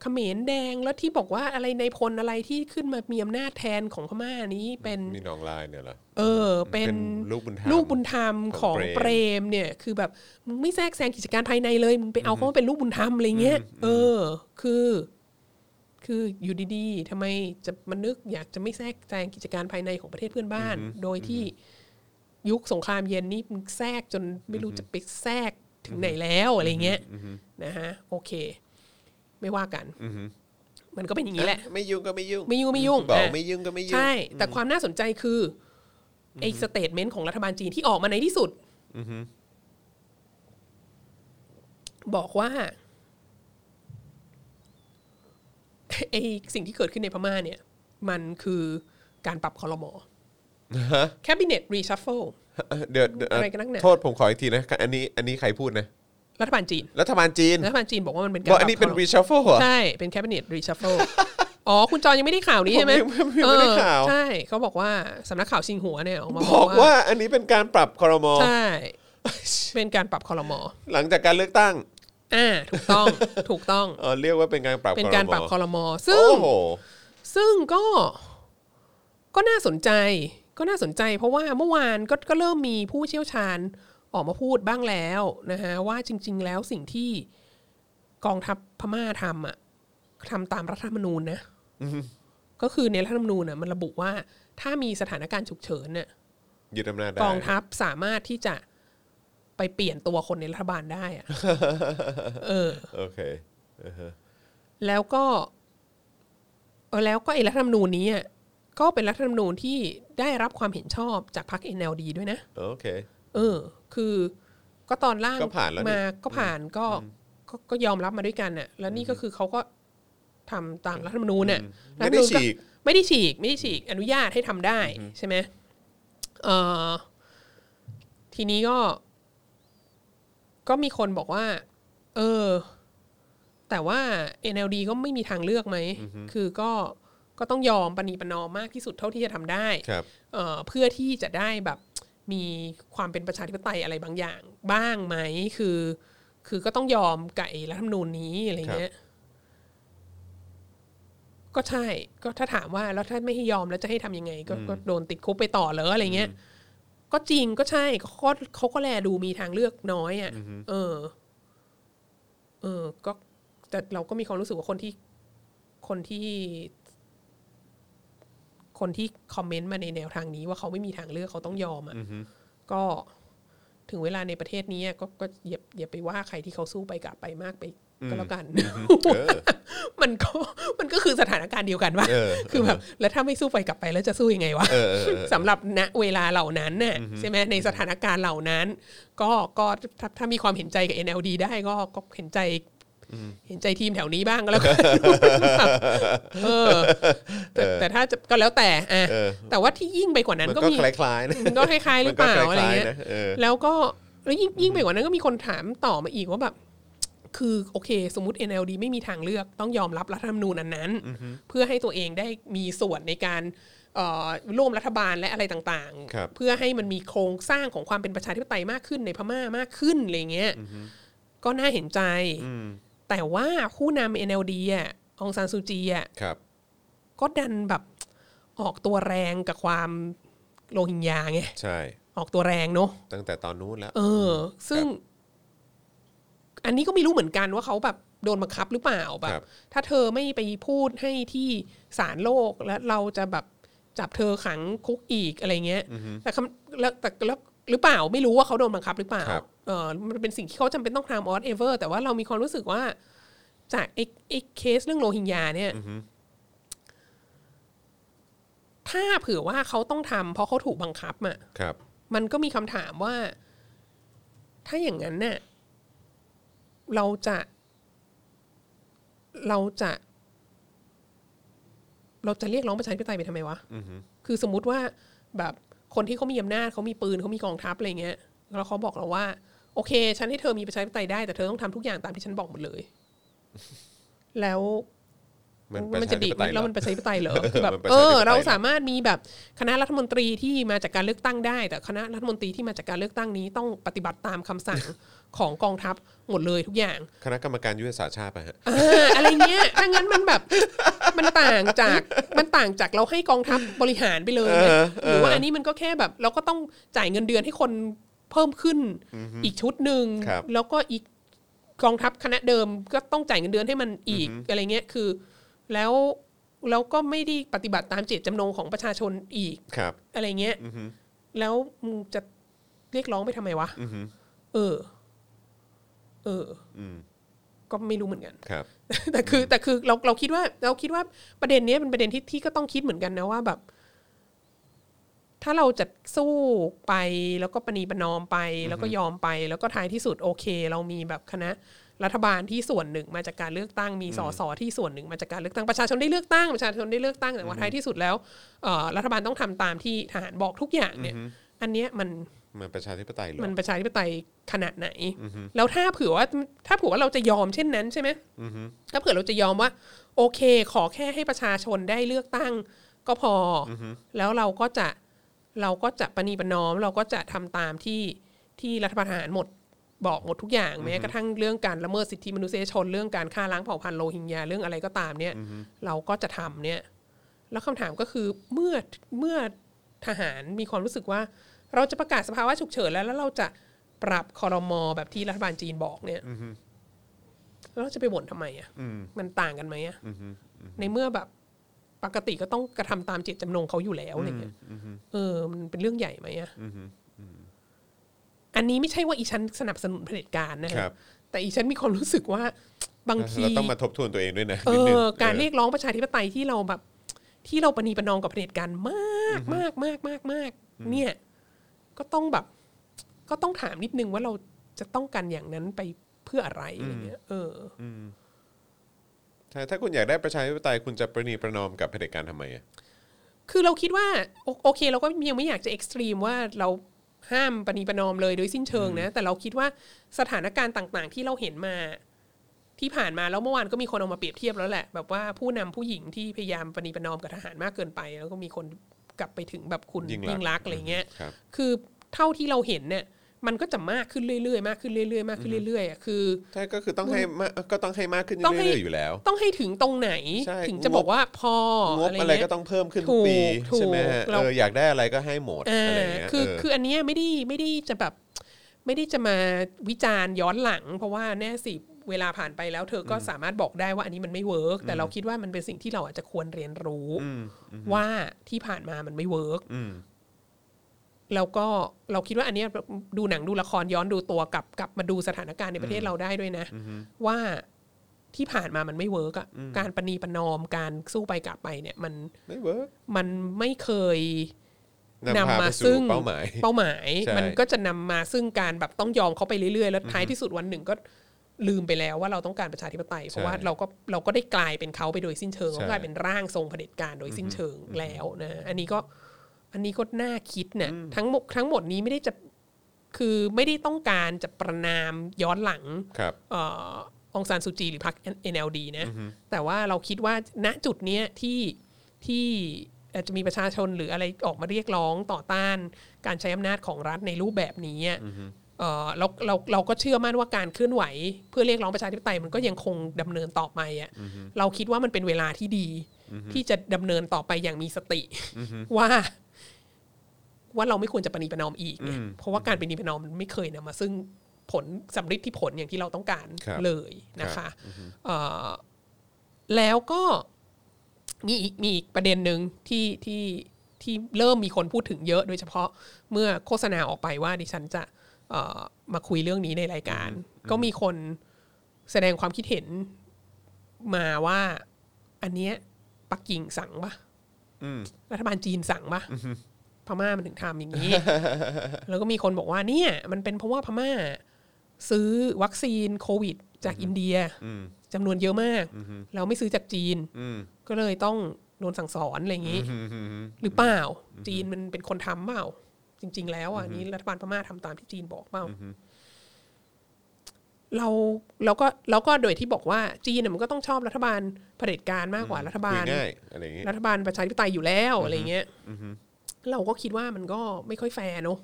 เขมรแดงแล้วที่บอกว่าอะไรในพลอะไรที่ขึ้นมามีอำนาจแทนของพม่านี้เป็น มีหนองลายเนี่ยเหรอ เออ เป็น เป็นลูกบุญธรรม กบุญธรรมของ ของเป เป ร ร ม มเนี่ย คือแบบมึงไม่แทรกแซงกิจการภายในเลยมึงไปเอาเขามาเป็นลูกบุญธรรมอะไรเงี้ยเออ คือ คืออยู่ดีๆทำไมจะมานึกอยากจะไม่แทรกแซงกิจการภายในของประเทศเพื่อนบ้าน โดยที่ยุคสงครามเย็นนี่มึงแทรกจนไม่รู้จะไปแทรกถึงไหนแล้วอะไรเงี้ยนะฮะโอเค ไม่ว่ากันมันก็เป็นอย่างนี้แหละ ไม่ยุ่งก็ไม่ยุ่ง ไม่ยุ่งไม่ยุ่ง บอก อ่ะ ไม่ยุ่งก็ไม่ยุ่ง ใช่ แต่ความน่าสนใจคืออไอ้สเตทเมนต์ของรัฐบาลจีนที่ออกมาในที่สุด บอกว่า ไอ้สิ่งที่เกิดขึ้นในพม่าเนี่ย มันคือการปรับคอรมอ cabinet reshuffle เออเดี๋ยวเดี๋ยว อะไรกันนักหนา โทษผมขออีกทีนะ อันนี้อันนี้ใครพูดนะ รัฐบาลจีน รัฐบาลจีน รัฐบาลจีนบอกว่ามันเป็นการ บอกอันนี้ ป เป็ รับ น ครม reshuffle เหรอ ใช่ เป็น cabinet reshuffle อ๋อ คุณจอยยังไม่ได้ข่าวนี้ใช่ไหม ผมยังไม่ไม่ได้ข่าว เออใช่ เขาบอกว่าสำนักข่าวชิงหัวเนี่ยออกมา บอกว่าอันนี้เป็นการปรับคอรมอ ใช่ เป็นการปรับคอรมอ หลังจากการเลือกตั้ง อ่าถูก ต้อง ถูกต้อง เออเรียกว่าเป็นการปรับ เป็นการปรับคอรมอ ซึ่ง โอ้โห ซึ่งก็ ก็น่าสนใจ ก็น่าสนใจ เพราะว่าเมื่อวานก็ก็เริ่มมีผู้เชี่ยวชาญออกมาพูดบ้างแล้วนะฮะว่าจริง ๆ แล้วสิ่งที่กองทัพพม่าทำอะทำตามรัฐธรรมนูญนะก็คือในรัฐธรรมนูญน่ะมันระบุว่า ถ้ามีสถานการณ์ฉุกเฉินเนี่ย ยึดอำนาจได้ กองทัพสามารถที่จะไปเปลี่ยนตัวคนในรัฐบาลได้ อะ เออ โอเค แล้วก็เออแล้วก็ไอ้รัฐธรรมนูญนี้อะก็เป็นรัฐธรรมนูญที่ได้รับความเห็นชอบจากพรรค NLD ด้วยนะ โอเค เออ คือก็ตอนล่าง ก็ผ่านแล้วนี่ มาก็ผ่านก็ก็ก็ยอมรับมาด้วยกันน่ะ แล้วนี่ก็คือเขาก็ทำตามรัฐธรรมนูญน่ะรัฐ ไม่ ธรได้รนูญ ฉีก ไม่ได้ฉีก ไม่ได้ฉีก อนุญาตให้ทำได้ใช่ไหมเออทีนี้ก็ ก็มีคนบอกว่า เออ แต่ว่า NLD ก็ไม่มีทางเลือกไหม คือก็ก็ต้องยอมปณีประนอมมากที่สุดเท่าที่จะทำได้ ครับ เอ่อเพื่อที่จะได้แบบมีความเป็นประชาธิปไตยอะไรบางอย่างบ้างไหมคือ คือก็ต้องยอมกับไอ้รัฐธรรมนูญนี้อะไรเงี้ยก็ใช่ ก็ถ้าถามว่าแล้วถ้าไม่ให้ยอมแล้วจะให้ทำยังไง ก็ก็โดนติดคุกไปต่อเหรออะไรเงี้ยก็จริงก็ใช่เขาก็เขาก็แลดูมีทางเลือกน้อยอ่ะเออ เออ ก็แต่เราก็มีความรู้สึกว่าคนที่คนที่ คนที่คอมเมนต์มาในแนวทางนี้ว่าเขาไม่มีทางเลือกเขาต้องยอมอ่ะก็ถึงเวลาในประเทศนี้ก็ก็อย่าอย่าไปว่าใครที่เขาสู้ไปกลับไปมากไปก็แล้วกัน เออ มันก็ มันก็คือสถานการณ์เดียวกันว่า เออ คือแบบแล้วถ้าไม่สู้ไปกลับไปแล้วจะสู้ยังไงวะ เออเออเออ สำหรับณเวลาเหล่านั้นน่ะใช่ไหมในสถานการณ์เหล่านั้น ก็ก็ถ้าถ้ามีความเห็นใจกับ NLD ได้ก็ก็เห็นใจเห็นใจทีมแถวนี้บ้างก็แล้วกันเออแต่แต่ถ้าจะก็แล้วแต่อ่ะ เออ แต่ว่าที่ยิ่งไปกว่านั้น มัน ก็ ก็ มี คล้ายๆนะ มันก็คล้ายๆห มั รือน เป ก็ ล่า คล้าย อะไร ๆ เงี้ย นะเออ แล้วก็แล้วยิ่งยิ่งไปกว่านั้นก็มีคนถามต่อมาอีกว่าแบบ คือโอเค สมมติ NLD ไม่มีทางเลือกต้องยอมรับรัฐธรรมนูญอันนั้น เพื่อให้ตัวเองได้มีส่วนในการเอ่อร่วมรัฐบาลและอะไรต่าง ครับ ๆ เพื่อให้มันมีโครงสร้างของความเป็นประชาธิปไตยมากขึ้นในพม่ามากขึ้นอะไรเงี้ยก็น่าเห็นใจ แต่ว่าผู้นำ NLD อ่ะองซานซูจีอ่ะ ครับ ก็ดันแบบออกตัวแรงกับความโรฮิงญาไง ใช่ ออกตัวแรงเนาะ ตั้งแต่ตอนนู้นแล้ว เออ ซึ่ง อันนี้ก็ไม่รู้เหมือนกันว่าเขาแบบโดนบังคับหรือเปล่าแบ ครับ บ ถ้าเธอไม่ไปพูดให้ที่ศาลโลกแล้วเราจะแบบจับเธอขังคุกอีกอะไรเงี้ยแต่คำแล้วแต่แล้วหรือเปล่าไม่รู้ว่าเขาโดนบังคับหรือเปล่า ครับ เออมันเป็นสิ่งที่เขาจำเป็นต้องทำออสเอเวอร์แต่ว่าเรามีความรู้สึกว่า จากไอ้ไอ้เคสเรื่องโรฮิงญาเนี่ย ถ้าเผื่อว่าเขาต้องทำเพราะเขาถูกบังคับอ่ะ ครับ มันก็มีคำถามว่า ถ้าอย่างนั้นเนี่ยเราจะ เราจะ เราจะเรียกร้องประชาธิปไตยไปทำไมวะคือสมมุติว่าแบบคนที่เขามีอำนาจเขามีปืนเขามีกองทัพอะไรเงี้ยแล้วเขาบอกเราว่า โอเค ฉันให้เธอมีประชาธิปไตยได้แต่เธอต้องทำทุกอย่างตามที่ฉันบอกหมด เลย แล้ว มัน มันจะบีบ ป มัน ระชาธิปไตย แล้วมันประชาธิปไตยเห รอคือแบบ มันประ เอ ชาธิปไตย อ เหรอ เราสามารถมีแบบคณะรัฐมนตรีที่มาจากการเลือกตั้งได้ แต่คณะรัฐมนตรีที่มาจากการเลือกตั้งนี้ต้องปฏิบัติตามคำสั่ง ของกองทัพหมดเลยทุกอย่าง คณะกรรมการยุทธศาสตร์ชาติไปะฮะ เอออะไรเงี้ยถ้างั้นมันแบบมันต่างจากมันต่างจากเราให้กองทัพบริหารไปเลยไง เออเออ หรือว่าอันนี้มันก็แค่แบบ เราก็ต้องจ่ายเงินเดือนให้คนเพิ่มขึ้นอีกชุดหนึ่ง ครับ แล้วก็อีกกองทัพคณะเดิมก็ต้องจ่ายเงินเดือนให้มันอีกอะไรเงี้ยคือ แล้วแล้วก็ไม่ได้ปฏิบัติตามเจตจำนงของประชาชนอีก ครับ อะไรเงี้ยแล้วมึงจะเรียกร้องไปทำไมวะเออ เอออก็ไม่รู้เหมือนกัน ครับ แต่คือแต่คือเราเราคิดว่าเราคิดว่าประเด็นเนี้ยเป็นประเด็นที่ที่ก็ต้องคิดเหมือนกันนะว่าแบบ ถ้าเราจะสู้ไปแล้วก็ประนีประนอมไป แล้วก็ยอมไป แล้วก็ท้ายที่สุดโอเค เรามีแบบคณะรัฐบาลที่ส่วนหนึ่งมาจากการเลือกตั้งมีสสที่ส่วนหนึ่งมาจากการเลือกตั้งประชาชนได้เลือกตั้งประชาชนได้เลือกตั้งแต่ว่าท้ายที่สุดแล้วเอ่อรัฐบาลต้องทำตามที่ทหารบอกทุกอย่างเนี่ย อันเนี้ยมัน มันประชาธิปไตยเหรอ มันประชาธิปไตยขนาดไหน แล้วถ้าเผื่อว่าถ้าเผื่อว่าเราจะยอมเช่นนั้นใช่ไหมถ้าเผื่อเราจะยอมว่า โอเค ขอแค่ให้ประชาชนได้เลือกตั้ง ก็พออแล้วเราก็จะเราก็จะประนีประนอม เราก็จะทำตามที่ที่รัฐประหารหมดบอกหมดทุกอย่างแม้กระทั่งเรื่องการละเมิดสิทธิมนุษยชนเรื่องการฆ่าล้างเผ่าพันธุ์โรฮิงญาเรื่องอะไรก็ตามเนี่ย เราก็จะทำเนี่ย แล้วคำถามก็คือเมื่อเมื่อทหารมีความรู้สึกว่า เราจะประกาศสภาวะฉุกเฉินแล้วแล้วเราจะปรับคอรมอแบบที่รัฐบาลจีนบอกเนี่ยแล้วเราจะไปบ่นทำไมอ่ะมันต่างกันไหมอ่ะในเมื่อแบบปกติก็ต้องกระทำตามเจตจำนงเขาอยู่แล้วอะไรเงี้ยเออ มันเป็นเรื่องใหญ่ไหมอ่ะอันนี้ไม่ใช่ว่าอีฉันสนับสนุนเผด็จการนะฮะ ครับ แต่อีฉันมีความรู้สึกว่าบางที เราต้องมาทบทวนตัวเองด้วยนะ เอ นิดนึง อการเรียกร้องประชาธิปไตยที่เราแบบ ที่เราประนีประนอมกับเผด็จการมากมากมากมากมากเนี่ย ก็ต้องแบบ ก็ต้องถามนิดนึงว่าเราจะต้องการอย่างนั้นไปเพื่ออะไรอะไรเงี้ยเอออ ใช่ถ้าคุณอยากได้ประชาธิปไตยคุณจะประนีประนอมกับเผด็จการทำไมอะ คือเราคิดว่าโอโอเค เราก็ยังไม่อยากจะเอ็กซ์ตรีมว่าเราห้ามประนีประนอมเลยโดยสิ้นเชิงนะ แต่เราคิดว่าสถานการณ์ต่าง ๆ ที่เราเห็นมา ที่ผ่านมาแล้วเมื่อวานก็มีคนเอามาเปรียบเทียบแล้วแหละ แบบว่าผู้นำผู้หญิงที่พยายามประนีประนอมกับทหารมากเกินไป แล้วก็มีคนกลับไปถึงแบบคุณ ยิ่ ยิ่งรักษณ์อะไรเงี้ย ครับ คือเท่าที่เราเห็นเนี่ย มันก็จะมากขึ้นเรื่อยๆมากขึ้นเรื่อยๆมากขึ้นเรื่อยๆอ่ะคือ ใช่ก็คือต้องให้มากก็ต้องให้มากขึ้น ต้องให้ เรื่อยๆอยู่แล้ว ต้องให้ถึงตรงไหน ใช่ ถึงจะบอกว่าพอง บ อะ อะไร ไรเงี้ย ก็ต้องเพิ่มขึ้นทุกปี ถูกถูก ใช่ไหมฮะ เรา เอออยากได้อะไรก็ให้หมด อ่า อะไรย่างเงี้ย คือ เออ คืออันเนี้ยไม่ได้ไม่ได้จะแบบไม่ได้จะมาวิจารณ์ย้อนหลัง เพราะว่าแน่สิเวลาผ่านไปแล้ว เธอก็สามารถบอกได้ว่าอันนี้มันไม่เวิร์กแต่เราคิดว่ามันเป็นสิ่งที่เราอาจจะควรเรียนรู้ ว่าที่ผ่านมามันไม่เวิร์กแล้วก็เราคิดว่าอันเนี้ยดูหนังดูละครย้อนดูตัวกลับกลับมาดูสถานการณ์ในประเทศเราได้ด้วยนะ ว่าที่ผ่านมามันไม่เวิร์กอ่ะการประนีประนอมการสู้ไปกลับไปเนี่ยมัน ไม่เวิร์ก มันไม่เคย นำพาไปสู่เป้าหมาย เป้าหมาย ใช่ มันก็จะนำมาซึ่งการแบบต้องยอมเขาไปเรื่อยๆ แล้วท้ายที่สุดวันหนึ่งก็ลืมไปแล้วว่าเราต้องการประชาธิปไตยเพราะว่าเราก็เราก็ได้กลายเป็นเขาไปโดยสิ้นเชิงเรากลายเป็นร่างทรงเผด็จการโดยสิ้นเชิงแล้วนะอันนี้ก็อันนี้ก็น่าคิดเนี่ยทั้งหมดทั้งหมดนี้ไม่ได้จะคือไม่ได้ต้องการจะประนามย้อนหลัง ครับ เอ่อ องซานซูจีหรือพรรค NLD นะแต่ว่าเราคิดว่าณจุดเนี้ยที่ที่อาจจะมีประชาชนหรืออะไรออกมาเรียกร้องต่อต้านการใช้อำนาจของรัฐในรูปแบบนี้อะเอ่อเราเราเราก็เชื่อมั่นว่าการเคลื่อนไหว เพื่อเรียกร้องประชาธิปไตยมันก็ยังคงดำเนินต่อไปอ่ะเราคิดว่ามันเป็นเวลาที่ดี ที่จะดำเนินต่อไปอย่างมีสติว่า ว่าเราไม่ควรจะประนีประนอมอีกเนี่ยเพราะว่าการประนีประนอมมันไม่เคยนำมาซึ่งผลสำลิดที่ผลอย่างที่เราต้องการ ครับ เลยนะ ครั คะ บ เอ่อแล้วก็มีอีกมีอีกประเด็นหนึ่งที่ที่ที่เริ่มมีคนพูดถึงเยอะ โดยเฉพาะเมื่อโฆษณาออกไปว่าดิฉันจะเอ่อมาคุยเรื่องนี้ในรายการ ก็มีคนแสดงความคิดเห็นมาว่า อันเนี้ยปักกิ่งสั่งปะรัฐบาลจีนสั่งปะพม่ามันถึงทำอย่าง นี้ แล้วก็มีคนบอกว่าเนี่ยมันเป็นเพราะว่าพม่า ซื้อวัคซีนโควิด จากอินเดียจำนวนเยอะมากแล้วไม่ซื้อจากจีนก็เลยต้องโดนสั่งสอนอะไรอย่างนี้ หรือเปล่า จีนมันเป็นคนทำเปล่า จริง ๆ แล้วอ่ะนี้รัฐบาลพม่าทำตามที่จีนบอกเปล่า เราเราก็เราก็โดยที่บอกว่าจีนน่ะมันก็ต้องชอบรัฐบาลเผด็จการมากกว่ารัฐบา คุย ล ง่ายอะไรอย่างงี้ รัฐบาลประชาธิปไตยอยู่แล้วอะไรเงี้ยเราก็คิดว่ามันก็ไม่ค่อยแฟร์เนอะ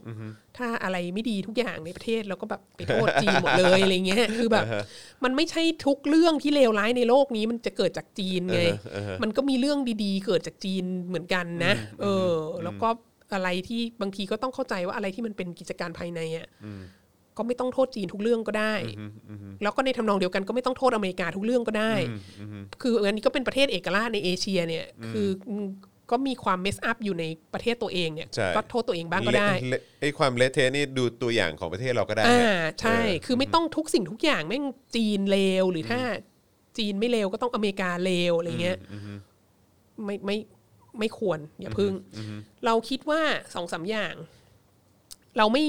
ถ้าอะไรไม่ดีทุกอย่างในประเทศเราก็แบบไปโทษจีนหมดเลยอะไรเงี้ ยคือแบบ มันไม่ใช่ทุกเรื่องที่เลวร้ายในโลกนี้มันจะเกิดจากจีนไง มันก็มีเรื่องดีๆ เกิดจากจีนเหมือนกันนะ เออ แล้วก็อะไรที่บางทีก็ต้องเข้าใจว่าอะไรที่มันเป็นกิจการภายในอ่ะก็ไม่ต้องโทษจีนทุกเรื่องก็ได้ แล้วก็ในทำนองเดียวกันก็ไม่ต้องโทษอเมริกาทุกเรื่องก็ได้ คืออันนี้ก็เป็นประเทศเอกราชในเอเชียเนี่ย คือก็มีความเมสอัพอยู่ในประเทศตัวเองเนี่ย ใช่ ก็โทษตัวเองบ้างก็ได้ เละเละไอ้ความเละเทะนี่ดูตัวอย่างของประเทศเราก็ได้นะ อ่าใช่ เออ คือไม่ต้องทุกสิ่งทุกอย่างแม่งจีนเลวหรือถ้าจีนไม่เลวก็ต้องอเมริกาเลวอะไรเงี้ยไม่ไม่ไม่ควร อย่าพึ่ง เราคิดว่าสองสามอย่าง เราไม่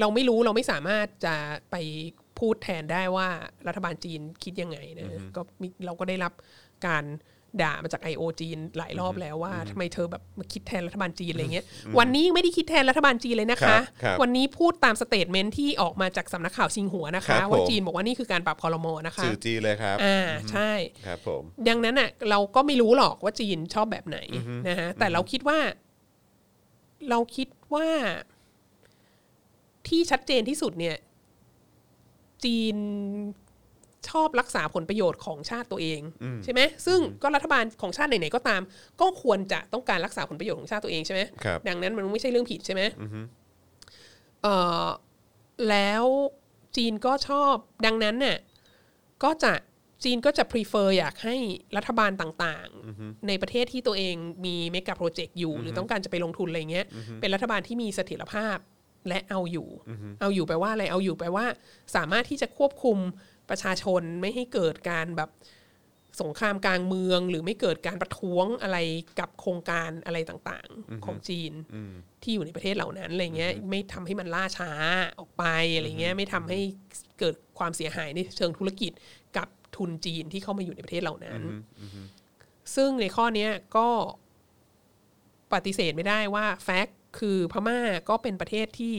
เราไม่รู้เราไม่สามารถจะไปพูดแทนได้ว่ารัฐบาลจีนคิดยังไงนะก็มีเราก็ได้รับการด่ามาจาก IO จีนหลายรอบแล้วว่าทำไมเธอแบบมาคิดแทนรัฐบาลจีนอะไรเงี้ยวันนี้ยังไม่ได้คิดแทนรัฐบาลจีนเลยนะ ครั คะ บครับ วันนี้พูดตามสเตทเมนต์ที่ออกมาจากสำนักข่าวชิงหัวนะ ครั คะ บผม ว่าจีนบอกว่านี่คือการปรับคอรมอนะคะ สื่อจีนเลยครับ อ่าใช่ ครับผม ดังนั้นอ่ะเราก็ไม่รู้หรอกว่าจีนชอบแบบไหนนะฮะแต่เราคิดว่า เราคิดว่า ที่ชัดเจนที่สุดเนี่ย จีนชอบรักษาผลประโยชน์ของชาติตัวเอง ใช่ไหมซึ่งก็รัฐบาลของชาติไหนๆก็ตาม ก็ควรจะต้องการรักษาผลประโยชน์ของชาติตัวเองใช่ไหม ครับ ดังนั้นมันไม่ใช่เรื่องผิดใช่ไหมเอ่อแล้วจีนก็ชอบดังนั้นเนี่ย ก็จะจีนก็จะ prefer อยากให้รัฐบาลต่างๆ ในประเทศที่ตัวเองมีเมกะโปรเจกต์อยู่ หรือต้องการจะไปลงทุนอะไรเงี้ย เป็นรัฐบาลที่มีเสถียรภาพและเอาอยู่ เอาอยู่แปลว่าอะไรเอาอยู่แปลว่า สามารถที่จะควบคุมประชาชนไม่ให้เกิดการแบบสงครามกลางเมือง หรือไม่เกิดการประท้วงอะไรกับโครงการอะไรต่างๆ ของจีน ที่อยู่ในประเทศเหล่านั้นอะไรเงี้ยไม่ทำให้มันล่าช้าออกไปอะไรเงี้ยไม่ทำให้เกิดความเสียหายในเชิงธุรกิจกับทุนจีนที่เข้ามาอยู่ในประเทศเหล่านั้น ซึ่งในข้อเนี้ยก็ปฏิเสธไม่ได้ว่าแฟกต์คือพม่าก็เป็นประเทศที่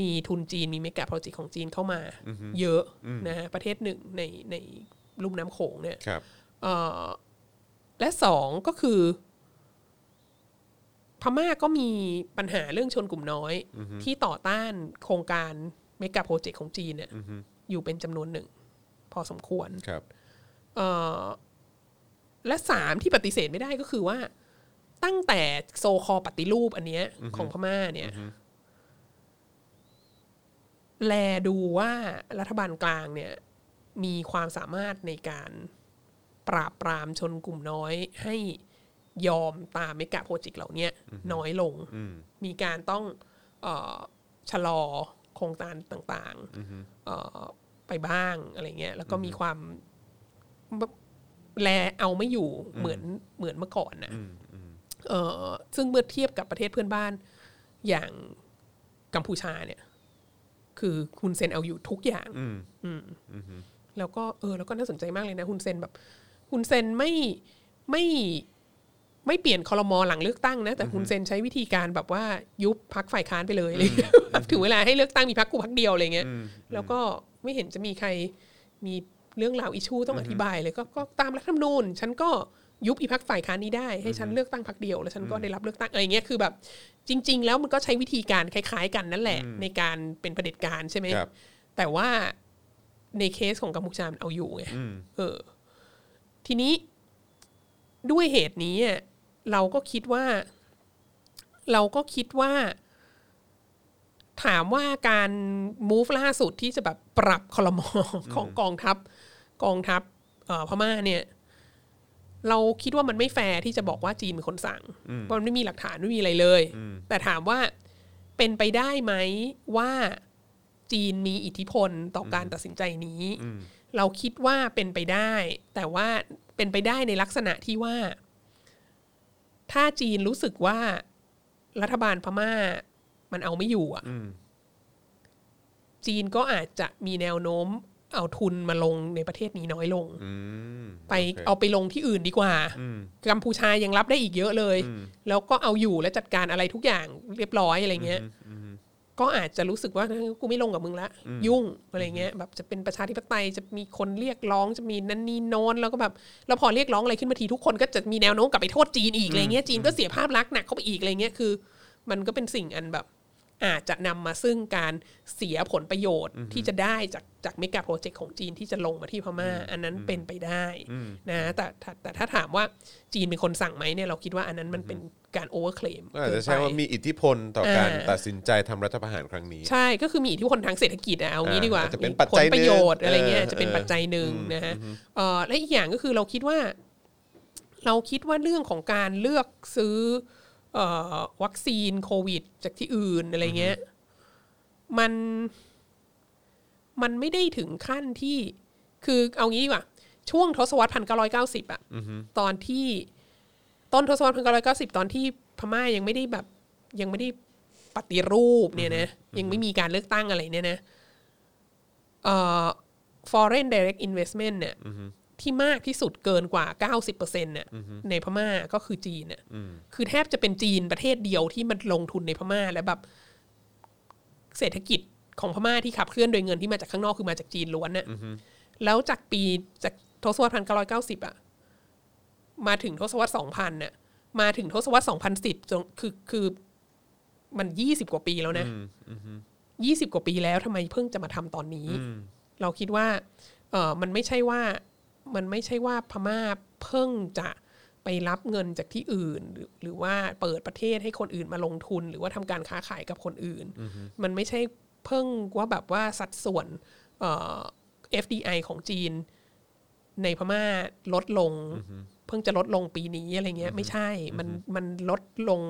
มีทุนจีนมีเมกะโปรเจกต์ของจีนเข้ามา เยอะนะฮะประเทศหนึ่งในในลุ่มน้ำโขงเนี่ย ครับ เอ่อและสองก็คือ พม่าก็มีปัญหาเรื่องชนกลุ่มน้อย ที่ต่อต้านโครงการเมกะโปรเจกต์ของจีนเนี่ยอยู่เป็นจำนวนหนึ่ง พอสมควร ครับ เอ่อและสามที่ปฏิเสธไม่ได้ก็คือว่า ตั้งแต่โซคอลปฏิรูปอันเนี้ยของพม่าเนี่ย แลดูว่ารัฐบาลกลางเนี่ย มีความสามารถในการปราบปรามชนกลุ่มน้อย ให้ยอมตามเมกะโปรเจกต์เหล่าเนี้ยน้อยลง มีการต้องเออชะลอโครงการต่างๆเอ่อไปบ้างอะไรเงี้ย แล้วก็มีความ แลเอาไม่อยู่เหมือนเหมือนเมื่อก่อนนะเออซึ่งเมื่อเทียบกับประเทศเพื่อนบ้านอย่างกัมพูชาเนี่ย คือคุณเซนเอาอยู่ทุกอย่าง อืม แล้วก็เออแล้วก็น่าสนใจมากเลยนะคุณเซนแบบคุณเซนไม่ไม่ไม่เปลี่ยนคอรมอหลังเลือกตั้งนะ แต่คุณเซนใช้วิธีการแบบว่ายุบพักฝ่ายค้านไปเลยเลยแบบถึงเวลาให้เลือกตั้งมีพักกูพักเดียวอะไรเงี้ยแล้วก็ไม่เห็นจะมีใครมี เรื่องราวอิชูต้องอธิบายเลยก็ก็ตามรัฐธรรมนูญ ฉันก็ยุบอีพักฝ่ายค้านนี้ได้ให้ฉันเลือกตั้งพรรคเดียว แล้วฉันก็ได้รับเลือกตั้งอะไรอย่างเงี้ยคือแบบ จริง ๆ แล้วมันก็ใช้วิธีการคล้าย ๆ กันนั่นแหละ ในการเป็นเผด็จการใช่ไหม ครับ แต่ว่าในเคสของกัมพูชามันเอาอยู่ไงเออ ทีนี้ด้วยเหตุนี้อะเราก็คิดว่า เราก็คิดว่า ถามว่าการ move ล่าสุดที่จะแบบปรับคอรมอของกองทัพ กองทัพเอ่อพม่าเนี่ย เราคิดว่ามันไม่แฟร์ที่จะบอกว่าจีนเป็นคนสั่งเพราะมันไม่มีหลักฐานไม่มีอะไรเลย แต่ถามว่าเป็นไปได้ไหมว่าจีนมีอิทธิพลต่อการตัดสินใจนี้ เราคิดว่าเป็นไปได้ แต่ว่าเป็นไปได้ในลักษณะที่ว่า ถ้าจีนรู้สึกว่ารัฐบาลพม่า มันเอาไม่อยู่อ่ะ จีนก็อาจจะมีแนวโน้มเอาทุนมาลงในประเทศนี้น้อยลง อืม ไป โค เอาไปลงที่อื่นดีกว่า อืม กัมพูชายังรับได้อีกเยอะเลย แล้วก็เอาอยู่และจัดการอะไรทุกอย่างเรียบร้อยอะไรเงี้ย ก็อาจจะรู้สึกว่ากูไม่ลงกับมึงละ ยุ่งอะไรเงี้ยแบบจะเป็นประชาธิปไตยจะมีคนเรียกร้องจะมีนั่นนี่โน้นแล้วก็แบบแล้วพอเรียกร้องอะไรขึ้นมาทีทุกคนก็จะมีแนวโน้มกลับไปโทษจีนอีกอะไรเงี้ยจีนก็เสียภาพลักษณ์หนักเข้าไปอีกอะไรเงี้ยคือ มันก็เป็นสิ่งอันแบบ อาจจะนำมาซึ่งการเสียผลประโยชน์ที่จะได้จากจากเมกะโปรเจกต์ของจีนที่จะลงมาที่พม่า อันนั้นเป็นไปได้นะแต่แต่แต่ถ้าถามว่าจีนเป็นคนสั่งไหมเนี่ยเราคิดว่าอันนั้นมันเป็นการโอเวอร์เคลม ก็อาจจะใช้ว่ามีอิทธิพลต่อการ อ่า ตัดสินใจทำรัฐประหารครั้งนี้ ใช่ ก็คือมีอิทธิพลทางเศรษฐกิจอะเอางี้ อ่า ดีกว่า อาจจะเป็น มี ปัจ ผ จั ล ย ประโยชน์ หนึ่ง อะไรเงี้ย เออ จะเป็น เออ ปัจจัยหนึ่งนะฮะเอ่อและอีกอย่างก็คือเราคิดว่า เราคิดว่าเรื่องของการเลือกซื้อเอ่อวัคซีนโควิด จากที่อื่นอะไรเงี้ยมัน มันไม่ได้ถึงขั้นที่ คือเอางี้ดีกว่า ช่วงทศวรรษพันเก้าร้อยเก้าสิบอะตอนที่ ต้นทศวรรษพันเก้าร้อยเก้าสิบตอนที่พม่ายังไม่ได้แบบ ยังไม่ได้ปฏิรูปเนี่ยนะยังไม่มีการเลือกตั้งอะไรเนี่ยนะเอ่อ foreign direct investment เนี่ยที่มากที่สุดเกินกว่า 90%เนี่ยในพม่าก็คือจีนเนี่ยคือแทบจะเป็นจีนประเทศเดียวที่มันลงทุนในพม่าและแบบ เศรษฐกิจของพม่าที่ขับเคลื่อนโดยเงินที่มาจากข้างนอกคือมาจากจีนล้วนเนี่ยแล้วจากปีจากทศวรรษพันเก้าร้อยเก้าสิบอะ มาถึงทศวรรษสองพันเนี่ยมาถึงทศวรรษสองพันสิบจนคือคือมันยี่สิบกว่าปีแล้วนะยี่สิบกว่าปีแล้วทำไมเพิ่งจะมาทำตอนนี้ เราคิดว่า เออมันไม่ใช่ว่า มันไม่ใช่ว่าพม่าเพิ่งจะไปรับเงินจากที่อื่น หรือหรือว่าเปิดประเทศให้คนอื่นมาลงทุน หรือว่าทำการค้าขายกับคนอื่น มันไม่ใช่เพิ่งว่าแบบว่าสัดส่วนเอ่อ FDI ของจีน ในพม่าลดลง เพิ่งจะลดลงปีนี้อะไรเงี้ย ไม่ใช่ มันมันลดลง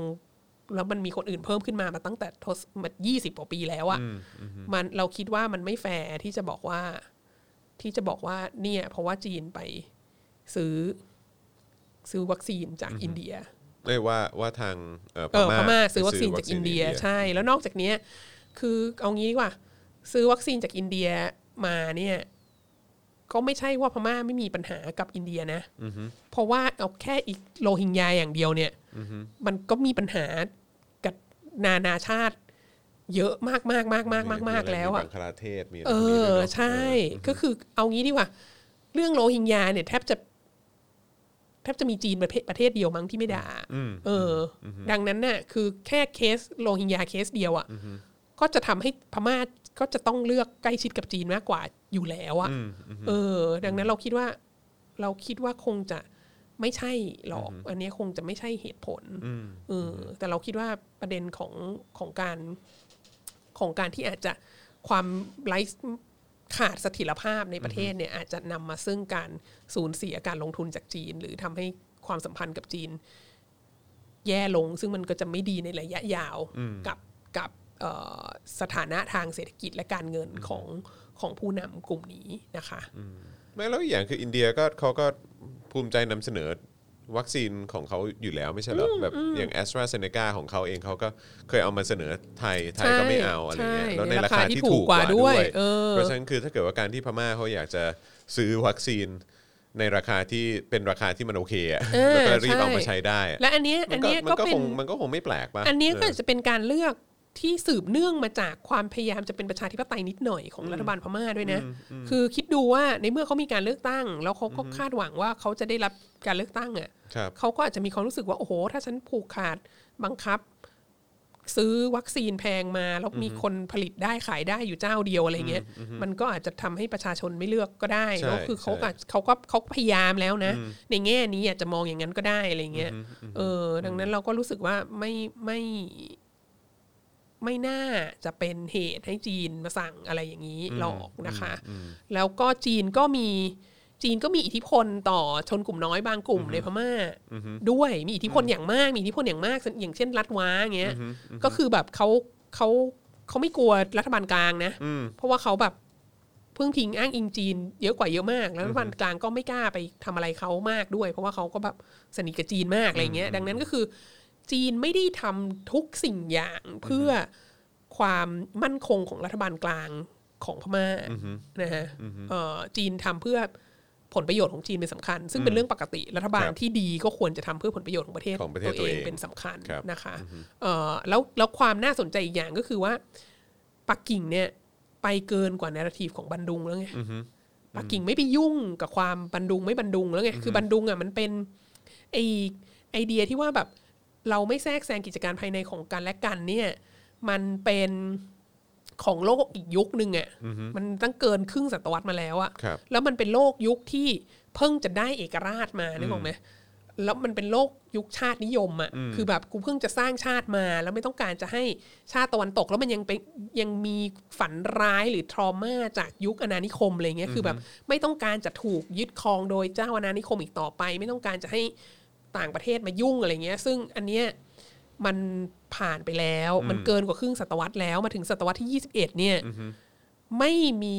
แล้วมันมีคนอื่นเพิ่มขึ้นมามาตั้งแต่ทศมายี่สิบกว่าปีแล้วอะมันเราคิดว่ามันไม่แฟร์ที่จะบอกว่า ที่จะบอกว่าเนี่ย เพราะว่าจีนไปซื้อ ซื้อวัคซีนจากอินเดีย เรียกว่าว่าทางเอ่อ เออพม่าซื้อวัคซีน ไป จากอินเดียใช่ แล้วนอกจากเนี้ยคือเอางี้ดีกว่า ซื้อวัคซีนจากอินเดียมาเนี่ย ก็ไม่ใช่ว่าพม่าไม่มีปัญหากับอินเดียนะเพราะว่าเอาแค่อีกโรฮิงญาอย่างเดียวเนี่ยมันก็มีปัญหากับนานาชาติ เยอะมากมากมากมากมากมากแล้วอ่ะ มีบังคลาเทศมีอะไร เอ พวกนี้ด้วย อ เนอะ ใช่ ก็คือเอางี้ดีกว่า เรื่องโรฮิงญาเนี่ยแทบจะแทบจะมีจีนประเทศประเทศเดียวมั้งที่ไม่ด่าเอออ ดังนั้นน่ะคือแค่เคสโรฮิงญาเคสเดียวอะ่ะก็จะทำให้พม่าก็จะต้องเลือกใกล้ชิดกับจีนมากกว่าอยู่แล้วอะ่ะเออ ดังนั้นเราคิดว่า เราคิดว่าคงจะไม่ใช่หรอก อันเนี้ยคงจะไม่ใช่เหตุผลเอออแต่เราคิดว่าประเด็นของของการ ของการที่อาจจะความไร้ขาดเสถิรภาพในประเทศเนี่ยอาจจะนำมาซึ่งการสูญเสียการลงทุนจากจีน หรือทำให้ความสัมพันธ์กับจีน แย่ลง ซึ่งมันก็จะไม่ดีในระยะยาวกับกับเอ่อสถานะทางเศรษฐกิจและการเงินของของผู้นำกลุ่มนี้นะคะ ไม่แล้วอีกอย่างคืออินเดียก็เขาก็ภูมิใจนำเสนอวัคซีนของเขาอยู่แล้วไม่ใช่เหรอแบบอย่างแอสตราเซเนกาของเขาเองเขาก็เคยเอามาเสนอไทยไทยก็ไม่เอาอะไรเงี้ย ใช่ แล้วใน ใน รา รา คา คาที่ ที่ ถู ถูก ก ก ก ว่า ว่าด้ ด้ว วย ยเออ เพราะฉะนั้นคือถ้าเกิดว่าการที่พม่าเขาอยากจะซื้อวัคซีนในราคาที่เป็นราคาที่มันโอเคอะแล้วก็รีบเอามาใช้ได้อะ และอันเนี้ย มั อั น น ก็ เนี้ย มัน ก็ ก็ เป็ คน งมันก็คงไม่แปลกป่ะ อันเนี้ยก็ เ อาจจะเป็นการเลือก ที่สืบเนื่องมาจากความพยายามจะเป็นประชาธิปไตยนิดหน่อยของรัฐบาลพม่าด้วยนะ คือคิดดูว่าในเมื่อเขามีการเลือกตั้ง แล้วเขาก็คาดหวังว่าเขาจะได้รับการเลือกตั้งอ่ะ ครับ เขาก็อาจจะมีความรู้สึกว่า โอ้โห ถ้าฉันผูกขาดบังคับ ซื้อวัคซีนแพงมา แล้วมีคนผลิตได้ขายได้อยู่เจ้าเดียวอะไรเงี้ยมันก็อาจจะทำให้ประชาชนไม่เลือกก็ได้ ใช่ แล้วคือเขาก็ ใช่ เขาก็เขาก็พยายามแล้วนะ ในแง่นี้อาจจะมองอย่างนั้นก็ได้อะไรเงี้ยเออ ดังนั้นเราก็รู้สึกว่าไม่ไม่ไม่น่าจะเป็นเหตุให้จีนมาสั่งอะไรอย่างนี้หรอกนะคะ แล้วก็จีนก็มีจีนก็มีอิทธิพลต่อชนกลุ่มน้อยบางกลุ่มในพม่าด้วยมีอิทธิพลอย่างมาก มีอิทธิพลอย่างมาก อย่างเช่น รัฐว้าอย่างเงี้ยก็คือแบบเขาเขาเขาไม่กลัวรัฐบาลกลางนะ อืม เพราะว่าเขาแบบพึ่งพิงอ้างอิงจีนเยอะกว่าเยอะมาก แล้วรัฐบาลกลางก็ไม่กล้าไปทำอะไรเขามากด้วย เพราะว่าเขาก็แบบสนิทกับจีนมากอะไรเงี้ย ดังนั้นก็คือจีนไม่ได้ทำทุกสิ่งอย่างเพื่อความมั่นคงของรัฐบาลกลางของพม่านะฮะเอ่อจีนทำเพื่อผลประโยชน์ของจีนเป็นสำคัญ ซึ่งเป็นเรื่องปกติรัฐบาล ครับ ที่ดีก็ควรจะทำเพื่อผลประโยชน์ของประเทศ ของประเทศตัวเอง เป็นสำคัญ ครับ นะคะเอ่อแล้วแล้วความน่าสนใจอีกอย่างก็คือว่า ปักกิ่งเนี่ยไปเกินกว่านาราทีฟของบันดุงแล้วไงปักกิ่งไม่ไปยุ่งกับความบันดุงไม่บันดุงแล้วไงคือบันดุงอ่ะมันเป็นไอไอเดียที่ว่าแบบเราไม่แทรกแซงกิจการภายในของกันและกันเนี่ยมันเป็นของโลกอีกยุคหนึ่งอ่ะมันตั้งเกินครึ่งศตวรรษมาแล้วอ่ะ ครับ แล้วมันเป็นโลกยุคที่เพิ่งจะได้เอกราชมานึกออกไหมแล้วมันเป็นโลกยุคชาตินิยมอะ่ะ คือแบบกูเพิ่งจะสร้างชาติมา แล้วไม่ต้องการจะให้ชาติตะวันตก แล้วมันยังไปยังมีฝันร้ายหรือทรมาจากยุคอาณานิคมอะไรเงี้ย คือแบบไม่ต้องการจะถูกยึดครองโดยเจ้าอาณานิคมอีกต่อไป ไม่ต้องการจะให้ต่างประเทศมายุ่งอะไรเงี้ย ซึ่งอันเนี้ยมันผ่านไปแล้ว มันเกินกว่าครึ่งศตวรรษแล้ว มาถึงศตวรรษที่ 21 เนี่ย ไม่มี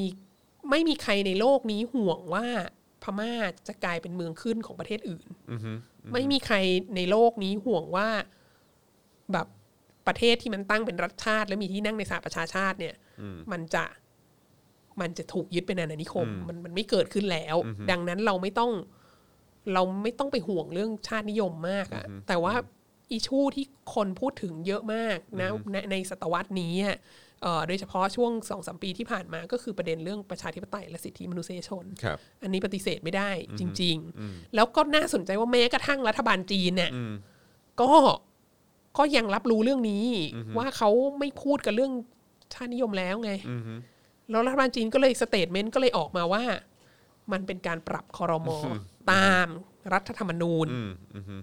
ไม่มีใครในโลกนี้ห่วงว่าพม่าจะกลายเป็นเมืองขึ้นของประเทศอื่น ไม่มีใครในโลกนี้ห่วงว่าแบบประเทศที่มันตั้งเป็นรัฐชาติ และมีที่นั่งในสหประชาชาติเนี่ย มันจะมันจะถูกยึดเป็นอาณานิคม มันมันไม่เกิดขึ้นแล้ว ดังนั้นเราไม่ต้อง เราไม่ต้องไปห่วงเรื่องชาตินิยมมากอะแต่ว่าอิชูที่คนพูดถึงเยอะมากนะในในศตวรรษนี้อะเอ่อโดยเฉพาะช่วงสองสมปีที่ผ่านมาก็คือประเด็นเรื่องประชาธิปไตยและสิทธิมนุษยชน ครับ อันนี้ปฏิเสธไม่ได้จริง ๆ แล้วก็น่าสนใจว่าแม้กระทั่งรัฐบาลจีนเนี่ยก็ก็ยังรับรู้เรื่องนี้ ว่าเขาไม่พูดกับเรื่องชาตินิยมแล้วไงแล้วรัฐบาลจีนก็เลยสเตทเมนต์ก็เลยออกมาว่า มันเป็นการปรับคอรมอตามรัฐธรรมนูญ อืมอืม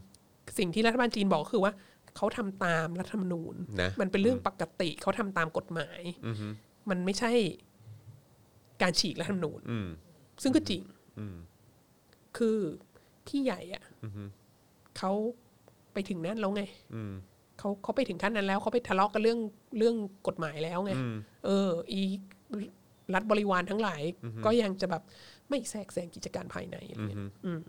สิ่งที่รัฐบาลจีนบอกคือว่าเขาทำตามรัฐธรรมนูญ นะ มันเป็นเรื่องปกติเขาทำตามกฎหมาย มันไม่ใช่การฉีกรัฐธรรมนูญ อืม ซึ่งก็จริง คือพี่ใหญ่อะเขาไปถึงนั่นแล้วไง อืม เขาเขาไปถึงขั้นนั้นแล้วเขาไปทะเลาะกันเรื่องเรื่องกฎหมายแล้วไง เออ อีรัฐบริวารทั้งหลาย ก็ยังจะแบบไม่แทรกแซงกิจการภายในอะไรเงี้ยอืม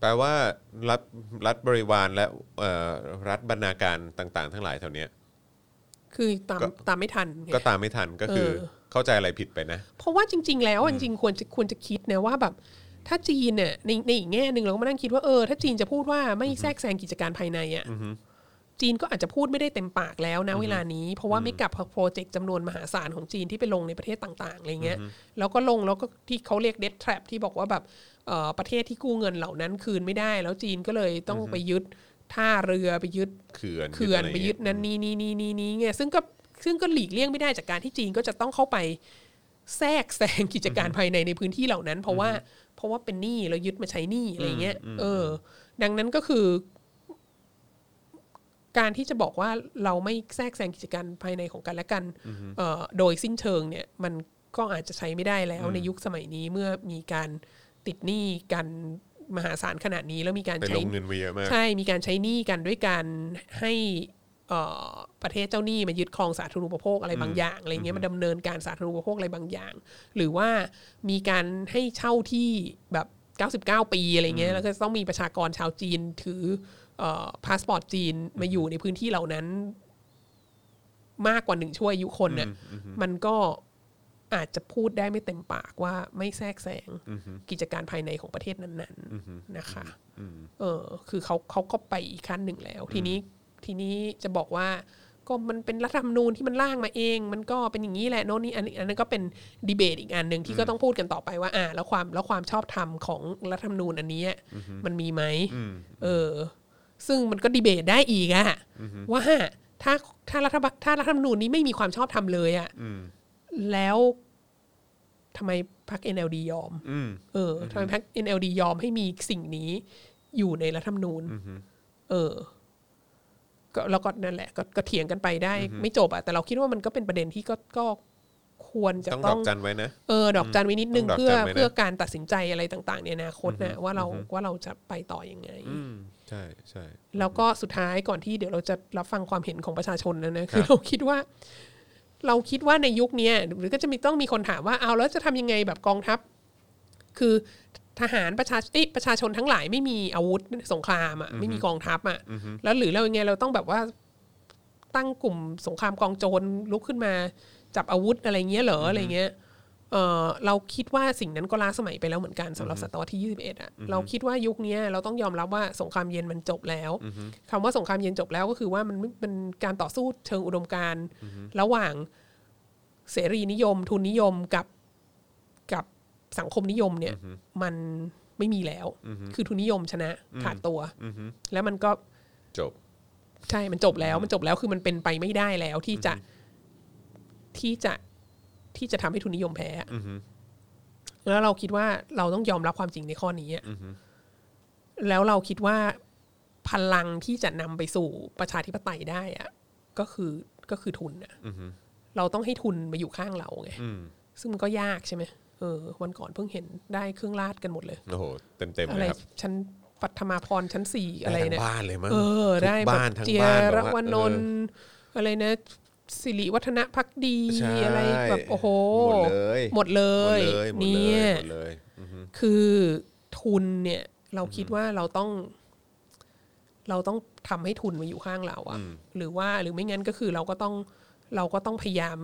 แปลว่ารัฐรัฐบริวารและเอ่อรัฐบรรณาการต่าง ๆ ทั้งหลายแถวเนี้ย คือตาม ก็ ตามไม่ทันไง ก็ตามไม่ทันก็คือ เออ เข้าใจอะไรผิดไปนะ เพราะว่าจริง ๆ แล้วอะจริงๆควรจะควรจะคิดนะว่าแบบ ถ้าจีนเนี่ยในในอีกแง่หนึ่งเราก็มานั่งคิดว่าเออถ้าจีนจะพูดว่าไม่แทรกแซงกิจการภายในอ่ะจีนก็อาจจะพูดไม่ได้เต็มปากแล้วนะเวลานี้ เพราะว่าไม่กับโปรเจกต์จำนวนมหาศาลของจีนที่ไปลงในประเทศต่างๆอะไรเงี้ยแล้วก็ลงแล้วก็ที่เขาเรียกเด t แทร p ที่บอกว่าแบบเอ่อประเทศที่กู้เงินเหล่านั้นคืนไม่ได้ แล้วจีนก็เลยต้องไปยึดท่าเรือไปยึด เขื่อน เขื่อนะ ร ไปยึดนั้นนี่นี่นี่นี่นี่ไงซึ่งก็ซึ่งก็หลีกเลี่ยงไม่ได้จากการที่จีนก็จะต้องเข้าไปแทรกแซงกิจการภายในในพื้นที่เหล่านั้น เพราะว่าเพราะว่าเป็นหนี้เรายึดมาใช้หนี้อะไรเงี้ยเออ ดังนั้นก็คือ การที่จะบอกว่าเราไม่แทรกแซงกิจการภายในของกันและกันเอ่อโดยสิ้นเชิงเนี่ย มันก็อาจจะใช้ไม่ได้แล้วในยุคสมัยนี้เมื่อมีการติดหนี้กันมหาศาลขนาดนี้แล้วมีการ ไป ใช้ ลงเงินเวียอะมาก ใช่ มีการใช้หนี้กันด้วยการให้เอ่อประเทศเจ้าหนี้มายึดครองสาธารณูปโภคอะไรบางอย่างอะไรเงี้ยมาดำเนินการสาธารณูปโภคอะไรบางอย่าง หรือว่ามีการให้เช่าที่แบบ 99 ปีอะไรเงี้ยแล้วก็ต้องมีประชากรชาวจีนถือพาสปอร์ตจีนมาอยู่ในพื้นที่เหล่านั้น มากกว่าหนึ่งชั่วอายุคนเนี่ยมันก็อาจจะพูดได้ไม่เต็มปากว่าไม่แทรกแซงกิจการภายในของประเทศนั้น ๆ นะคะ เออคือเขาเขาก็ไปอีกขั้นหนึ่งแล้ว ทีนี้ ทีนี้จะบอกว่า ก็มันเป็นรัฐธรรมนูญที่มันร่างมาเอง มันก็เป็นอย่างนี้แหละโน่นนี่อันอันนั้นก็เป็นดีเบตอีกอันหนึ่งที่ก็ต้องพูดกันต่อไปว่า อ่า แล้วความแล้วความชอบธรรมของรัฐธรรมนูญอันเนี้ยมันมีไหมเออ ซึ่งมันก็ดีเบตได้อีกอะว่าถ้าถ้ารัฐบาลถ้ารัฐธรรมนูญนี้ไม่มีความชอบธรรมเลยอะแล้วทำไมพรรค NLD ยอม อืม เออทำไมพรรค NLD ยอมให้มีสิ่งนี้อยู่ในรัฐธรรมนูญเออ ก็แล้วก็นั่นแหละ ก็ก็เถียงกันไปได้ ไม่จบอะแต่เราคิดว่ามันก็เป็นประเด็นที่ก็ก็ควรจะ ต้องด ต้ อ อก ง จันไว้นะ เออดอกจันไว้นิดนึง ต้องดอก เพื่อ จันไว้นะ เพื่อการตัดสินใจอะไรต่าง ๆ ในอนาคตนะว่าเราว่าเราจะไปต่อยังไง อืมใช่ใช่ แล้วก็สุดท้ายก่อนที่เดี๋ยวเราจะรับฟังความเห็นของประชาชนนะนะคือเราคิดว่า เราคิดว่าในยุคเนี้ยหรือก็จะมีต้องมีคนถามว่าเอาแล้วจะทำยังไงแบบกองทัพ คือทหารประชาเอ้ยประชาชนทั้งหลายไม่มีอาวุธสงครามอ่ะไม่มีกองทัพอ่ะแล้วหรือเรายังไงเราต้องแบบว่าตั้งกลุ่มสงครามกองโจรลุกขึ้นมาจับอาวุธอะไรเงี้ยเหรออะไรเงี้ย เออเราคิดว่าสิ่งนั้นก็ล้าสมัยไปแล้วเหมือนกันสำหรับศตวรรษที่ 21อ่ะเราคิดว่ายุคเนี้ยเราต้องยอมรับว่าสงครามเย็นมันจบแล้วคำว่าสงครามเย็นจบแล้วก็คือว่ามันมันการต่อสู้เชิงอุดมการณ์ระหว่างเสรีนิยม ทุนนิยมกับกับสังคมนิยมเนี่ยมันไม่มีแล้ว คือทุนนิยมชนะขาดตัว แล้วมันก็ จบ ใช่ มันจบแล้ว มันจบแล้ว คือมันเป็นไปไม่ได้แล้วที่จะที่จะที่จะทำให้ทุนนิยมแพ้อะแล้วเราคิดว่าเราต้องยอมรับความจริงในข้อนี้อะแล้วเราคิดว่าพลังที่จะนำไปสู่ประชาธิปไตยได้อะก็คือก็คือทุนอะเราต้องให้ทุนมาอยู่ข้างเราไงซึ่งมันก็ยากใช่ไหมเออ วันก่อนเพิ่งเห็นได้เครื่องราดกันหมดเลย โอ้โห เต็มเต็มๆ อะ เล ไร ยครับ ชั้นปัทมาพรชั้นสี่ ได้ อะไร ทั้ เนี่ย งบ้านเลยมั้ง เออ ทุก ได้แบบ บ้านทั้ง เจีย บ้าน ร แบบา วนนท์อะไรนะสิริวัฒนพักดี เออใช่ อะไรแบบโอ้โห หมดเลย หมดเล หมด ย เลยหมดเลย เนี่ย หมดเลยอือฮึ คือทุนเนี่ย เราคิดว่าเราต้อง เราต้องทำให้ทุนมาอยู่ข้างเราอะหรือว่าหรือไม่งั้นก็คือเราก็ต้องเราก็ต้องพยายาม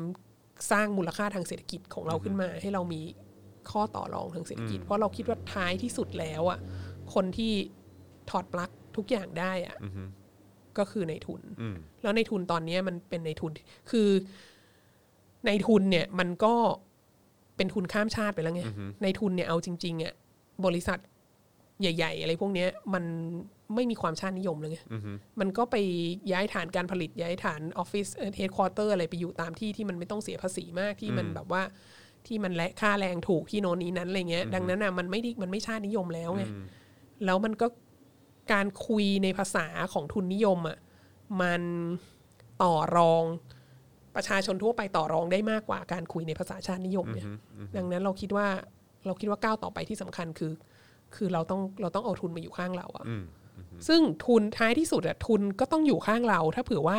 สร้างมูลค่าทางเศรษฐกิจของเราขึ้นมา ให้เรามีข้อต่อรองทางเศรษฐกิจ เพราะเราคิดว่าท้ายที่สุดแล้วอะคนที่ถอดปลั๊กทุกอย่างได้อะ อือฮึ ก็คือในทุน อืม แล้วในทุนตอนเนี้ยมันเป็นในทุน คือในทุนเนี่ยมันก็เป็นทุนข้ามชาติไปแล้วไง ในทุนเนี่ยเอาจริงๆอ่ะบริษัทใหญ่ ๆ อะไรพวกเนี้ยมันไม่มีความชาตินิยมแล้วไง อือฮึ มันก็ไปย้ายฐานการผลิตย้ายฐานออฟฟิศเฮดคอร์เตอร์อะไรไปอยู่ตามที่ที่มันไม่ต้องเสียภาษีมากที่มันแบบว่าที่มันและค่าแรงถูกที่โน้นนี้นั้นอะไรเงี้ย ดังนั้นอ่ะมันไม่ได้มันไม่ชาตินิยมแล้วไง แล้วมันก็การคุยในภาษาของทุนนิยมอ่ะมันต่อรองประชาชนทั่วไปต่อรองได้มากกว่าการคุยในภาษาชาตินิยมเนี่ยดังนั้นเราคิดว่าเราคิดว่าก้าวต่อไปที่สำคัญคือ คือเราต้องเราต้องเอาทุนมาอยู่ข้างเราอะ อืม ซึ่งทุนท้ายที่สุดอะทุนก็ต้องอยู่ข้างเรา ถ้าเผื่อว่า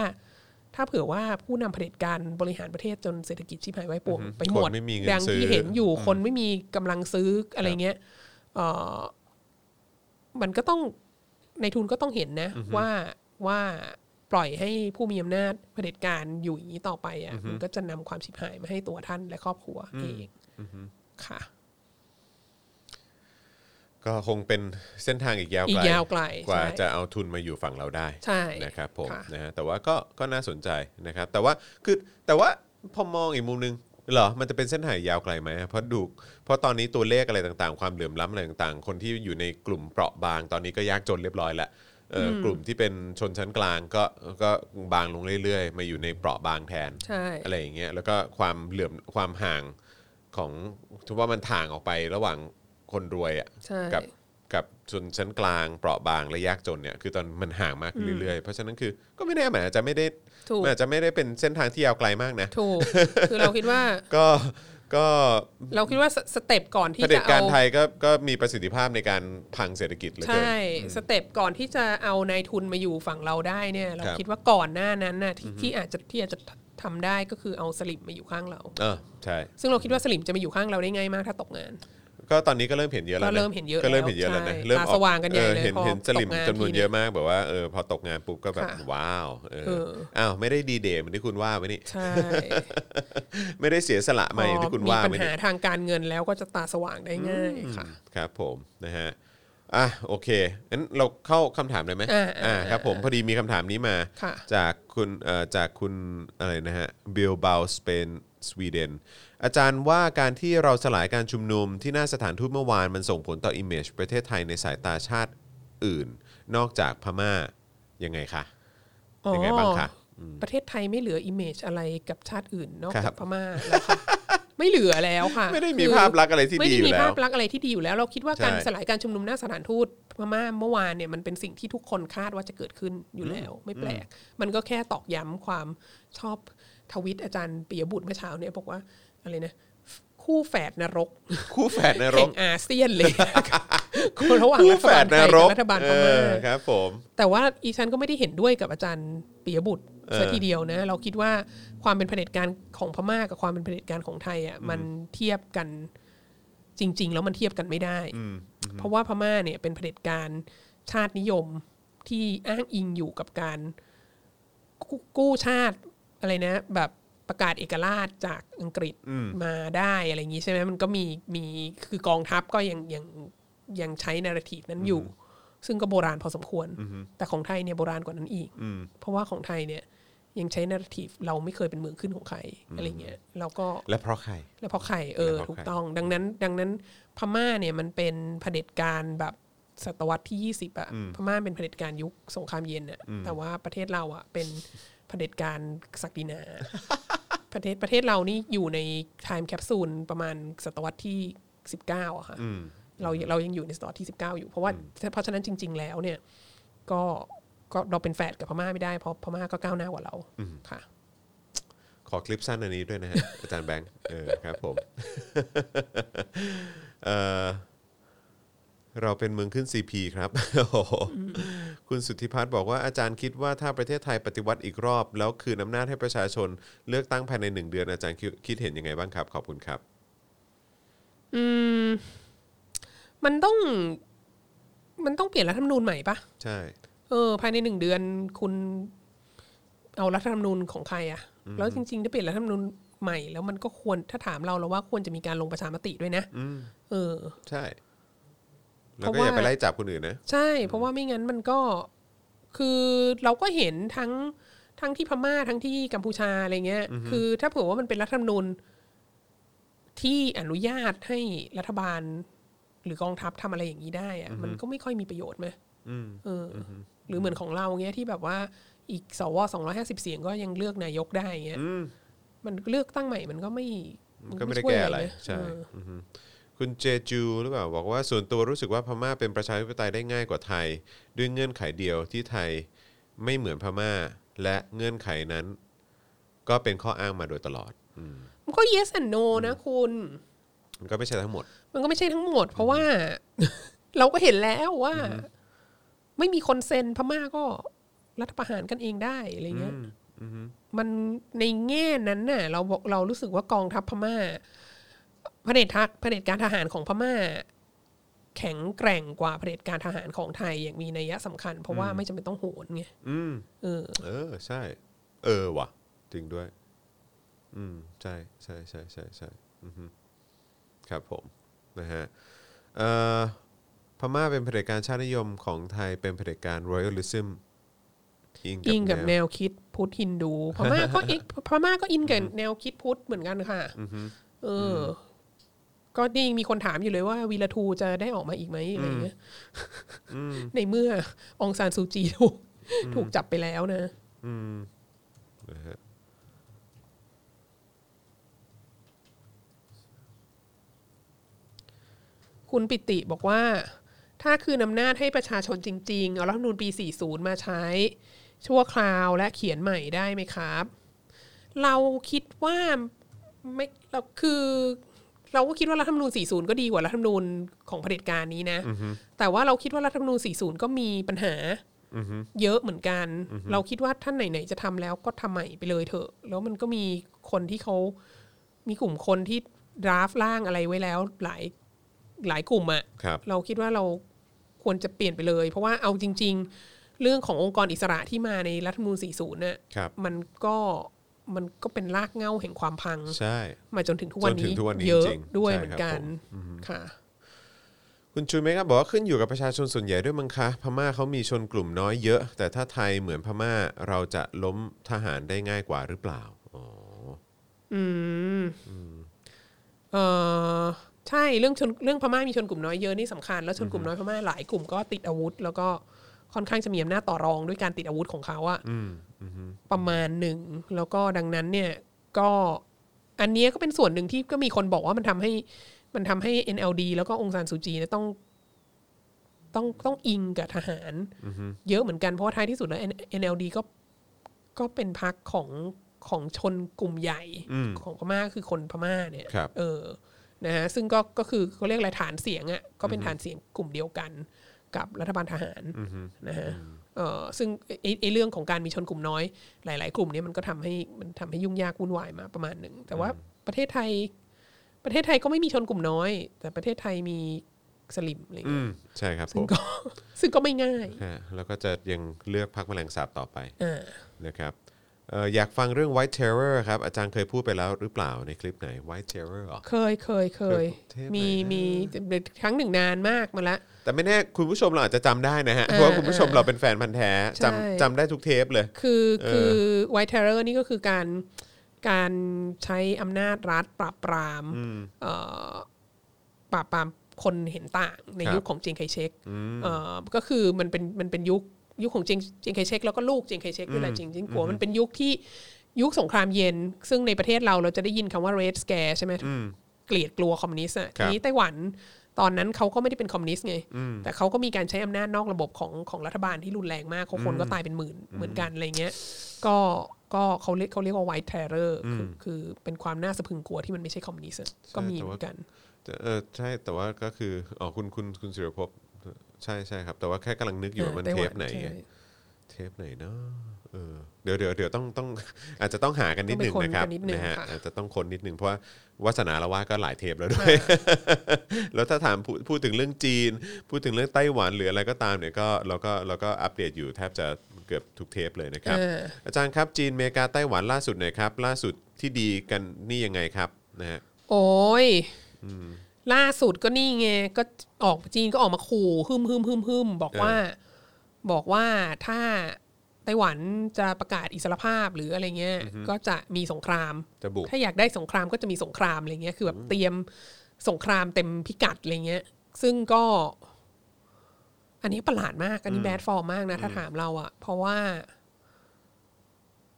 ถ้าเผื่อว่าผู้นำเผด็จการบริหารประเทศจนเศรษฐกิจชิบหายไว้ป่วงไปหม ค ด นไม่มีเงิ ดั น ง ซื้อ ที่เห็นอยู่คนไม่มีกำลังซื้ออะไรเงี้ยเอ่อมันก็ต้องในทุนก็ต้องเห็นนะ ว่าว่าปล่อยให้ผู้มีอำนาจเผด็จการอยู่อย่างนี้ต่อไปอะมันก็จะนำความชิบหายมาให้ตัวท่านและครอบครัวเองค่ะ ก็คงเป็นเส้นทางอีกยาว อี ไกล กยาวไกล กว่า ใช่ จะเอาทุนมาอยู่ฝั่งเราได้ ใช่ นะครับผม ค่ะ นะฮะแต่ว่าก็ก็น่าสนใจนะครับ แต่ว่าคือแต่ว่าพอมองอีกมุมนึงเหรอมันจะเป็นเส้นหายยาวไกลไหมเพราะดูเพราะตอนนี้ตัวเลขอะไรต่างๆ ความเหลื่อมล้ำอะไรต่างๆ คนที่อยู่ในกลุ่มเปราะบาง ตอนนี้ก็ยากจนเรียบร้อยละเอ่ออกลุ่มที่เป็นชนชั้นกลางก็ก็บางลงเรื่อยๆ มาอยู่ในเปราะบางแทน ใช่ อะไรอย่างเงี้ยแล้วก็ความเหลื่อมความห่างของถือว่ามันถ่างออกไประหว่างคนรวยอะ ใช่ กับกับชนชั้นกลางเปราะบางและยากจนเนี่ยคือตอนมันห่างมากขึ้นเรื่อยๆ เพราะฉะนั้นคือก็ไม่แน่มันอาจจะไม่ได้ ถูก มันอาจจะไม่ได้เป็นเส้นทางที่ยาวไกลมากนะ ถูก คือเราคิดว่า ก็ก็ เราคิดว่าสสเต็ปก่อนที่ เผด็ จะ จกา เอา รไทยก็ก็มีประสิทธิภาพในการพังเศรษฐกิจเหลย ใช่สเต็ปก่อนที่จะเอานายทุนมาอยู่ฝั่งเราได้เนี่ย เรา ครับ คิดว่าก่อนหน้านั้นน่ะที่ที่อาจจะที่อาจจะทำได้ก็คือเอาสลิมมาอยู่ข้างเรา เออใช่ ซึ่งเราคิดว่าสลิมจะมาอยู่ข้างเราได้ง่ายมากถ้าตกงาน ก็ตอนนี้ก็เริ่มเห็นเยอะแล้วะ ก็เริ่มเห็นเยอะ ก็เริ่มเห็นเยอะแล้วนะแล้วใช่ เริ่มออ ตาสว่างกันใหญ่เลย เห็น พอ เห็นสลิม ตกงาน จำนวน ทีเนี่ย เยอะมากแบบว่าเออพอตกงานปุ๊บก็แบบ ค่ะ ว้าวเออ เออ อ้าวไม่ได้ดีเดย์เหมือนที่คุณว่าไว้นี่ ใช่ ไม่ได้เสียสละมาอย่างที่คุณว่า พอมีปั ไว้ ญ นี่ หาทางการเงินแล้วก็จะตาสว่างได้ง่ายค่ะ ครับผมนะฮะ อ่ะโอเคงั้นเราเข้าคำถามเลยไหม อ่าอ่า ครับผมพอดีมีคำถามนี้มา ค่ะ จากคุณเอ่อจากคุณอะไรนะฮะเบลบาสเปนสวีเดนอาจารย์ว่าการที่เราสลายการชุมนุมที่หน้าสถานทูตเมื่อวานมันส่งผลต่ออิมเมจประเทศไทยในสายตาชาติอื่น นอกจากพม่ายังไงคะ ยังไงบ้างคะ อ๋อประเทศไทยไม่เหลืออิมเมจอะไรกับชาติอื่นนอก ครั จาก บ พม่าแล้ว ค่ะไม่เหลือแล้วค่ะ ไม่ได้มี คือ ภาพลักษณ์อะไรที่ ไม่ ดีอได้มี ยู่แล้ ภาว พลักษณ์อะไรที่ดีอยู่แล้ว เราคิดว่า ใช่ การสลายการชุมนุมหน้าสถานทูตพม่าเมื่อวานเนี่ยมันเป็นสิ่งที่ทุกคนคาดว่าจะเกิดขึ้นอยู่แล้ว ไม่แปลก มันก็แค่ตอกย้ำความชอบทวิตอาจารย์ปิยบุตรเมื่อเช้าเนี่ยบอกว่าอะไรนะคู่แฝดนรก คู่แฝดนร แห่ ก งอาเซียน เลยคนระหว่าง คู่ รัฐ แฝ บาล ด ไท น ย ร กั ก บรัฐบาล เอ พม่า อครับผม แต่ว่าอีฉันก็ไม่ได้เห็นด้วยกับอาจารย์ปิยบุตร เออ ซะทีเดียวนะ เราคิดว่าความเป็นเผด็จการของพม่ากับความเป็นเผด็จการของไทยอ่ะมันเทียบกันจริง ๆ แล้วมันเทียบกันไม่ได้ เพราะว่าพม่าเนี่ยเป็นเผด็จการชาตินิยมที่อ้างอิงอยู่กับการกู้กู้ชาติอะไรนะ แบบประกาศเอกราชจากอังกฤษมาได้อะไรอย่างนี้ใช่ไหมมันก็มีมีคือกองทัพก็ยังยังยังใช้นาราทีฟนั้นอยู่ ซึ่งก็โบราณพอสมควร แต่ของไทยเนี่ยโบราณกว่านั้นอีก เพราะว่าของไทยเนี่ยยังใช้นาราทีฟเราไม่เคยเป็นเมืองขึ้นของใครอะไรเงี้ยแล้วก็ และเพราะใคร แล้วเพราะไข่เออ แล้วเพราะไข่ ถูกต้อง ดังนั้น ดังนั้นพม่าเนี่ยมันเป็นเผด็จการแบบศตวรรษที่ยี่สิบอะพม่าเป็นเผด็จการยุคสงครามเย็นอะแต่ว่าประเทศเราอะเป็นเผด็จการศักดินา ประเทศประเทศเรานี่อยู่ในไทม์แคปซูลประมาณศตวรรษที่สิบเก้าอะค่ะเราเรายังอยู่ในศตวรรษที่สิบเก้าอยู่ เพราะว่าเพราะฉะนั้นจริง ๆ แล้วเนี่ย ก็ก็เราเป็นแฝดกับพม่าไม่ได้เพราะพม่าก็ก้าวหน้ากว่าเราค่ะ ขอคลิปสั้นอันนี้ด้วยนะฮะ อาจารย์แบงค์เออครับผม เอ่อเราเป็นเมืองขึ้น CP ครับ โอ้โหคุณสุทธิพัฒน์บอกว่าอาจารย์คิดว่าถ้าประเทศไทยปฏิวัติอีกรอบ แล้วคืนอำนาจให้ประชาชนเลือกตั้งภายในหนึ่งเดือนอาจารย์คิดคิดเห็นยังไงบ้างครับ ขอบคุณครับ มันต้องมันต้องเปลี่ยนรัฐธรรมนูญใหม่ปะ ใช่ เออภายในหนึ่งเดือนคุณเอารัฐธรรมนูญของใครอะแล้วจริงๆถ้าเปลี่ยนรัฐธรรมนูญใหม่ แล้วมันก็ควรถ้าถามเราเราว่าควรจะมีการลงประชามติด้วยนะเออ ใช่ แล้วก็อย่าไปไล่จับคนอื่นนะ ใช่ เพราะว่าไม่งั้นมันก็คือเราก็เห็นทั้งทั้งที่พม่าทั้งที่กัมพูชาอะไรเงี้ย คือถ้าเผื่อว่ามันเป็นรัฐธรรมนูญที่อนุญาตให้รัฐบาล หรือกองทัพทำอะไรอย่างนี้ได้อะมันก็ไม่ค่อยมีประโยชน์ไหมเอออหรือเหมือนของเราเงี้ยที่แบบว่าอีกสวสองร้อยห้าสิบเสียงก็ยังเลือกนายกได้เงี้ยมันเลือกตั้งใหม่มันก็ไม่ มันก็ไม่ได้ ช่วย แก้อะไร เลย ใช่ เออ คุณเจจูหรือเปล่าบอกว่าส่วนตัวรู้สึกว่าพม่าเป็นประชาธิปไตยได้ง่ายกว่าไทย ด้วยเงื่อนไขเดียวที่ไทยไม่เหมือนพม่า และเงื่อนไขนั้น ก็เป็นข้ออ้างมาโดยตลอด มันก็ yes and no นะคุณ มันก็ไม่ใช่ทั้งหมด มันก็ไม่ใช่ทั้งหมด เพราะว่า เราก็เห็นแล้วว่า ไม่มีคนเซ็นพม่าก็รัฐประหารกันเองได้อะไรเงี้ยมันในแง่นั้นน่ะ เราบอกเรารู้สึกว่ากองทัพพม่าเผด็จทักเผด็จการทหารของพม่า แข็งแกร่งกว่าเผด็จการทหารของไทยอย่างมีนัยสำคัญ เพราะว่าไม่จำเป็นต้องโหนไง อืม เออ เออใช่ เออว่ะ จริงด้วย อืม ใช่ใช่ใช่ใช่ใช่อือฮึครับผมนะฮะเอ่อพม่าเป็นเผด็จการชาตินิยมของไทยเป็นเผด็จการรอยัลลิซึม อินกับแนวคิดพุทธฮินดูพม่าก็อินพม่าก็อินกับแนวคิดพุทธเหมือนกันค่ะเอออ ก็นี่ยังมีคนถามอยู่เลยว่าวีรทูจะได้ออกมาอีกไหมอะไรเงี้ยในเมื่อองซานซูจีถูกถูกจับไปแล้วนะ นะฮะ คุณปิติบอกว่า ถ้าคืนอำนาจให้ประชาชนจริงๆ เอารัฐธรรมนูญปี 40 มาใช้ ชั่วคราวและเขียนใหม่ได้ไหมครับ เราคิดว่าไม่เราคือ เราก็คิดว่ารัฐธรรมนูญ 40 ก็ดีกว่ารัฐธรรมนูญของเผด็จการนี้นะ แต่ว่าเราคิดว่ารัฐธรรมนูญ 40 ก็มีปัญหาเยอะเหมือนกัน เราคิดว่าท่านไหนๆจะทำแล้วก็ทำใหม่ไปเลยเถอะ แล้วมันก็มีคนที่เขามีกลุ่มคนที่ดราฟร่างอะไรไว้แล้วหลาย หลายกลุ่มอะ ครับ เราคิดว่าเราควรจะเปลี่ยนไปเลย เพราะว่าเอาจริง ๆ เรื่องขององค์กรอิสระที่มาในรัฐธรรมนูญ 40 เนี่ย ครับ มันก็มันก็เป็นรากเหง้าแห่งความพัง ใช่ มาจนถึงทุกวัน จนถึ นี้ งทุกวันนี้ เยอะ จริง ด้วย ใช่ เหมือนกัน ครับผม ค่ะ คุณชูเมฆครับบอกว่าขึ้นอยู่กับประชาชนส่วนใหญ่ด้วยมั้งคะ พม่าเขามีชนกลุ่มน้อยเยอะ แต่ถ้าไทยเหมือนพม่าเราจะล้มทหารได้ง่ายกว่าหรือเปล่าอ๋อ อืมเออใช่เรื่องชนเรื่องพม่ามีชนกลุ่มน้อยเยอะนี่สำคัญแล้วชนกลุ่มน้อยพม่าหลายกลุ่มก็ติดอาวุธ แล้วก็ค่อนข้างจะมีอำนาจต่อรองด้วยการติดอาวุธของเขาอะ อืมอืม ประมาณหนึ่งแล้วก็ดังนั้นเนี่ยก็อันเนี้ยก็เป็นส่วนหนึ่งที่ก็มีคนบอกว่ามันทำให้มันทำให้ NLD แล้วก็องซานซูจีเนี่ยต้อง ต้องต้องอิงกับทหาร อืม เยอะเหมือนกันเพราะว่าท้ายที่สุดแล้ว N- NLD ก็ก็เป็นพักของของชนกลุ่มใหญ่ อืม ของพม่าคือคนพม่าเนี่ย ครับ เออนะฮะซึ่งก็ก็คือเขาเรียกอะไรฐานเสียงอ่ะก็เป็นฐานเสียงกลุ่มเดียวกันกับรัฐบาลทหาร อืม นะฮะเออซึ่งไอ้ไอ้ไอ้เรื่องของการมีชนกลุ่มน้อย หลาย ๆ กลุ่มเนี่ยมันก็ทำให้มันทำให้ยุ่งยากวุ่นวายมาประมาณหนึ่งแต่ว่าประเทศไทย ประเทศไทยก็ไม่มีชนกลุ่มน้อย แต่ประเทศไทยมีสลิมอะไร อื เงี้ย มใช่ครับผ ซึ่ง ม ก็ ซึ่งก็ไม่ง่าย ฮะแล้วก็จะยังเลือกพักแมลงสาบต่อไป อ่า นะครับเอ่ออยากฟังเรื่อง White Terror ครับ อาจารย์เคยพูดไปแล้วหรือเปล่าในคลิปไหน White Terror เหรอ เคยเคยเคย เทปไหนนะ มีมีครั้งหนึ่งนานมากมาละ แต่ไม่แน่คุณผู้ชมเราอาจจะจำได้ นะฮะ อ่า เพราะว่าคุณผู้ชมเราเป็นแฟนพันธ์แท้ ใช่ จำจำได้ทุกเทปเลย คือ เออ คือ white terror นี่ก็คือการการใช้อำนาจรัฐปราบปรามเอ่อปราบปรามคนเห็นต่างในยุคของเจงไคเชกเอ่อก็คือมันเป็นมันเป็นยุคยุคของเจงเจงไคเชกแล้วก็ลูกเจงไคเชกด้วยแหละจริงจริงกัวมันเป็นยุคที่ยุคสงครามเย็น ซึ่งในประเทศเราเราจะได้ยินคำว่า red scare ใช่ไหมเกลียดกลัวคอมมิวนิสต์อะ ครั ที บ นี้ไต้หวันตอนนั้นเขาก็ไม่ได้เป็นคอมมิวนิสต์ไง แต่เขาก็มีการใช้อำนาจนอกระบบของของรัฐบาลที่รุนแรงมากเขาคนก็ตายเป็นหมื่นเหมือนกันอะไรเงี้ย ก็ก็เขาเรียกเขาเรียกว่า white terror คือคือเป็นความน่าสะพรึงกลัวที่มันไม่ใช่คอมมิวนิสต์อะก็มีเหมือนกัน เออใช่แต่ว่าก็คืออ๋อคุณคุณคุณสิรภพใช่ใช่ครับ แต่ว่าแค่กำลังนึกอยู่ว่ามันเทปไหนไงเทปไหนเนาะเออเดี๋ยวเดี๋ยวเดี๋ยวต้องต้อง อาจจะต้องหากันนิดหนึ่ง ต้องไปนะคค้นรับ กันนิดหนึ่ง นะฮะ ค่ะ อาจจะต้องคนนิดหนึ่งเพราะว่าวาสนาละว่าก็หลายเทปแล้วด้วย แล้วถ้าถามพูดพูดถึงเรื่องจีน พูดถึงเรื่องไต้หวันหรืออะไรก็ตามเนี่ยก็เราก็เราก็อัปเดตอยู่แทบจะเกือบทุกเทปเลยนะครับ เออ อาจารย์ครับจีนอเมริกาไต้หวันล่าสุดหน่อยครับ ล่าสุดที่ดีกันนี่ยังไงครับนะฮะ โอ้ยล่าสุดก็นี่ไงก็ออกจีนก็ออกมาขู่ฮึมฮึมฮึมฮึมบอก เออ ว่า บอกว่าถ้าไต้หวันจะประกาศอิสรภาพหรืออะไรเงี้ย ก็จะมีสงคราม จะบุก ถ้าอยากได้สงครามก็จะมีสงครามอะไรเงี้ย คือแบบเตรียมสงครามเต็มพิกัดอะไรเงี้ย ซึ่งก็ อันนี้ประหลาดมาก อันนี้แบดฟอร์มมากนะ ถ้าถามเราอะเพราะว่า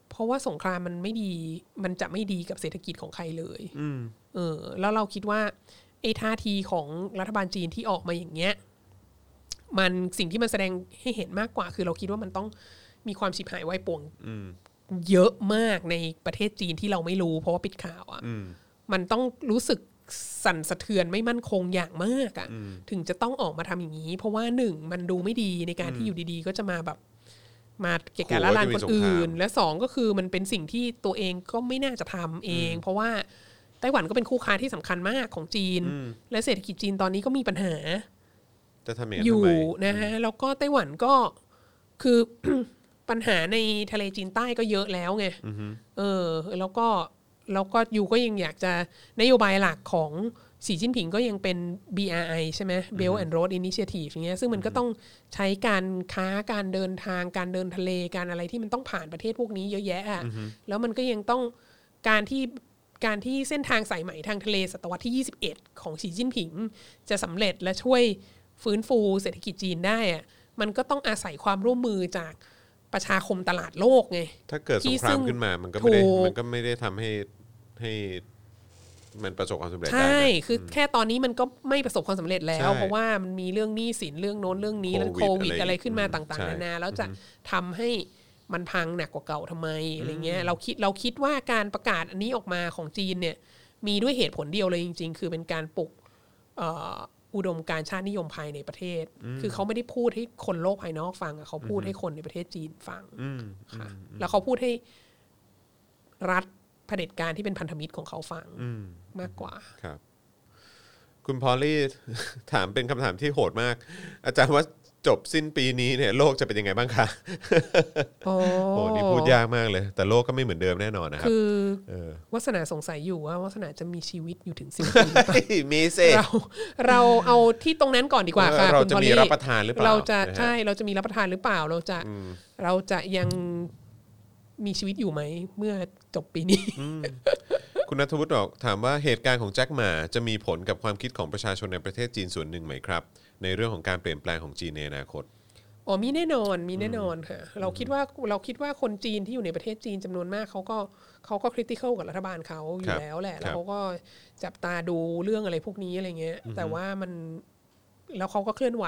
เพราะว่าสงครามมันไม่ดี มันจะไม่ดีกับเศรษฐกิจของใครเลยเออ แล้วเราคิดว่าไอ้ท่าทีของรัฐบาลจีนที่ออกมาอย่างเงี้ย มันสิ่งที่มันแสดงให้เห็นมากกว่า คือเราคิดว่ามันต้องมีความฉิบหายวายป่วง เยอะมากในประเทศจีนที่เราไม่รู้ เพราะว่าปิดข่าวอะ่ะมันต้องรู้สึกสั่นสะเทือนไม่มั่นคงอย่างมากอะ่ะ ถึงจะต้องออกมาทำอย่างนี้ เพราะว่าหนึ่งมันดูไม่ดีในการที่อยู่ดีๆ ก็จะมาแบบ มาเกะกะละลานคนอื่น และสองก็คือมันเป็นสิ่งที่ตัวเองก็ไม่น่าจะทำเอง เพราะว่าไต้หวันก็เป็นคู่ค้าที่สำคัญมากของจีน และเศรษฐกิจจีนตอนนี้ก็มีปัญหา จะทำอย่างนั้ อน ทำ ยู่ ไม นะฮะแล้วก็ไต้หวันก็คือ ปัญหาในทะเลจีนใต้ก็เยอะแล้วไงเออ แล้วก็แล้วก็อยู่ก็ยังอยากจะนโยบายหลักของสีจิ้นผิงก็ยังเป็น BRI ใช่ไหม Belt and Road Initiative อย่างเงี้ยซึ่งมันก็ต้องใช้การค้าการเดินทางการเดินทะเลการอะไรที่มันต้องผ่านประเทศพวกนี้เยอะแยะอะแล้วมันก็ยังต้องการที่ การที่เส้นทางสายไหมทางทะเลศตวรรษที่ 21 ของสีจิ้นผิง จะสำเร็จและช่วยฟื้นฟูเศรษฐกิจจีนได้อะมันก็ต้องอาศัยความร่วมมือจากประชาคมตลาดโลกไง ถ้าเกิดส ที่ งคราซึ่ม ง ขึ้นมามันก็ไม่ได้ ถูก มันก็ไม่ได้ทำให้ให้มันประสบความสำเร็จได้ ใช่ นะ คือแค่ตอนนี้มันก็ไม่ประสบความสำเร็จแล้ว ใช่ เพราะว่ามันมีเรื่องหนี้สินเรื่องโน้นเรื่องนี้แล้ว โควิด โควิด อะไร อะไรขึ้นมา อืม ต่าง ใช่ ๆนานาแล้วจะทำให้มันพังหนักกว่าเก่าทำไมอะไรเงี้ยเราคิดเราคิดว่าการประกาศอันนี้ออกมาของจีนเนี่ย มีด้วยเหตุผลเดียวเลยจริง ๆ คือเป็นการปลุกเอ่ออุดมการณ์ชาตินิยมภายในประเทศ คือเขาไม่ได้พูดให้คนโลกภายนอกฟังอะเขาพูดให้คนในประเทศจีนฟังค่ะแล้วเขาพูดให้รัฐเผด็จการที่เป็นพันธมิตรของเขาฟังมากกว่า ครับ คุณพอลลี่ ถามเป็นคำถามที่โหดมาก อาจารย์ว่า จบสิ้นปีนี้เนี่ยโลกจะเป็นยังไงบ้างคะ โอ้ โอ้นี่พูดยากมากเลย แต่โลกก็ไม่เหมือนเดิมแน่นอนนะครับ คือ เออ วัสนาสงสัยอยู่ว่าวัสนาจะมีชีวิตอยู่ถึง สิ้นปีหรือเปล่า มีเซ เราเราเอาที่ตรงนั้นก่อนดีกว่า เออ ค่ะ เรา คุณ จะ พอล มี ลี่ รับประทานหรือเปล่า เราจะ นะฮะ ใช่เราจะมีรับประทานหรือเปล่า เราจะเราจะยังมีชีวิตอยู่ไหม เมื่อจบปีนี้ คุณนัทวุฒิบอกถามว่าเหตุการณ์ของแจ็คหมาจะมีผลกับความคิดของประชาชนในประเทศจีนส่วนหนึ่งไหมครับ ในเรื่องของการเปลี่ยนแปลงของจีนในอนาคต อ๋อมีแน่นอนมีแน่นอนค่ะเราคิดว่าเราคิดว่าคนจีนที่อยู่ในประเทศจีนจำนวนมากเขาก็เขาก็คริติคอลกับรัฐบาลเขาครัอยู่ บ แล้วแหคละรั แล้ บ วเขาก็จับตาดูเรื่องอะไรพวกนี้อะไรเงี้ย แต่ว่ามันแล้วเขาก็เคลื่อนไหว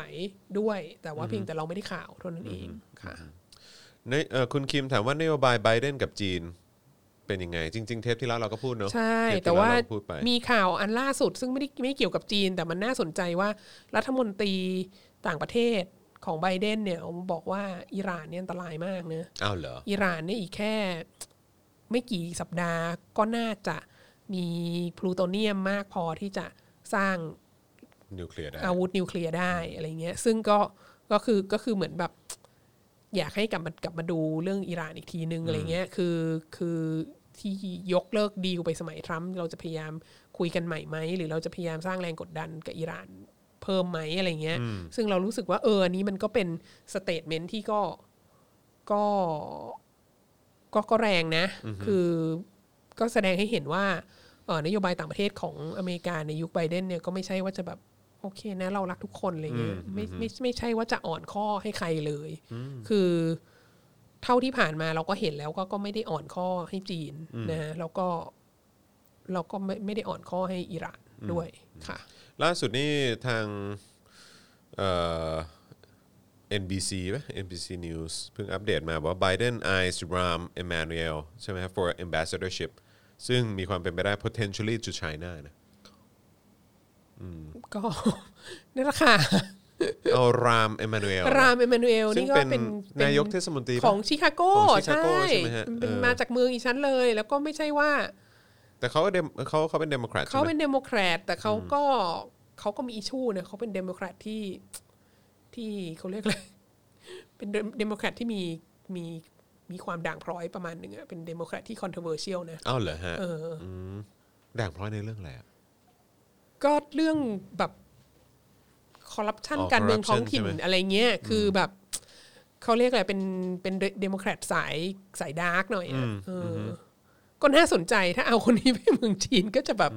ด้วย แต่ว่าเพียงแต่เราไม่ได้ข่าวเท่านั้นเองค่ะ ในเอ่อคุณคิมถามว่านโยบายไบเดนกับจีน เป็นยังไง จริง ๆ เทปที่แล้วเราก็พูดเนาะ ใช่ เทปที่ แต่ว่า ล้เรก็พูดไป มีข่าวอันล่าสุด ซึ่งไม่ได้ไม่เกี่ยวกับจีน แต่มันน่าสนใจว่ารัฐมนตรีต่างประเทศของไบเดนเนี่ยบอกว่าอิหร่านเนี่ยอันตรายมากเนะ อ้าวเหรอ อิหร่านเนี่ยอีกแค่ไม่กี่สัปดาห์ก็น่าจะมีพลูโตเนียมมากพอที่จะสร้าง นิวเคลียร์ได้ อาวุธนิวเคลียร์ได้อะไรเงี้ย ซึ่งก็ก็คือก็คือเหมือนแบบ อยากให้กลับมากลับมาดูเรื่องอิหร่านอีกทีนึงอะไรเงี้ยคือคือที่ยกเลิกดีลไปสมัยทรัมป์เราจะพยายามคุยกันใหม่ไหมหรือเราจะพยายามสร้างแรงกดดันกับอิหร่านเพิ่มไหมอะไรเงี้ย ซึ่งเรารู้สึกว่าเอออันนี้มันก็เป็นสเตทเมนที่ก็ก็ก็ก็แรงนะ คือก็แสดงให้เห็นว่าเออนโยบายต่างประเทศของอเมริกาในยุคไบเดนเนี่ยก็ไม่ใช่ว่าจะแบบ โอเคนะเรารักทุกคนอะไรเงี้ยไม่ไม่ไม่ใช่ว่าจะอ่อนข้อให้ใครเลย คือเท่าที่ผ่านมาเราก็เห็นแล้วก็ก็ไม่ได้อ่อนข้อให้จีนนะฮะแล้วก็เราก็ไม่ไม่ได้อ่อนข้อให้อิหร่านด้วยค่ะ ล่าสุดนี่ทางเอ่อ NBC ป่ะ NBC News เพิ่งอัปเดตมาบอกว่า Biden eyes Rahm Emanuel ใช่ไหมครับ for ambassadorship ซึ่งมีความเป็นไปได้ potentially to China นะ ก็ นั่นแหละค่ะ เอา Rahm Emanuel รามเอมมานูเอล ซึ่ง นี่ก็ เป็น เป็น นายกเทศมนตรีปะ ของชิคาโก ของชิคา ใช่ โก้ใช่ไหมฮะ เป็น เออ มาจากเมืองอีชั้นเลย แล้วก็ไม่ใช่ว่า แต่เขาก็เดมเขาเขาเป็นเดโมแครต เขา ใช่ไหม เป็นเดโมแครตแต่เขาก็เขาก็มีอิชูนะเขาเป็นเดโมแครตที่ที่เขาเรียก อะไรเป็นเดโมแครตที่มีมีมีความด่างพร้อยประมาณหนึ่งอะเป็นเดโมแครตที่ controversial นะ อ้าวเหรอฮะ เอออ ด่างพร้อยในเรื่องอะไรอะ ก็เรื่องแบบคอร์รัปชัน อ๋อ การเมืองท้องถิ่น corruption ใช่ไหม อะไรเงี้ยคืออแบบเขาเรียกอะไรเป็นเป็นเดโมแครตสายสายดาร์กหน่อยอะเอออก็น่าสนใจถ้าเอาคนนี้ไปเมืองจีนก็จะแบบ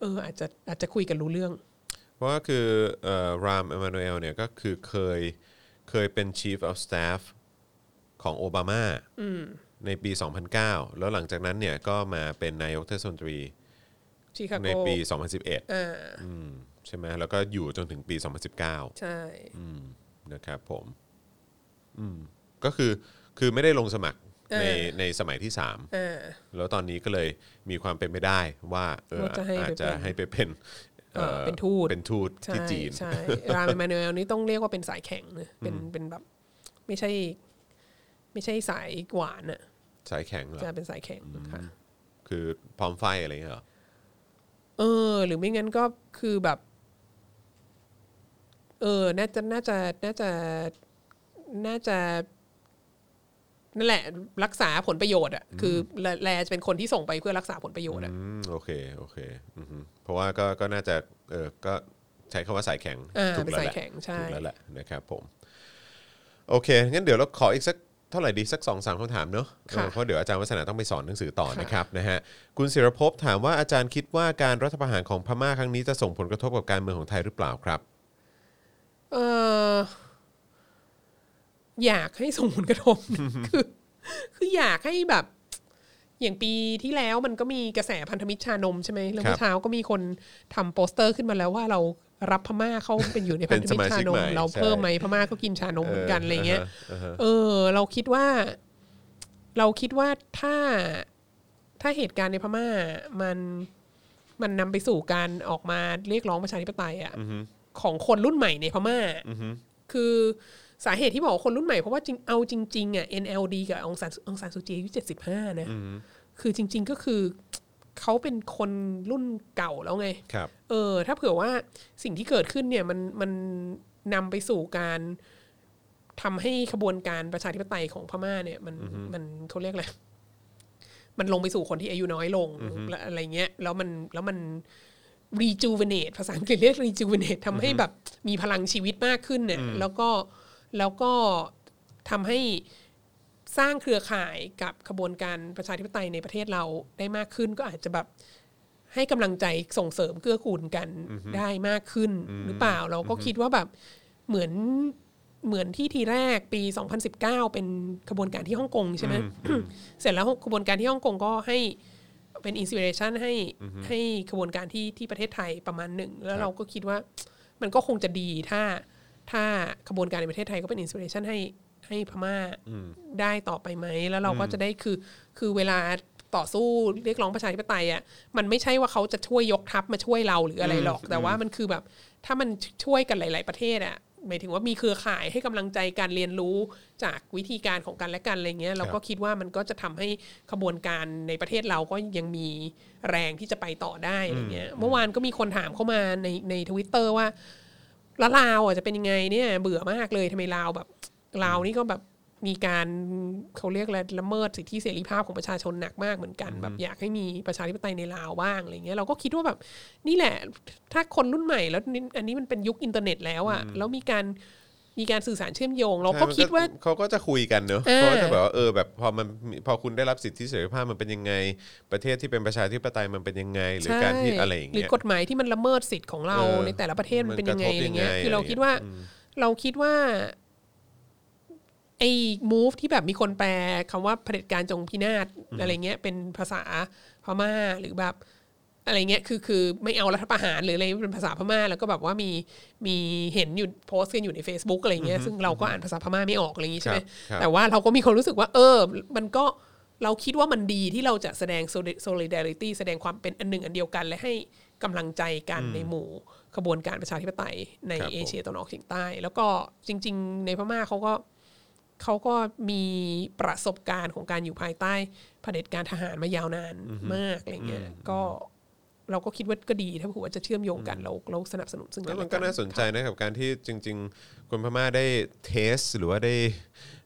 เออ อาจจะอาจจะคุยกันรู้เรื่อง เพราะว่าคือเอ่อ Rahm Emanuel เนี่ยก็คือเคยเคยเป็น Chief of Staff ของโอบามาในปี 2009 แล้วหลังจากนั้นเนี่ยก็มาเป็นนายกเทศมนตรี ชิคาโก ในปี อ่า 2011 ใช่ไหมแล้วก็อยู่จนถึงปี 2019 ใช่ นะครับผมอืมก็คือคือไม่ได้ลงสมัคร เออ ในในสมัยที่ 3 อ่า แล้วตอนนี้ก็เลยมีความเป็นไปได้ว่าเออ ว่าจะให้ไป อาจจะ เป็น ให้ไปเป็น เอ่อเป็นทูต เป็นทูต ใช่ ที่จีน ใช่ รามเอมมานูเอลนี่ต้องเรียกว่าเป็นสายแข็งนะเป็นเป็นแบบ ไม่ใช่ ไม่ใช่สายหวานอ่ะ สายแข็งเหรอ จะเป็นสายแข็งค่ะ คือพร้อมไฟอะไรอย่างเงี้ยเหรอ เออ หรือไม่งั้นก็คือแบบ เออ น่าจะน่าจะน่าจะน่าจะนั่นแหละ รักษาผลประโยชน์อ่ะคือแลแลจะเป็นคนที่ส่งไปเพื่อรักษาผลประโยชน์อ่ะ อืมโอเคโอเคอือฮึเพราะว่าก็ก็น่าจะเออก็ใช้คำว่าสายแข็ง อ่า ถูก เป็น แล้ว สาย แหละ แข็งใช่ ถูกแล้วแหละนะครับผมโอเคงั้นเดี๋ยวเราขออีกสักเท่าไหร่ดีสัก2อสามคำถามเนอะเอค่ะอเพราะเดี๋ยวอาจารย์วัฒนาต้องไปสอนหนังสือต่อนะครับนะฮะคุณศิรภพถามว่าอาจารย์คิดว่าการรัฐประหารของพม่าครั้งนี้จะส่งผลกระทบกับการเมืองของไทยหรือเปล่าครับ เอออยากให้ส่งผลกระทบ คือ คืออยากให้แบบ อย่างปีที่แล้วมันก็มีกระแสพันธมิตรชานมใช่ไหมแล้วคเมื่รั อบ เช้าก็มีคนทำโปสเตอร์ขึ้นมาแล้วว่าเรารับพม่าเข้าเป็นอยู่ใน เป็ พัน น ธ ส มิต มาร ชา ชิก น ใหม่ ม เรา ใช่ เพิ่มไหมพม่าก็กินชานมเหมือนกันอะไรเงี้ย อ่าฮะ เออ เราคิดว่า เราคิดว่าถ้าถ้าเหตุการณ์ในพม่ามันมันนำไปสู่การออกมาเรียกร้องประชาธิปไตยอ่ะของคนรุ่นใหม่ในพม่าคือสาเหตุที่บอกว่าคนรุ่นใหม่เพราะว่าจริงเอาจริงๆอ่ะ NLD กับองซานองซานซูจีอายุเจ็ดสิบห้านะคือจริง ๆก็คือเขาเป็นคนรุ่นเก่าแล้วไง ครับ เออถ้าเผื่อว่าสิ่งที่เกิดขึ้นเนี่ยมันมันนำไปสู่การ ทำให้ขบวนการประชาธิปไตยของพม่าเนี่ย มันมันเขาเรียกอะไรมันลงไปสู่คนที่อายุน้อยลงและอะไรเงี้ย แล้วมันแล้วมัน rejuvenate ภาษาอังกฤษเรียก rejuvenate ทำให้แบบมีพลังชีวิตมากขึ้นเนี่ย แล้วก็แล้วก็ทำให้สร้างเครือข่ายกับขบวนการประชาธิปไตยในประเทศเราได้มากขึ้น ก็อาจจะแบบให้กำลังใจส่งเสริมเกื้อกูลกันได้มากขึ้น หรือเปล่าเราก็คิดว่าแบบเหมือนเหมือนที่ทีแรกปี 2019 เป็นขบวนการที่ฮ่องกงใช่ไหม เสร็จแล้วขบวนการที่ฮ่องกงก็ให้ เป็นอินส i เ a ชันให้ให้ขบวนการที่ที่ประเทศไทยประมาณหนึ่ง แล้วเราก็คิดว่ามันก็คงจะดีถ้าถ้าขบวนการในประเทศไทยก็เป็นอินส i เ a ชันให้ให้พม่าได้ต่อไปไหม แล้วเราก็จะได้คือคือเวลาต่อสู้เรียกร้องประชาธิปไตยอ่ะมันไม่ใช่ว่าเขาจะช่วยยกทัพมาช่วยเราหรืออะไรหรอก แต่ว่ามันคือแบบถ้ามันช่วยกันหลาย ๆประเทศอ่ะหมายถึงว่ามีเครือข่ายให้กำลังใจการเรียนรู้จากวิธีการของกันและกันอะไรเงี้ยเราก็ คิดว่ามันก็จะทำให้ขบวนการในประเทศเราก็ยังมีแรงที่จะไปต่อได้อะไรเงี้ย เมื่อวานก็มีคนถามเข้ามาในในทวิตเตอร์ว่าแล้วลาวอ่ะจะเป็นยังไงเนี่ย เบื่อมากเลยทำไมลาวแบบลาวนี่ก็แบบมีการเขาเรียกอะไรละเมิดสิทธิเสรีภาพของประชาชนหนักมากเหมือนกันแบบอยากให้มีประชาธิปไตยในลาวบ้างอะไรเงี้ยเราก็คิดว่าแบบนี่แหละ ถ้าคนรุ่นใหม่แล้วนี่อันนี้มันเป็นยุคอินเทอร์เน็ตแล้วอ่ะแล้วมีการมีการสื่อสารเชื่อมโยง เราก็คิดว่า เขาก็จะคุยกันเนอะ เออ เขาก็จะแบบว่าเออแบบพอมันพอคุณได้รับสิทธิเสรีภาพมันเป็นยังไง ประเทศที่เป็นประชาธิปไตยมันเป็นยังไง หรือการที่ ใช่ อะไรอย่าง หรือ เงี้ย กฎหมายที่มันละเมิดสิทธิ์ของเรา เออ ในแต่ละประเทศมันเป็นยังไง มันกระทบ อะไรเงี้ย ยังไง คือเรา อะไรเงี้ย คิดว่า เราคิดว่าไอ้ move ที่แบบมีคนแปลคำว่าเผด็จการจงพินาศอะไรเงี้ย เป็นภาษาพม่าหรือแบบ อะไรเงี้ยคือคือไม่เอารัฐประหารหรืออะไรเป็นภาษาพม่า แล้วก็แบบว่ามีมีเห็นอยู่โพสต์กันอยู่ใน Facebook อะไรเงี้ยซึ่งเราก็อ่านภาษาพม่าไม่ออกอะไรอย่างงี้ใช่ไหม ครับ แต่ว่าเราก็มีความรู้สึกว่า เออ มันก็เราคิดว่ามันดีที่เราจะแสดง solid- solidarity แสดงความเป็นอันหนึ่งอันเดียวกัน และให้กำลังใจกันในหมู่ขบวนการประชาธิปไตยใน ครับผม เอเชียตะวันออกเฉียงใต้ แล้วก็จริง ๆ ในพม่าเขาก็ เขาก็มีประสบการณ์ของการอยู่ภายใต้เผด็จการทหารมายาวนานมากอะไรเงี้ยก็เราก็คิดว่าก็ดีถ้าเผือว่าจะเชื่อมโยงกันเราเราสนับสนุนซึ่งกั แล้วนมั และ นก็น่าสนใจนะกับการที่จริง ๆ คนพม่าได้เทสหรือว่าได้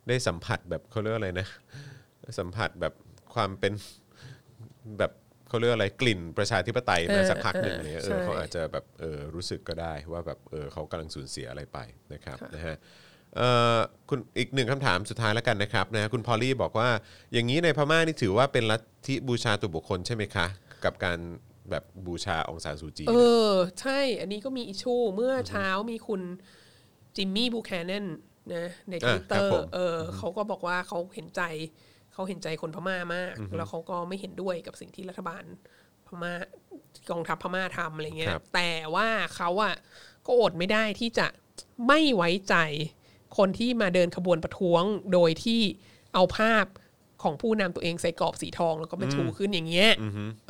ได้สัมผัสแบบเขาเรียกว่าอะไรนะ สัมผัสแบบความเป็นแบบเขาเรียกว่าอะไรกลิ่นประชาธิปไตยมาสักพักหนึ่งเนี่ยเออเขาอาจจะแบบเออรู้สึกก็ได้ว่าแบบเออเขากำลังสูญเสียอะไรไปนะครับนะฮะเอ่อคุณอีกหนึ่งคำถามสุดท้ายแล้วกันนะครับนะฮะคุณพอลลี่บอกว่าอย่างนี้ในพม่านี่ถือว่าเป็นลัทธิบูชาตัวบุคคลใช่ไหมคะ กับการแบบบูชาองซานซูจี เอ เนี่ย อ ใช่ อันนี้ก็มีอิชชูเมื่อเช้ามีคุณจิมมี่บูแคนเนนนะในท อ่า วิตเตอ ครับ ร์ ผม เออเขาก็บอกว่าเขาเห็นใจเขาเห็นใจคนพม่ามาก แล้วเขาก็ไม่เห็นด้วยกับสิ่งที่รัฐบาลพม่ากองทัพพม่าทำอะไรเงี้ย ครับ แต่ว่าเขาอะก็อดไม่ได้ที่จะไม่ไว้ใจคนที่มาเดินขบวนประท้วงโดยที่เอาภาพของผู้นำตัวเองใส่กรอบสีทองแล้วก็มาชูขึ้นอย่างเงี้ย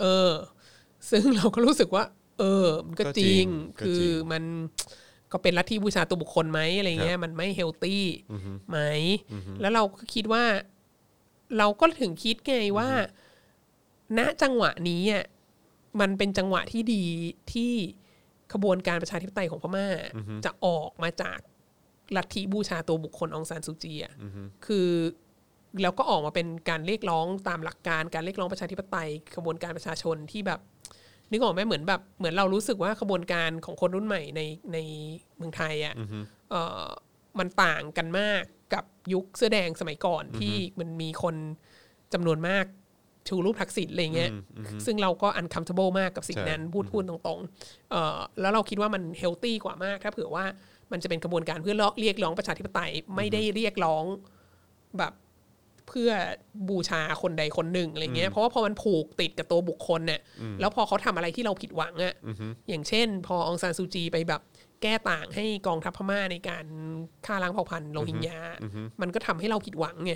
เออ ซึ่งเราก็รู้สึกว่า เออ มันก็ ก็จ จ ริ ริ ง ง ก็ คื จ อ ริง มันก็เป็นลัทธิบูชาตัวบุคคลไหมอะไรเงี้ย มันไม่เฮลตี้ไหม แล้วเราก็คิดว่า เราก็ถึงคิดไงว่า ณจังหวะนี้อ่ะมันเป็นจังหวะที่ดีที่ขบวนการประชาธิปไตยของพม่าจะออกมาจากลัทธิบูชาตัวบุคคลองซานซูจีอ่ะคือแล้วก็ออกมาเป็นการเรียกร้องตามหลักการการเรียกร้องประชาธิปไตยขบวนการประชาชนที่แบบ นึกออกไหมเหมือนแบบเหมือนเรารู้สึกว่าขบวนการของคนรุ่นใหม่ในในเมืองไทยอ่ะเอ่อมันต่างกันมากกับยุคเสื้อแดงสมัยก่อนที่มันมีคนจำนวนมากชูรูปทักษิณอะไรเงี้ยซึ่งเราก็ uncomfortable มากกับสิ่ง ใช่ นั้นพูดพูดตรงๆเอ่อแล้วเราคิดว่ามัน healthy กว่ามาก ถ้าเผื่อว่ามันจะเป็นกระบวนการเพื่อเรียกร้องประชาธิปไตยไม่ได้เรียกร้องแบบ เพื่อบูชาคนใดคนหนึ่งอะไรเงี้ย เพราะว่าพอมันผูกติดกับตัวบุคคลเนี่ย แล้วพอเขาทำอะไรที่เราผิดหวังอะ่ะ อย่างเช่น พอองซานซูจีไปแบบแก้ต่างให้กองทัพพม่าในการฆ่าล้างเผ่าพันธุ์โรฮิงญา มันก็ทำให้เราผิดหวังไง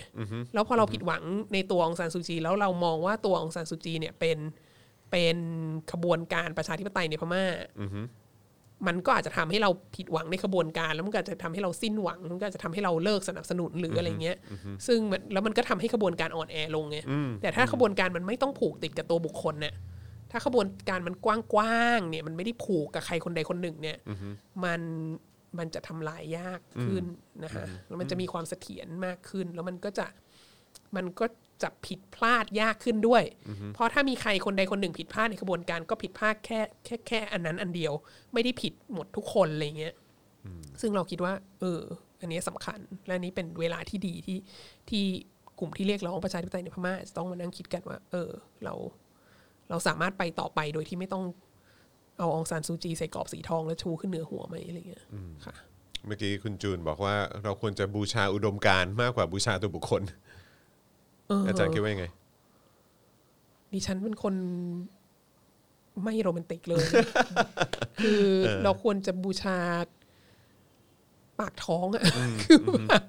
แล้วพอเราผิดหวังในตัวองซานซูจี แล้วเรามองว่าตัวองซานซูจีเนี่ยเป็นเป็นขบวนการประชาธิปไตยในพม่า มันก็อาจจะทำให้เราผิดหวังในขบวนการแล้วมันก็อาจจะทำให้เราสิ้นหวังมันก็อาจจะทำให้เราเลิกสนับสนุนหรืออะไรเงี้ย ซึ่งมันแล้วมันก็ทำให้ขบวนการอ่อนแอลงไงแต่ถ้าขบวนการมันไม่ต้องผูกติดกับตัวบุคคลเนี่ยถ้าขบวนการมันกว้างๆเนี่ยมันไม่ได้ผูกกับใครคนใดคนหนึ่งเนี่ยมัน มันจะทำลายยากขึ้นนะคะแล้วมันจะมีความเสถียรมากขึ้น แล้วมันก็จะมันก็จะผิดพลาดยากขึ้นด้วย เพราะถ้ามีใครคนใดคนหนึ่งผิดพลาดในขบวนการก็ผิดพลาดแค่แค่แค่อันนั้นอันเดียว ไม่ได้ผิดหมดทุกคนอะไรเงี้ย ซึ่งเราคิดว่า เออ อันนี้สำคัญ และอันนี้เป็นเวลาที่ดีที่ที่กลุ่มที่เรียกร้องประชาธิปไตยในพม่าจะต้องมานั่งคิดกันว่า เออ เราเราสามารถไปต่อไปโดยที่ไม่ต้องเอาองซานซูจีใส่กรอบสีทองแล้วชูขึ้นเหนือหัวไหมอะไรเงี้ยค่ะ เมื่อกี้คุณจูนบอกว่าเราควรจะบูชาอุดมการณ์มากกว่าบูชาตัวบุคคล อาจารย์คิดว่ายังไง ดิฉันเป็นคนไม่โรแมนติกเลย คือเราควรจะบูชาปากท้องอะ คือแบบ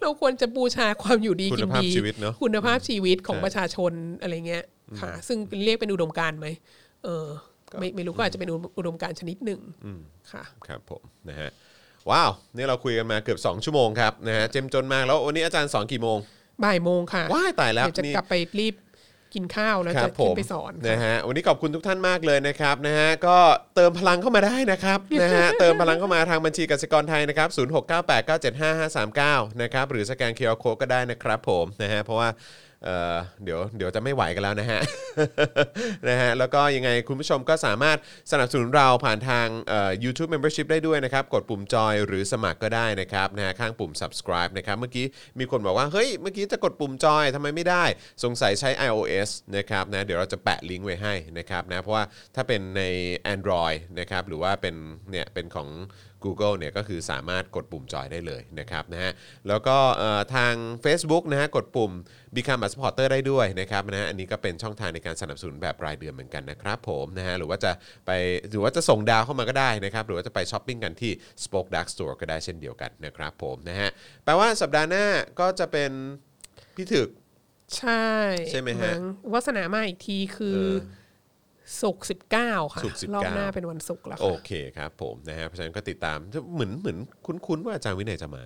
เราควรจะบูชาความอยู่ดีกิคุนณภาพ ดี ชีวิตเนอะ คุณภาพชีวิตของ ใช่ ประชาชนอะไรเงี้ย ค่ะ ซึ่งเรียกเป็นอุดมการณ์ไหมเออ ไม่ไม่รู้ก็อาจจะเป็นอุดมการณ์ชนิดหนึ่งค่ะ ครับผมนะฮะว้าวนี่เราคุยกันมาเกือบ 2 ชั่วโมงครับนะฮะเจ้มจนมากแล้ววันนี้อาจารย์สอนกี่โมง บ่ายโมงค่ะ ว้ายตายแล้ว เดี๋ยวจะ นี่ กลับไปรีบกินข้าวแล้ว ครั จะ บผ ขึ้ ม นไปสอนค่ะ นะฮะวันนี้ขอบคุณทุกท่านมากเลยนะครับนะฮะก็เติมพลังเข้ามาได้นะครับนะฮะเติมพลังเข้ามาทางบัญชีกสิกรไทยนะครับ0 6 9 8 9 7 5 5 3 9นะครับหรือสแกนเคอร์โคก็ได้นะครับผมนะฮะเพราะว่าเอ่อเดี๋ยวเดี๋ยวจะไม่ไหวกันแล้วนะฮะ นะฮะแล้วก็ยังไงคุณผู้ชมก็สามารถสนับสนุนเราผ่านทางเอ่อ YouTube Membership ได้ด้วยนะครับ กดปุ่มจอยหรือสมัครก็ได้นะครับนะฮะข้างปุ่ม subscribe นะครับเมื่อกี้มีคนบอกว่า เฮ้ย เมื่อกี้จะกดปุ่มจอยทำไมไม่ได้ สงสัยใช้ iOS นะครับนะเดี๋ยวเราจะแปะลิงก์ไว้ให้นะครับนะเพราะว่าถ้าเป็นใน Android นะครับหรือว่าเป็นเนี่ยเป็นของ Google เนี่ยก็คือสามารถกดปุ่มจอยได้เลยนะครับนะฮะแล้วก็เอ่อทาง Facebook นะฮะกดปุ่ม Become a supporter ได้ด้วยนะครับนะฮะอันนี้ก็เป็นช่องทางในการสนับสนุนแบบรายเดือนเหมือนกันนะครับผมนะฮะหรือว่าจะไปหรือว่าจะส่งดาวเข้ามาก็ได้นะครับ หรือว่าจะไปช้อปปิ้งกันที่ Spoke Dark Store ก็ได้เช่นเดียวกันนะครับผมนะฮะแปลว่าสัปดาห์หน้าก็จะเป็นพี่ถึก ใช่ ใช่ไหมฮะ งวาสนามาอีกทีคือ เออ ศุกร์สิบเก้าค่ะ ศุกร์19 รอบหน้าเป็นวันศุกร์แล้ว โอ ค่ะ เคครับผมนะฮะเพราะฉะนั้นก็ติดตามเหมือนเหมือนคุ้นๆว่าอาจารย์วินัยจะมา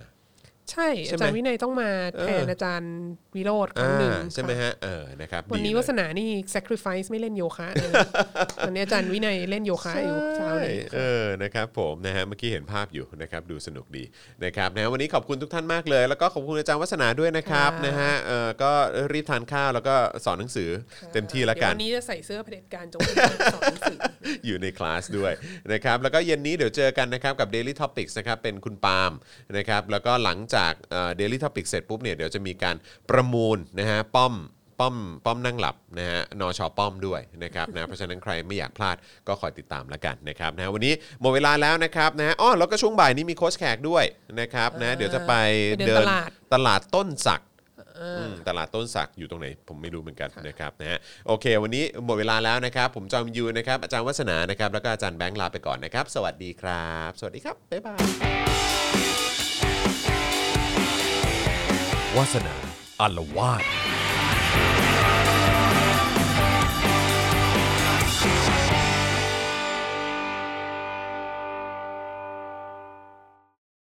ใช่ ใช่ อา ไหม จารย์วินัยต้องมาแทน เอออ อาจารย์วิโรธครั้งหนึ่ง อ่าใช่ไหม ค่ะ ฮะเออนะครับ วันนี้ ดีเล วาย สนานี่ sacrifice ไม่เล่นโยคะเลย วันนี้อาจารย์วินัยเล่นโยคะอยู่เช้านี้ เออ นะครับผมนะฮะ เมื่อกี้เห็นภาพอยู่นะครับ ดูสนุกดีนะครับนะฮะวันนี้ขอบคุณทุกท่านมากเลย แล้วก็ขอบคุณอาจารย์วัฒนาด้วยนะครับ ค่ะ นะฮะ เออก็รีบทานข้าวแล้วก็สอนหนังสือเต็มที่ละกัน เดี๋ยวันนี้จะใส่เสื้อเผด็จการจงเป็นสอนหนังสือ อยู่ในคลาสด้วย นะครับ แล้วก็เย็นนี้เดี๋ยวเจอกันนะครับกับ Daily Topics นะครับเป็นคุณปาล์มนะครับแล้วก็หลังจากเดลี่ท็อปิกเสร็จปุ๊บเนี่ยเดี๋ยวจะมีการประมูลนะฮะป้อมป้อมป้อมนั่งหลับนะฮะนอชอป้อมด้วยนะครับนะเพราะฉะนั้นใครไม่อยากพลาดก็คอยติดตามแล้วกันนะครับนะวันนี้หมดเวลาแล้วนะครับนะฮะอ้อแล้วก็ช่วงบ่ายนี้มีโค้ชแขกด้วยนะครับนะเดี๋ยวจะไป ไปเดินตลาด ตลาดต้นสัก อืมตลาดต้นสักอยู่ตรงไหน ผมไม่รู้เหมือนกันนะครับนะฮะโอเค วันนี้หมดเวลาแล้วนะครับ ผมจอมยูนะครับ อาจารย์วัฒนานะครับ แล้วก็อาจารย์แบงค์ลาไปก่อนนะครับ สวัสดีครับ สวัสดีครับ บ๊ายบาย วาสนาอารวาส